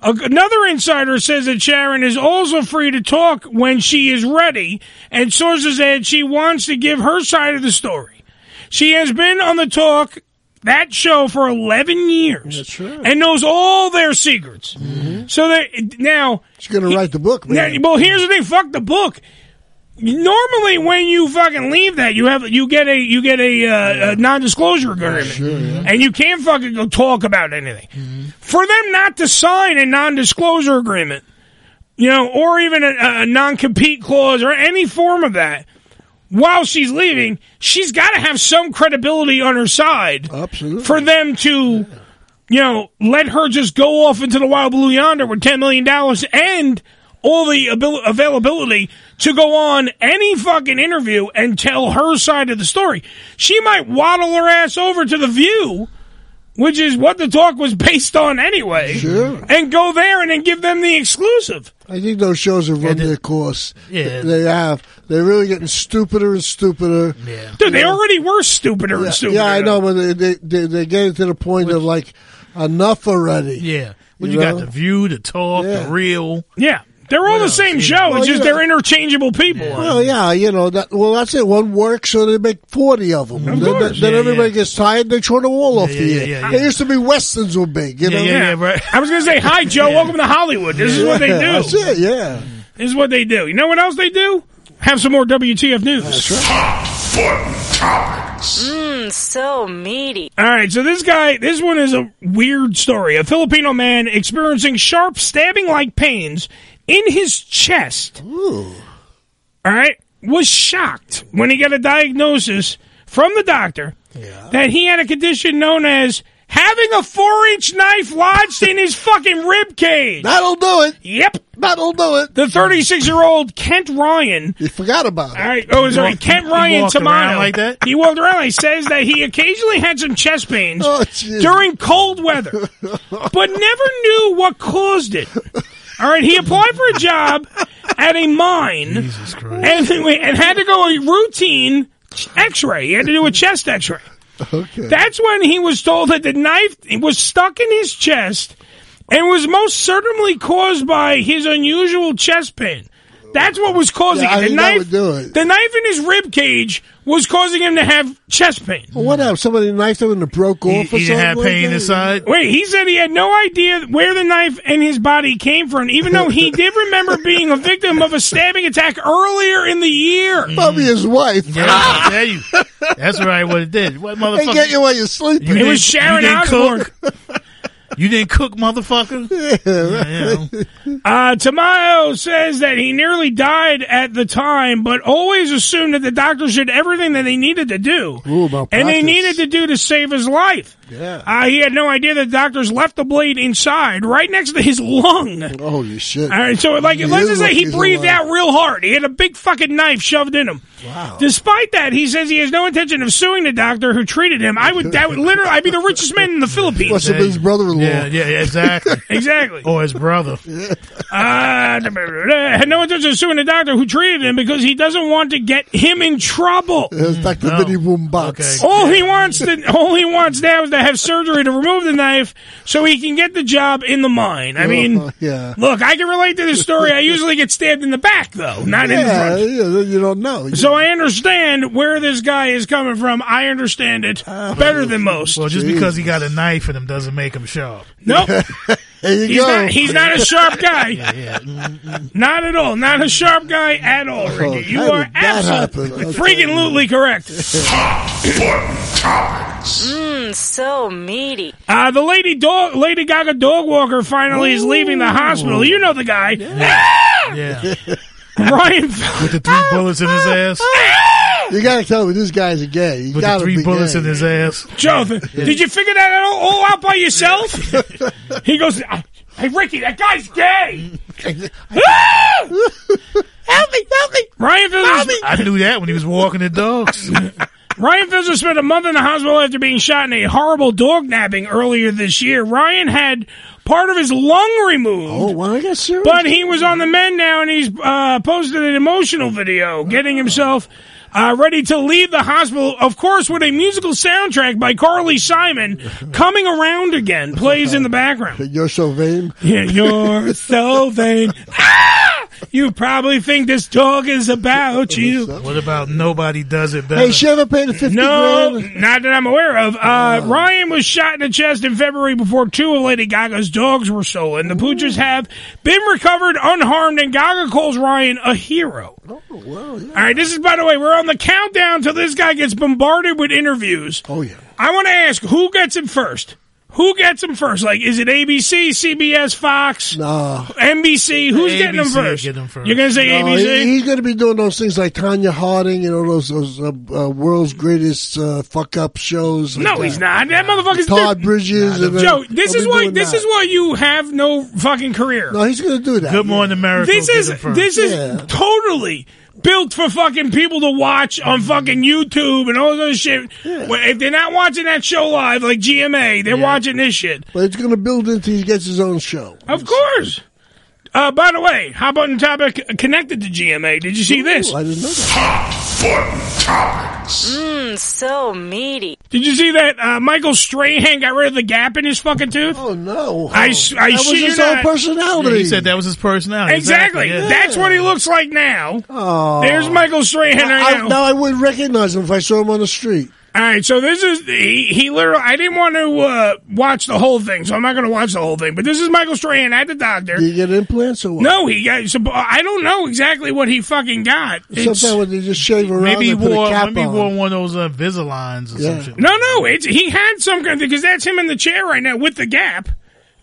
Speaker 10: A- Another insider says that Sharon is also free to talk when she is ready, and sources add she wants to give her side of the story. She has been on the talk that show for 11 years and knows all their secrets. So that now she's
Speaker 11: going to Mm-hmm. write the book. man.
Speaker 10: well, here's the thing: fuck the book. Normally, when you fucking leave that, you have you get a you get a, uh, a non-disclosure agreement, and you can't fucking go talk about anything. For them not to sign a non-disclosure agreement, you know, or even a, a non-compete clause or any form of that, while she's leaving, she's got to have some credibility on her side Absolutely. for them to, you know, let her just go off into the wild blue yonder with $10 million and all the abil- availability to go on any fucking interview and tell her side of the story. She might waddle her ass over to The View. Which is what the talk was based on anyway. Sure. And go there and then give them the exclusive.
Speaker 11: I think those shows have run their course.
Speaker 10: Yeah.
Speaker 11: They have. They're really getting stupider and stupider.
Speaker 10: Yeah. Dude, they already were stupider and stupider.
Speaker 11: Yeah, I know, but they, they, they, they're getting to the point of like, enough already.
Speaker 12: Yeah. When you, got
Speaker 11: know?
Speaker 12: the view, the talk, the real.
Speaker 10: Yeah. They're all the same show.
Speaker 11: Well,
Speaker 10: it's just
Speaker 11: yeah.
Speaker 10: they're interchangeable people.
Speaker 11: Well, yeah, you know that. Well, that's it. One works, so they make forty of them. then
Speaker 10: course.
Speaker 11: then
Speaker 10: Yeah,
Speaker 11: everybody gets tired. They throw the wall off the
Speaker 10: yeah,
Speaker 11: air.
Speaker 10: yeah, yeah.
Speaker 11: There used to be westerns were big. You know,
Speaker 10: I was gonna say hi, Joe. Welcome to Hollywood. This is what they do.
Speaker 11: Yeah, that's it, Yeah,
Speaker 10: this is what they do. You know what else they do? Have some more WTF news.
Speaker 20: Mmm, Mm, so meaty.
Speaker 10: Hmm. All right, so this guy, this one is a weird story. A Filipino man experiencing sharp stabbing like pains in his chest. All right, was shocked when he got a diagnosis from the doctor that he had a condition known as having a four inch knife lodged in his fucking rib cage.
Speaker 11: That'll do it.
Speaker 10: Yep.
Speaker 11: That'll do it.
Speaker 10: The 36 year old Kent Ryan.
Speaker 11: You forgot about it.
Speaker 10: All right. Oh,
Speaker 11: He
Speaker 10: sorry.
Speaker 11: walked-
Speaker 10: Kent
Speaker 11: he
Speaker 10: Ryan
Speaker 11: walked
Speaker 10: Tomato.
Speaker 11: around like that?
Speaker 10: He walked around. He says that he occasionally had some chest pains
Speaker 11: jeez.
Speaker 10: during cold weather, but never knew what caused
Speaker 11: [LAUGHS]
Speaker 10: it. All right. He applied for a job at a mine and, and had to go a routine x ray. He had to do a chest x ray.
Speaker 11: Okay.
Speaker 10: That's when he was told that the knife was stuck in his chest and was most certainly caused by his unusual chest pain. That's what was causing
Speaker 11: Yeah, I
Speaker 10: it. The
Speaker 11: think that
Speaker 10: knife,
Speaker 11: would do it.
Speaker 10: the knife in his rib cage was causing him to have chest pain.
Speaker 11: Well, what happened? Somebody knifed him and it broke off. or something like that?
Speaker 10: Wait, he said he had no idea where the knife in his body came from, even though he did remember being a victim of a stabbing attack earlier in the year.
Speaker 11: Mm. Probably his wife.
Speaker 12: Yeah, there
Speaker 11: [LAUGHS]
Speaker 12: you. That's right. What it did. What motherfucker?
Speaker 11: They get you while you're sleeping.
Speaker 12: You
Speaker 11: It was
Speaker 12: didn't-
Speaker 11: Sharon
Speaker 12: you didn't
Speaker 11: Osbourne.
Speaker 12: cook? [LAUGHS] You didn't cook,
Speaker 11: [LAUGHS]
Speaker 12: motherfucker.
Speaker 10: Uh, Tamayo says that he nearly died at the time, but always assumed that the doctors did everything that they needed to do. and they
Speaker 11: practice.
Speaker 10: needed to do to save his life.
Speaker 11: Yeah.
Speaker 10: Uh, he had no idea the doctors left the blade inside, right next to his lung.
Speaker 11: Holy shit!
Speaker 10: All right, so like,
Speaker 11: He
Speaker 10: let's
Speaker 11: is
Speaker 10: just say
Speaker 11: lucky
Speaker 10: he
Speaker 11: he's
Speaker 10: breathed out
Speaker 11: alive.
Speaker 10: real hard. He had a big fucking knife shoved in him. Wow. Despite that, he says he has no intention of suing the doctor who treated him. I would, that would literally, I'd be the richest man in the Philippines.
Speaker 11: Must have been his brother-in-law.
Speaker 12: Yeah, yeah, yeah,
Speaker 11: [LAUGHS]
Speaker 12: exactly.
Speaker 10: [LAUGHS] exactly.
Speaker 12: Or his brother.
Speaker 10: [LAUGHS] Uh, had no intention of suing the doctor who treated him because he doesn't want to get him in trouble.
Speaker 11: It's Dr.
Speaker 12: Oh.
Speaker 11: Vinny Wombat.
Speaker 10: All he wants to,
Speaker 12: [LAUGHS]
Speaker 10: all he wants now is to have surgery to remove the knife so he can get the job in the mine. I mean,
Speaker 11: Uh, yeah.
Speaker 10: look, I can relate to this story. I usually get stabbed in the back though, not in the
Speaker 11: yeah,
Speaker 10: front.
Speaker 11: yeah, you don't know.
Speaker 10: So I understand where this guy is coming from. I understand it
Speaker 11: Ah.
Speaker 10: better than most.
Speaker 12: Well, just because he got a knife in him doesn't make him sharp.
Speaker 10: Nope.
Speaker 11: [LAUGHS]
Speaker 10: he's
Speaker 12: go.
Speaker 10: Not, he's not a sharp guy.
Speaker 12: [LAUGHS]
Speaker 10: Not at all. Not a sharp guy at all, Ricky. you
Speaker 11: Oh, how
Speaker 10: are
Speaker 11: did that happen?
Speaker 10: absolutely
Speaker 11: I'll
Speaker 10: freaking lutely correct.
Speaker 20: Mmm, so meaty.
Speaker 10: Uh, the lady dog, Lady Gaga dog walker finally is leaving the hospital. You know the guy. Ah!
Speaker 12: Yeah.
Speaker 11: [LAUGHS]
Speaker 10: Ryan
Speaker 12: With the
Speaker 10: [LAUGHS]
Speaker 12: three bullets in his ass.
Speaker 11: You gotta tell me this guy's a gay. You
Speaker 12: With the
Speaker 11: gotta
Speaker 12: three
Speaker 11: be
Speaker 12: bullets
Speaker 11: gay.
Speaker 12: in his ass.
Speaker 10: Joe, th- did you figure that out all out by
Speaker 11: [LAUGHS]
Speaker 10: yourself? he goes, "Hey Ricky, that guy's
Speaker 11: [LAUGHS]
Speaker 10: gay." Ah! help me! Help me! Ryan feels
Speaker 12: I knew that when he was walking the dogs.
Speaker 10: [LAUGHS] Ryan Fizzle spent a month in the hospital after being shot in a horrible dog napping earlier this year. Ryan had part of his lung removed. Oh,
Speaker 11: well, I got serious.
Speaker 10: But he was on the mend now, and he's uh, posted an emotional video, getting himself uh, ready to leave the hospital. Of course, with a musical soundtrack by Carly Simon,
Speaker 12: [LAUGHS]
Speaker 10: "Coming Around Again" plays in the background.
Speaker 11: [LAUGHS] You're so vain.
Speaker 10: Yeah, you're so vain. Ah! you probably think this dog is about you.
Speaker 12: What about nobody does it better?
Speaker 10: Hey, she
Speaker 11: ever paid a fifty? Oh.
Speaker 10: No, not that I'm aware of. Uh, Ryan was shot in the chest in February before two of Lady Gaga's dogs were stolen. The pooches have been recovered unharmed, and Gaga calls Ryan a hero. All right, this is by the way, we're on the countdown till this guy gets bombarded with interviews. Oh yeah. I want to ask who gets him first. Who gets him first? Like, is it ABC, CBS, Fox, NBC? Who's getting him
Speaker 11: ABC
Speaker 10: first?
Speaker 11: get him first.
Speaker 10: You're gonna say
Speaker 11: No,
Speaker 10: ABC?
Speaker 11: he- he's going to be doing those things like Tanya Harding and all those, those uh, uh, world's greatest uh, fuck up shows. like
Speaker 10: no,
Speaker 11: that.
Speaker 10: he's not. That motherfucker's
Speaker 11: Todd Bridges. and then-
Speaker 10: Joe, this
Speaker 11: they'll
Speaker 10: is
Speaker 11: be
Speaker 10: why
Speaker 11: doing
Speaker 10: this
Speaker 11: that.
Speaker 10: is why you have no fucking career.
Speaker 11: No, he's going to do that.
Speaker 12: Good Morning America.
Speaker 10: This
Speaker 12: will get
Speaker 10: is
Speaker 12: him first.
Speaker 10: this is totally built for fucking people to watch
Speaker 12: Mm-hmm.
Speaker 10: on fucking YouTube and all those shit. Well, If they're not watching that show live, like GMA, they're watching this shit.
Speaker 11: But it's going to build into he gets his own show.
Speaker 10: Of course. Uh, by the way, how about in topic connected to GMA? Did you see this? I
Speaker 11: didn't know
Speaker 20: Mmm, so meaty.
Speaker 10: Did you see that uh, Michael Strahan got rid of the gap in his fucking tooth? Oh
Speaker 11: no!
Speaker 10: I, s- I
Speaker 12: That was
Speaker 10: shit you
Speaker 12: his whole
Speaker 10: not.
Speaker 12: personality. Yeah, he said that was his personality.
Speaker 10: Exactly.
Speaker 12: Exactly, yeah.
Speaker 10: That's what he looks like now. There's Michael Strahan
Speaker 11: I-
Speaker 10: right
Speaker 11: I,
Speaker 10: now.
Speaker 11: now I wouldn't recognize him if I saw him on the street.
Speaker 10: All right, so this is he. He literally. I didn't want to uh, watch the whole thing, so I'm not going to watch the whole thing. But this is Michael Strahan at the doctor.
Speaker 11: Did he get implants or what?
Speaker 10: No, he got. so- I don't know exactly what he fucking got. It's-
Speaker 11: Sometimes when they just shave around,
Speaker 12: Maybe he
Speaker 11: they put
Speaker 12: wore
Speaker 11: a cap
Speaker 12: maybe he
Speaker 11: on.
Speaker 12: wore one of those uh, Invisaligns or some shit.
Speaker 10: No, no, it's he had some kind of because that's him in the chair right now with the gap,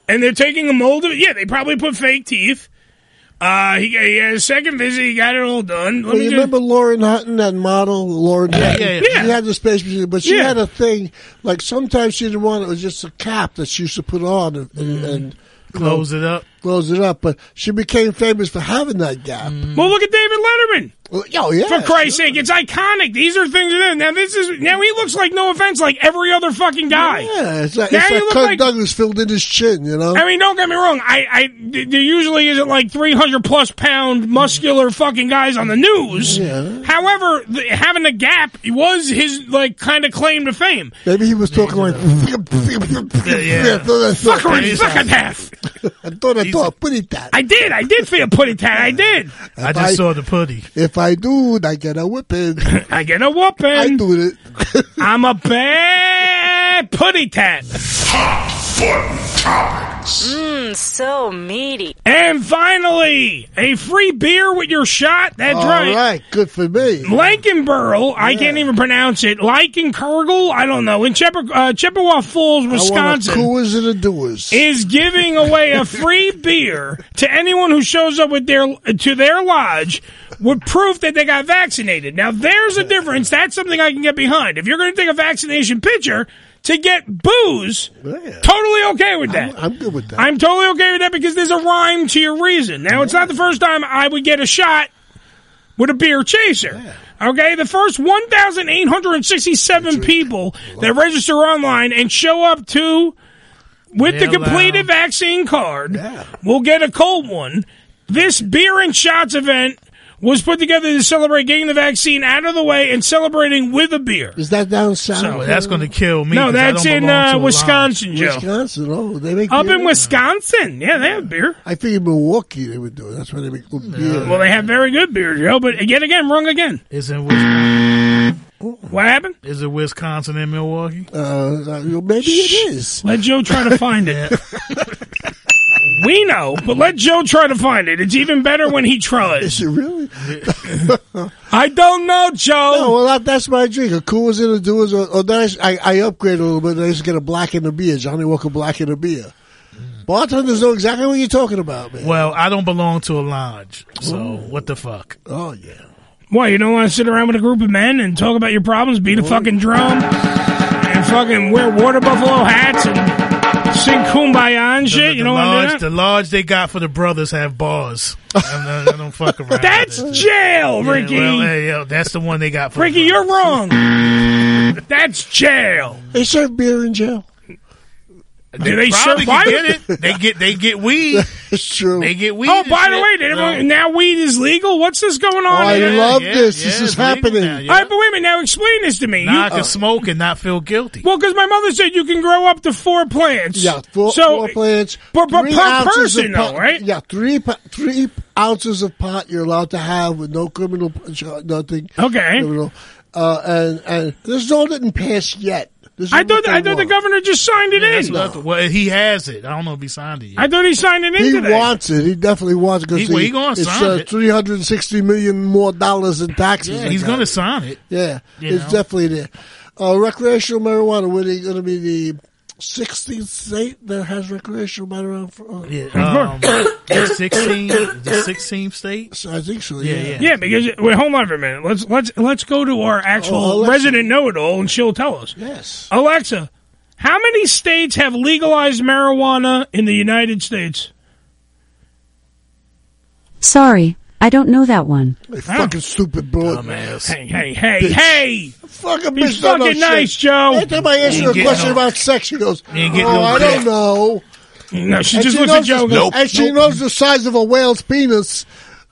Speaker 10: and they're taking a mold of it. Yeah, they probably put fake teeth. Uh, he, he had a second visit. He got it all done. Let
Speaker 11: Well,
Speaker 10: me
Speaker 11: you
Speaker 10: just-
Speaker 11: remember Lauren Hutton, that model, Lauren Hutton?
Speaker 10: yeah, yeah.
Speaker 11: She had the space between, but she
Speaker 10: Yeah.
Speaker 11: had a thing, like sometimes she didn't want it, it was just a cap that she used to put on and, and,
Speaker 10: Mm.
Speaker 11: and
Speaker 12: Close it up.
Speaker 11: Close it up, but she became famous for having that gap.
Speaker 10: Well, look at David Letterman.
Speaker 11: oh, yeah,
Speaker 10: For Christ's sake, it's iconic. These are things that now this is now he looks like no offense like every other fucking guy.
Speaker 11: Yeah, it's like,
Speaker 10: now
Speaker 11: it's
Speaker 10: you
Speaker 11: like
Speaker 10: look
Speaker 11: Kirk
Speaker 10: like.
Speaker 11: Douglas filled in his chin, you know?
Speaker 10: I mean, don't get me wrong. I, I there usually isn't like three hundred plus pound muscular fucking guys on the news. However, the, having a gap was his like kind of claim to fame.
Speaker 11: Maybe he was talking like, [LAUGHS]
Speaker 10: yeah. Fuckery, fuckerdaff.
Speaker 11: I thought I thought put it that.
Speaker 10: I did. I did feel put it that. I did.
Speaker 11: I just saw
Speaker 12: the putty.
Speaker 11: If I do, I get a whipping.
Speaker 10: [LAUGHS] I get a whooping. I
Speaker 11: do
Speaker 10: it. [LAUGHS] I'm a bad putty tat. [LAUGHS]
Speaker 20: Mmm, so meaty.
Speaker 10: And finally, a free beer with your shot. That's
Speaker 11: All
Speaker 10: right.
Speaker 11: right, good for me.
Speaker 10: Blankenborough, I can't even pronounce it. Lycankergle, I don't know. In Chippewa, uh, Chippewa Falls, Wisconsin.
Speaker 11: I want a coolers and a doers.
Speaker 10: is giving away a free beer to anyone who shows up with their to their lodge with proof that they got vaccinated. Now there's a difference. That's something I can get behind. If you're going to take a vaccination picture to get booze, totally okay with that.
Speaker 11: I'm good with that.
Speaker 10: I'm totally okay with that because there's a rhyme to your reason. Now it's not the first time I would get a shot with a beer chaser. Okay, the first 1,867 people that register online and show up to with the
Speaker 12: Mail
Speaker 10: completed vaccine card will get a cold one. This beer and shots event was put together to celebrate getting the vaccine out of the way and celebrating with a beer.
Speaker 11: Is that down south?
Speaker 10: So,
Speaker 12: Well, that's going to kill me.
Speaker 10: No,
Speaker 12: 'cause I
Speaker 10: that's
Speaker 12: don't
Speaker 10: in,
Speaker 12: belong
Speaker 10: uh,
Speaker 12: to a
Speaker 10: Wisconsin,
Speaker 12: lodge.
Speaker 10: Joe.
Speaker 11: Wisconsin, oh, they make
Speaker 10: Up
Speaker 11: beer?
Speaker 10: in Wisconsin, yeah, they have beer.
Speaker 11: I figured Milwaukee they would do it. That's why they make good beer.
Speaker 10: Well, they have very good beer, Joe. But again, again, wrong again.
Speaker 12: It's in Wisconsin.
Speaker 10: What happened?
Speaker 12: Is it Wisconsin and Milwaukee?
Speaker 11: Uh, maybe it is.
Speaker 10: Let Joe try to find
Speaker 11: [LAUGHS]
Speaker 10: it. we know, but let Joe try to find it. It's even better when he tries. Is
Speaker 11: it really?
Speaker 10: [LAUGHS] I don't know, Joe.
Speaker 11: No, well, that, that's my drink. A coolers and a doers. Or, or then I s- uh, I, I upgrade a little bit. And I just get a black and a beer. Johnny Walker black and a beer. Bartenders know exactly what you're talking about, man.
Speaker 12: Well, I don't belong to a lodge, so what the fuck?
Speaker 11: Oh yeah.
Speaker 10: Why you don't want to sit around with a group of men and talk about your problems, beat a fucking drum, and fucking wear water buffalo hats and sing kumbaya and shit? You
Speaker 12: the
Speaker 10: don't want
Speaker 12: lodge,
Speaker 10: to do
Speaker 12: the lodge they got for the brothers have bars. I don't, I don't fuck around.
Speaker 10: that? That's jail,
Speaker 12: Yeah,
Speaker 10: Ricky.
Speaker 12: well, hey, yo, that's the one they got for.
Speaker 10: Ricky, you're wrong. That's jail.
Speaker 11: They serve beer in jail.
Speaker 10: Do they serve?
Speaker 12: probably
Speaker 10: Why
Speaker 12: can get it? They get they get
Speaker 11: [LAUGHS]
Speaker 12: weed.
Speaker 11: It's true.
Speaker 12: They get weed.
Speaker 10: Oh,
Speaker 12: and
Speaker 10: by the
Speaker 12: shit.
Speaker 10: way, did everyone, now weed is legal. What's this going on?
Speaker 11: Oh,
Speaker 12: I
Speaker 10: here?
Speaker 12: love Yeah, this. yeah, This is it's legal happening. now, yeah.
Speaker 10: All right, but wait a minute. Now explain this to me.
Speaker 12: Now I can smoke and not feel guilty.
Speaker 10: Well, because my mother said you can grow up to four plants.
Speaker 11: Yeah, four,
Speaker 10: so,
Speaker 11: four plants.
Speaker 10: But, but
Speaker 11: three
Speaker 10: per
Speaker 11: ounces
Speaker 10: person,
Speaker 11: of pa-
Speaker 10: though, right?
Speaker 11: Yeah, three pa- three ounces of pot you're allowed to have with no criminal, uh, nothing.
Speaker 10: Okay.
Speaker 11: Criminal. Uh, and and this all didn't pass yet. This is
Speaker 10: I thought
Speaker 11: what
Speaker 10: I
Speaker 11: they
Speaker 10: thought the
Speaker 11: want.
Speaker 10: governor just signed it
Speaker 12: That's
Speaker 10: in.
Speaker 12: what I thought. Well, he has it. I don't know if he signed it yet.
Speaker 10: I thought he signed it in
Speaker 11: He
Speaker 10: today.
Speaker 11: wants it. He definitely wants it
Speaker 12: He-
Speaker 11: because
Speaker 12: well, he gonna
Speaker 11: it's
Speaker 12: sign
Speaker 11: uh,
Speaker 12: it.
Speaker 11: three hundred and sixty million more dollars in taxes.
Speaker 12: Yeah, he's
Speaker 11: going
Speaker 12: going to sign it.
Speaker 11: Yeah,
Speaker 12: You
Speaker 11: it's
Speaker 12: know?
Speaker 11: definitely there. Uh, recreational marijuana. Were they going to be the 16th state that has recreational marijuana? For, uh,
Speaker 12: Um, the 16th, the 16th state.
Speaker 11: I think so.
Speaker 12: Yeah, yeah.
Speaker 11: yeah.
Speaker 10: Yeah, because wait, hold on for a minute. Let's let's let's go to our actual
Speaker 11: Oh, Alexa.
Speaker 10: resident know-it-all, and she'll tell us.
Speaker 11: Yes,
Speaker 10: Alexa, how many states have legalized marijuana in the United States?
Speaker 2: Sorry, I don't know that one.
Speaker 11: Hey, fucking stupid broad.
Speaker 10: Hey, hey, hey,
Speaker 11: Bitch.
Speaker 10: hey!
Speaker 11: Fucking
Speaker 10: Be
Speaker 11: bitch, don't know
Speaker 10: fucking nice,
Speaker 11: shit.
Speaker 10: Joe.
Speaker 11: Every time I ask
Speaker 10: You
Speaker 11: her a
Speaker 10: ain't getting
Speaker 11: question
Speaker 10: no-
Speaker 11: about sex, she goes, "Oh,
Speaker 10: ain't getting no
Speaker 11: I
Speaker 10: dick."
Speaker 11: don't know."
Speaker 10: No, she
Speaker 11: And
Speaker 10: just looks
Speaker 11: knows
Speaker 10: at Joe. and
Speaker 11: the-
Speaker 10: goes,
Speaker 11: and she knows the size of a whale's penis.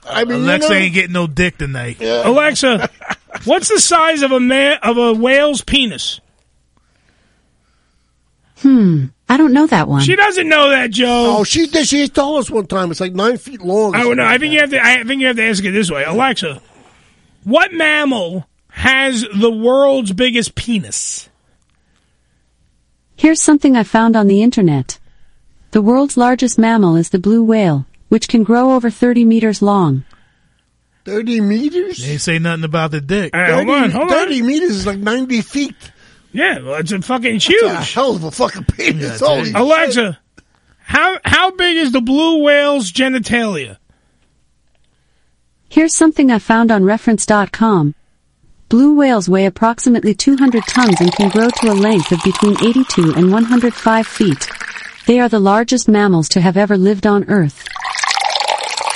Speaker 10: Uh,
Speaker 11: I mean,
Speaker 12: Alexa
Speaker 11: you know,
Speaker 12: ain't getting no dick tonight.
Speaker 10: Oh. Alexa, what's the size of a man of a whale's penis?
Speaker 2: Hmm, I don't know that one.
Speaker 10: She doesn't know that, Joe.
Speaker 11: Oh, she did. She told us one time. It's like nine feet long.
Speaker 10: I would know. I think you have to. I think you have to ask it this way, Alexa. What mammal has the world's biggest penis?
Speaker 2: Here's something I found on the internet. The world's largest mammal is the blue whale, which can grow over 30 meters long.
Speaker 11: thirty meters.
Speaker 12: They ain't say nothing about the dick.
Speaker 10: All right, hold on, hold on.
Speaker 11: 30 meters is like 90 feet.
Speaker 10: Yeah, well, it's a fucking
Speaker 11: It's
Speaker 10: huge.
Speaker 11: a hell of a fucking penis.
Speaker 12: Yeah,
Speaker 11: Holy
Speaker 10: Alexa, how how big is the blue whale's genitalia?
Speaker 2: Here's something I found on reference.com. Blue whales weigh approximately 200 tons and can grow to a length of between 82 and 105 feet. They are the largest mammals to have ever lived on Earth.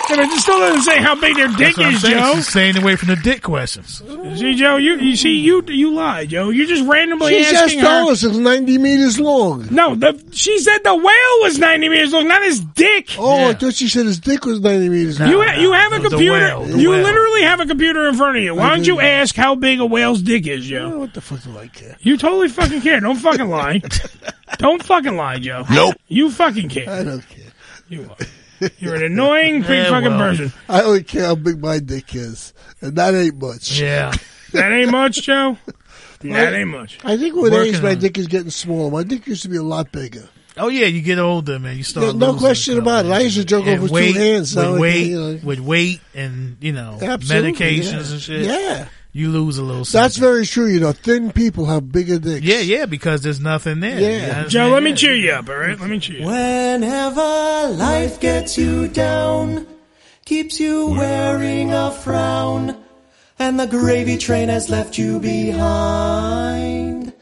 Speaker 10: Yeah, but it still doesn't say how big their dick
Speaker 12: That's what I'm
Speaker 10: is,
Speaker 12: saying.
Speaker 10: Joe.
Speaker 12: She's staying away from the dick questions.
Speaker 10: See, Joe, you you see you you lie, Joe. You're just randomly
Speaker 11: She just
Speaker 10: asking her.
Speaker 11: told us it's 90 meters long.
Speaker 10: No, the, she said the whale was 90 meters long, not his dick.
Speaker 11: Oh, I thought she said his dick was 90 meters long.
Speaker 10: you ha- you have
Speaker 12: it
Speaker 10: a
Speaker 12: was the
Speaker 10: computer.
Speaker 12: whale, the
Speaker 10: you
Speaker 12: whale.
Speaker 10: literally have a computer in front of you. Why don't you ask how big a whale's dick is, Joe?
Speaker 11: Oh, what the fuck do I care?
Speaker 10: You totally fucking care. Don't fucking lie. Don't fucking lie, Joe.
Speaker 11: Nope.
Speaker 10: You fucking care.
Speaker 11: I don't care.
Speaker 10: You are. You're an
Speaker 11: [LAUGHS]
Speaker 10: annoying big
Speaker 12: Yeah,
Speaker 10: fucking
Speaker 12: well.
Speaker 10: person.
Speaker 11: I only care how big my dick is. And that ain't much. [LAUGHS]
Speaker 12: Yeah.
Speaker 10: That ain't much, Joe. That ain't much.
Speaker 11: I think with
Speaker 12: Working
Speaker 11: age, my
Speaker 12: on it.
Speaker 11: dick is getting smaller. My dick used to be a lot bigger.
Speaker 12: Oh yeah, you get older, man. You start.
Speaker 11: Yeah, no
Speaker 12: losing
Speaker 11: question
Speaker 12: stuff.
Speaker 11: about it. I used to joke
Speaker 12: And
Speaker 11: over
Speaker 12: weight,
Speaker 11: two hands.
Speaker 12: With
Speaker 11: now I can,
Speaker 12: weight,
Speaker 11: you know.
Speaker 12: with weight, and you know
Speaker 11: Absolutely,
Speaker 12: medications
Speaker 11: yeah.
Speaker 12: and shit.
Speaker 11: Yeah.
Speaker 12: you lose a little.
Speaker 11: That's
Speaker 12: Something.
Speaker 11: very true. You know, thin people have bigger dicks.
Speaker 12: yeah, yeah, because there's nothing there. You
Speaker 11: Yeah.
Speaker 12: know,
Speaker 10: Joe, let me
Speaker 12: yeah.
Speaker 10: cheer you up, all right? Let me cheer you up.
Speaker 6: Whenever life gets you down, keeps you wearing a frown, and the gravy train has left you behind.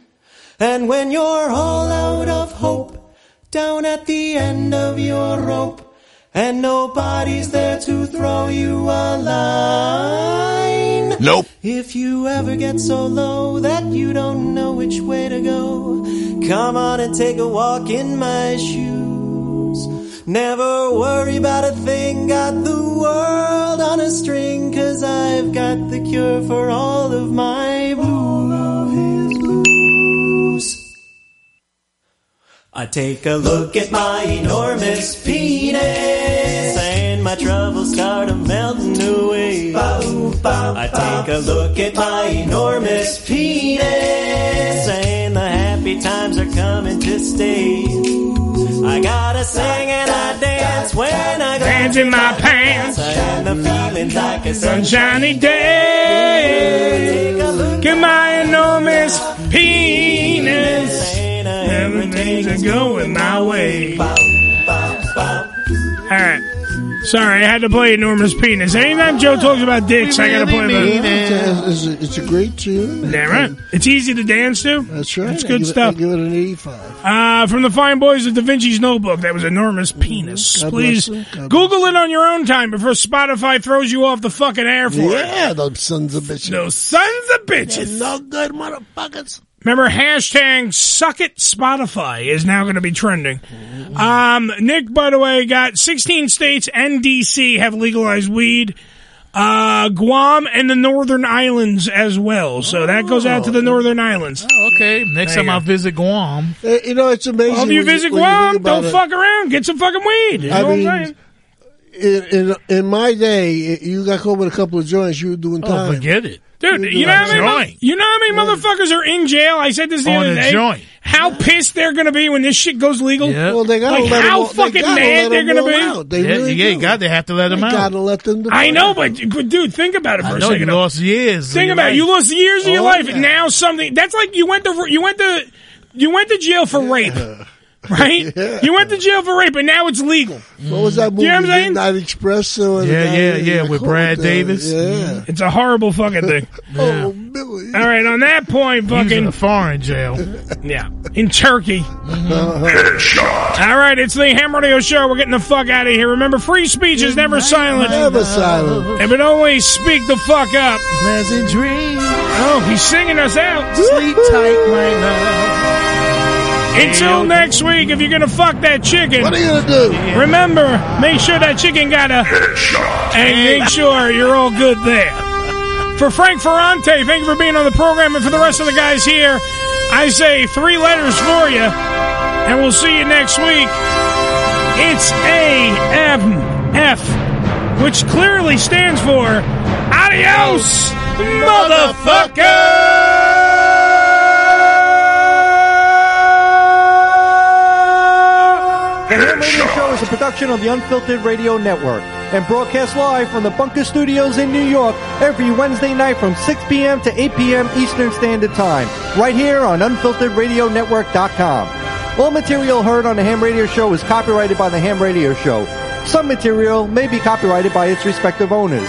Speaker 6: And when you're all out of hope, down at the end of your rope, and nobody's there to throw you a line.
Speaker 1: Nope.
Speaker 6: If you ever get so low that you don't know which way to go, come on and take a walk in my shoes. Never worry about a thing, got the world on a string, cause I've got the cure for all of my blues. I take a look at my enormous penis, and my troubles start a melting away. I take a look at my enormous penis, and the happy times are coming to stay. I gotta sing and I dance when I
Speaker 10: Hands in my pants,
Speaker 6: and the feeling's like a
Speaker 10: sunshiny day. Look at my enormous penis. Everything's are going my way. All right. Sorry, I had to play enormous penis. Anytime Joe talks about dicks, I gotta play
Speaker 11: Yeah,
Speaker 10: about.
Speaker 11: It's, a, it's a great tune.
Speaker 10: Yeah, right. It's easy to dance to.
Speaker 11: That's right.
Speaker 10: It's
Speaker 11: I
Speaker 10: good
Speaker 11: give it-
Speaker 10: stuff.
Speaker 11: I give it an 85.
Speaker 10: Uh, from the fine boys of Da Vinci's Notebook, that was enormous penis.
Speaker 11: Mm-hmm. God bless
Speaker 10: Please
Speaker 11: them. God
Speaker 10: Google it on your own time before Spotify throws you off the fucking air for it.
Speaker 11: Yeah, those sons of bitches.
Speaker 10: Those sons of bitches.
Speaker 11: No good motherfuckers.
Speaker 10: Remember, hashtag suck it Spotify is now going to be trending. Um, Nick, by the way, got 16 states and DC have legalized weed. Uh, Guam and the Northern Islands as well. So that goes out to the Northern Islands.
Speaker 12: Oh, okay, next
Speaker 10: There you
Speaker 12: time I
Speaker 10: go.
Speaker 12: visit Guam,
Speaker 11: Uh, You know, it's amazing.
Speaker 10: Well, if you
Speaker 11: when
Speaker 10: visit
Speaker 11: when you think
Speaker 10: Guam,
Speaker 11: about
Speaker 10: don't
Speaker 11: it.
Speaker 10: fuck around. Get some fucking weed. You know
Speaker 11: I
Speaker 10: what I'm
Speaker 11: mean,
Speaker 10: saying?
Speaker 11: in, in in my day, i- you got caught with a couple of joints, you were doing time.
Speaker 12: forget it.
Speaker 10: Dude, you know, how many, mo- you know how many motherfuckers are in jail? I said this the
Speaker 11: On
Speaker 10: other
Speaker 11: a
Speaker 10: day.
Speaker 11: joint.
Speaker 10: How pissed they're going to be when this shit goes legal?
Speaker 11: Well, they gotta
Speaker 10: like,
Speaker 11: let 'em
Speaker 10: how
Speaker 11: all- they
Speaker 10: fucking
Speaker 11: gotta
Speaker 10: mad
Speaker 11: let
Speaker 10: they're
Speaker 11: 'em
Speaker 10: going to
Speaker 11: all
Speaker 10: be.
Speaker 11: out. They Yeah, really yeah, you do.
Speaker 12: God, they have to let them
Speaker 11: They
Speaker 12: out.
Speaker 11: gotta let them.
Speaker 10: I know, but but dude, think about it for
Speaker 12: I
Speaker 10: a
Speaker 12: know you
Speaker 10: second.
Speaker 12: lost years. of
Speaker 10: Think
Speaker 12: your
Speaker 10: about it.
Speaker 12: life.
Speaker 10: You lost years of your
Speaker 12: Oh,
Speaker 10: life.
Speaker 12: yeah.
Speaker 10: and Now something that's like you went to you went to you went to jail for
Speaker 11: [LAUGHS]
Speaker 10: rape, right?
Speaker 11: Yeah.
Speaker 10: You went to jail for rape, and now it's legal.
Speaker 11: What was that movie?
Speaker 10: You know what I'm saying?
Speaker 11: Midnight Express. Or the guy that got caught there? Yeah.
Speaker 10: Mm-hmm. It's a horrible fucking thing.
Speaker 11: [LAUGHS] Oh,
Speaker 10: All right, on that point,
Speaker 12: He's in
Speaker 10: fucking
Speaker 12: a foreign jail.
Speaker 11: [LAUGHS]
Speaker 10: yeah, in Turkey. All right, it's the Ham Radio Show. We're getting the fuck out of here. Remember, free speech is never silent.
Speaker 11: Never silent.
Speaker 10: And but always speak the fuck up. Pleasant dreams. Oh, he's singing us out. Sleep tight, my love. Until next week, if you're gonna fuck that chicken,
Speaker 11: What are you gonna do?
Speaker 10: Remember, make sure that chicken got a headshot, and make sure you're all good there. For Frank Ferrante, thank you for being on the program, and for the rest of the guys here, I say three letters for you, and we'll see you next week. It's AMF, which clearly stands for Adios, Motherfucker!
Speaker 25: The Ham Radio Show is a production of the Unfiltered Radio Network and broadcast live from the Bunker Studios in New York every Wednesday night from 6 p.m. to 8 p.m. Eastern Standard Time, right here on UnfilteredRadioNetwork.com. All material heard on the Ham Radio Show is copyrighted by the Ham Radio Show. Some material may be copyrighted by its respective owners.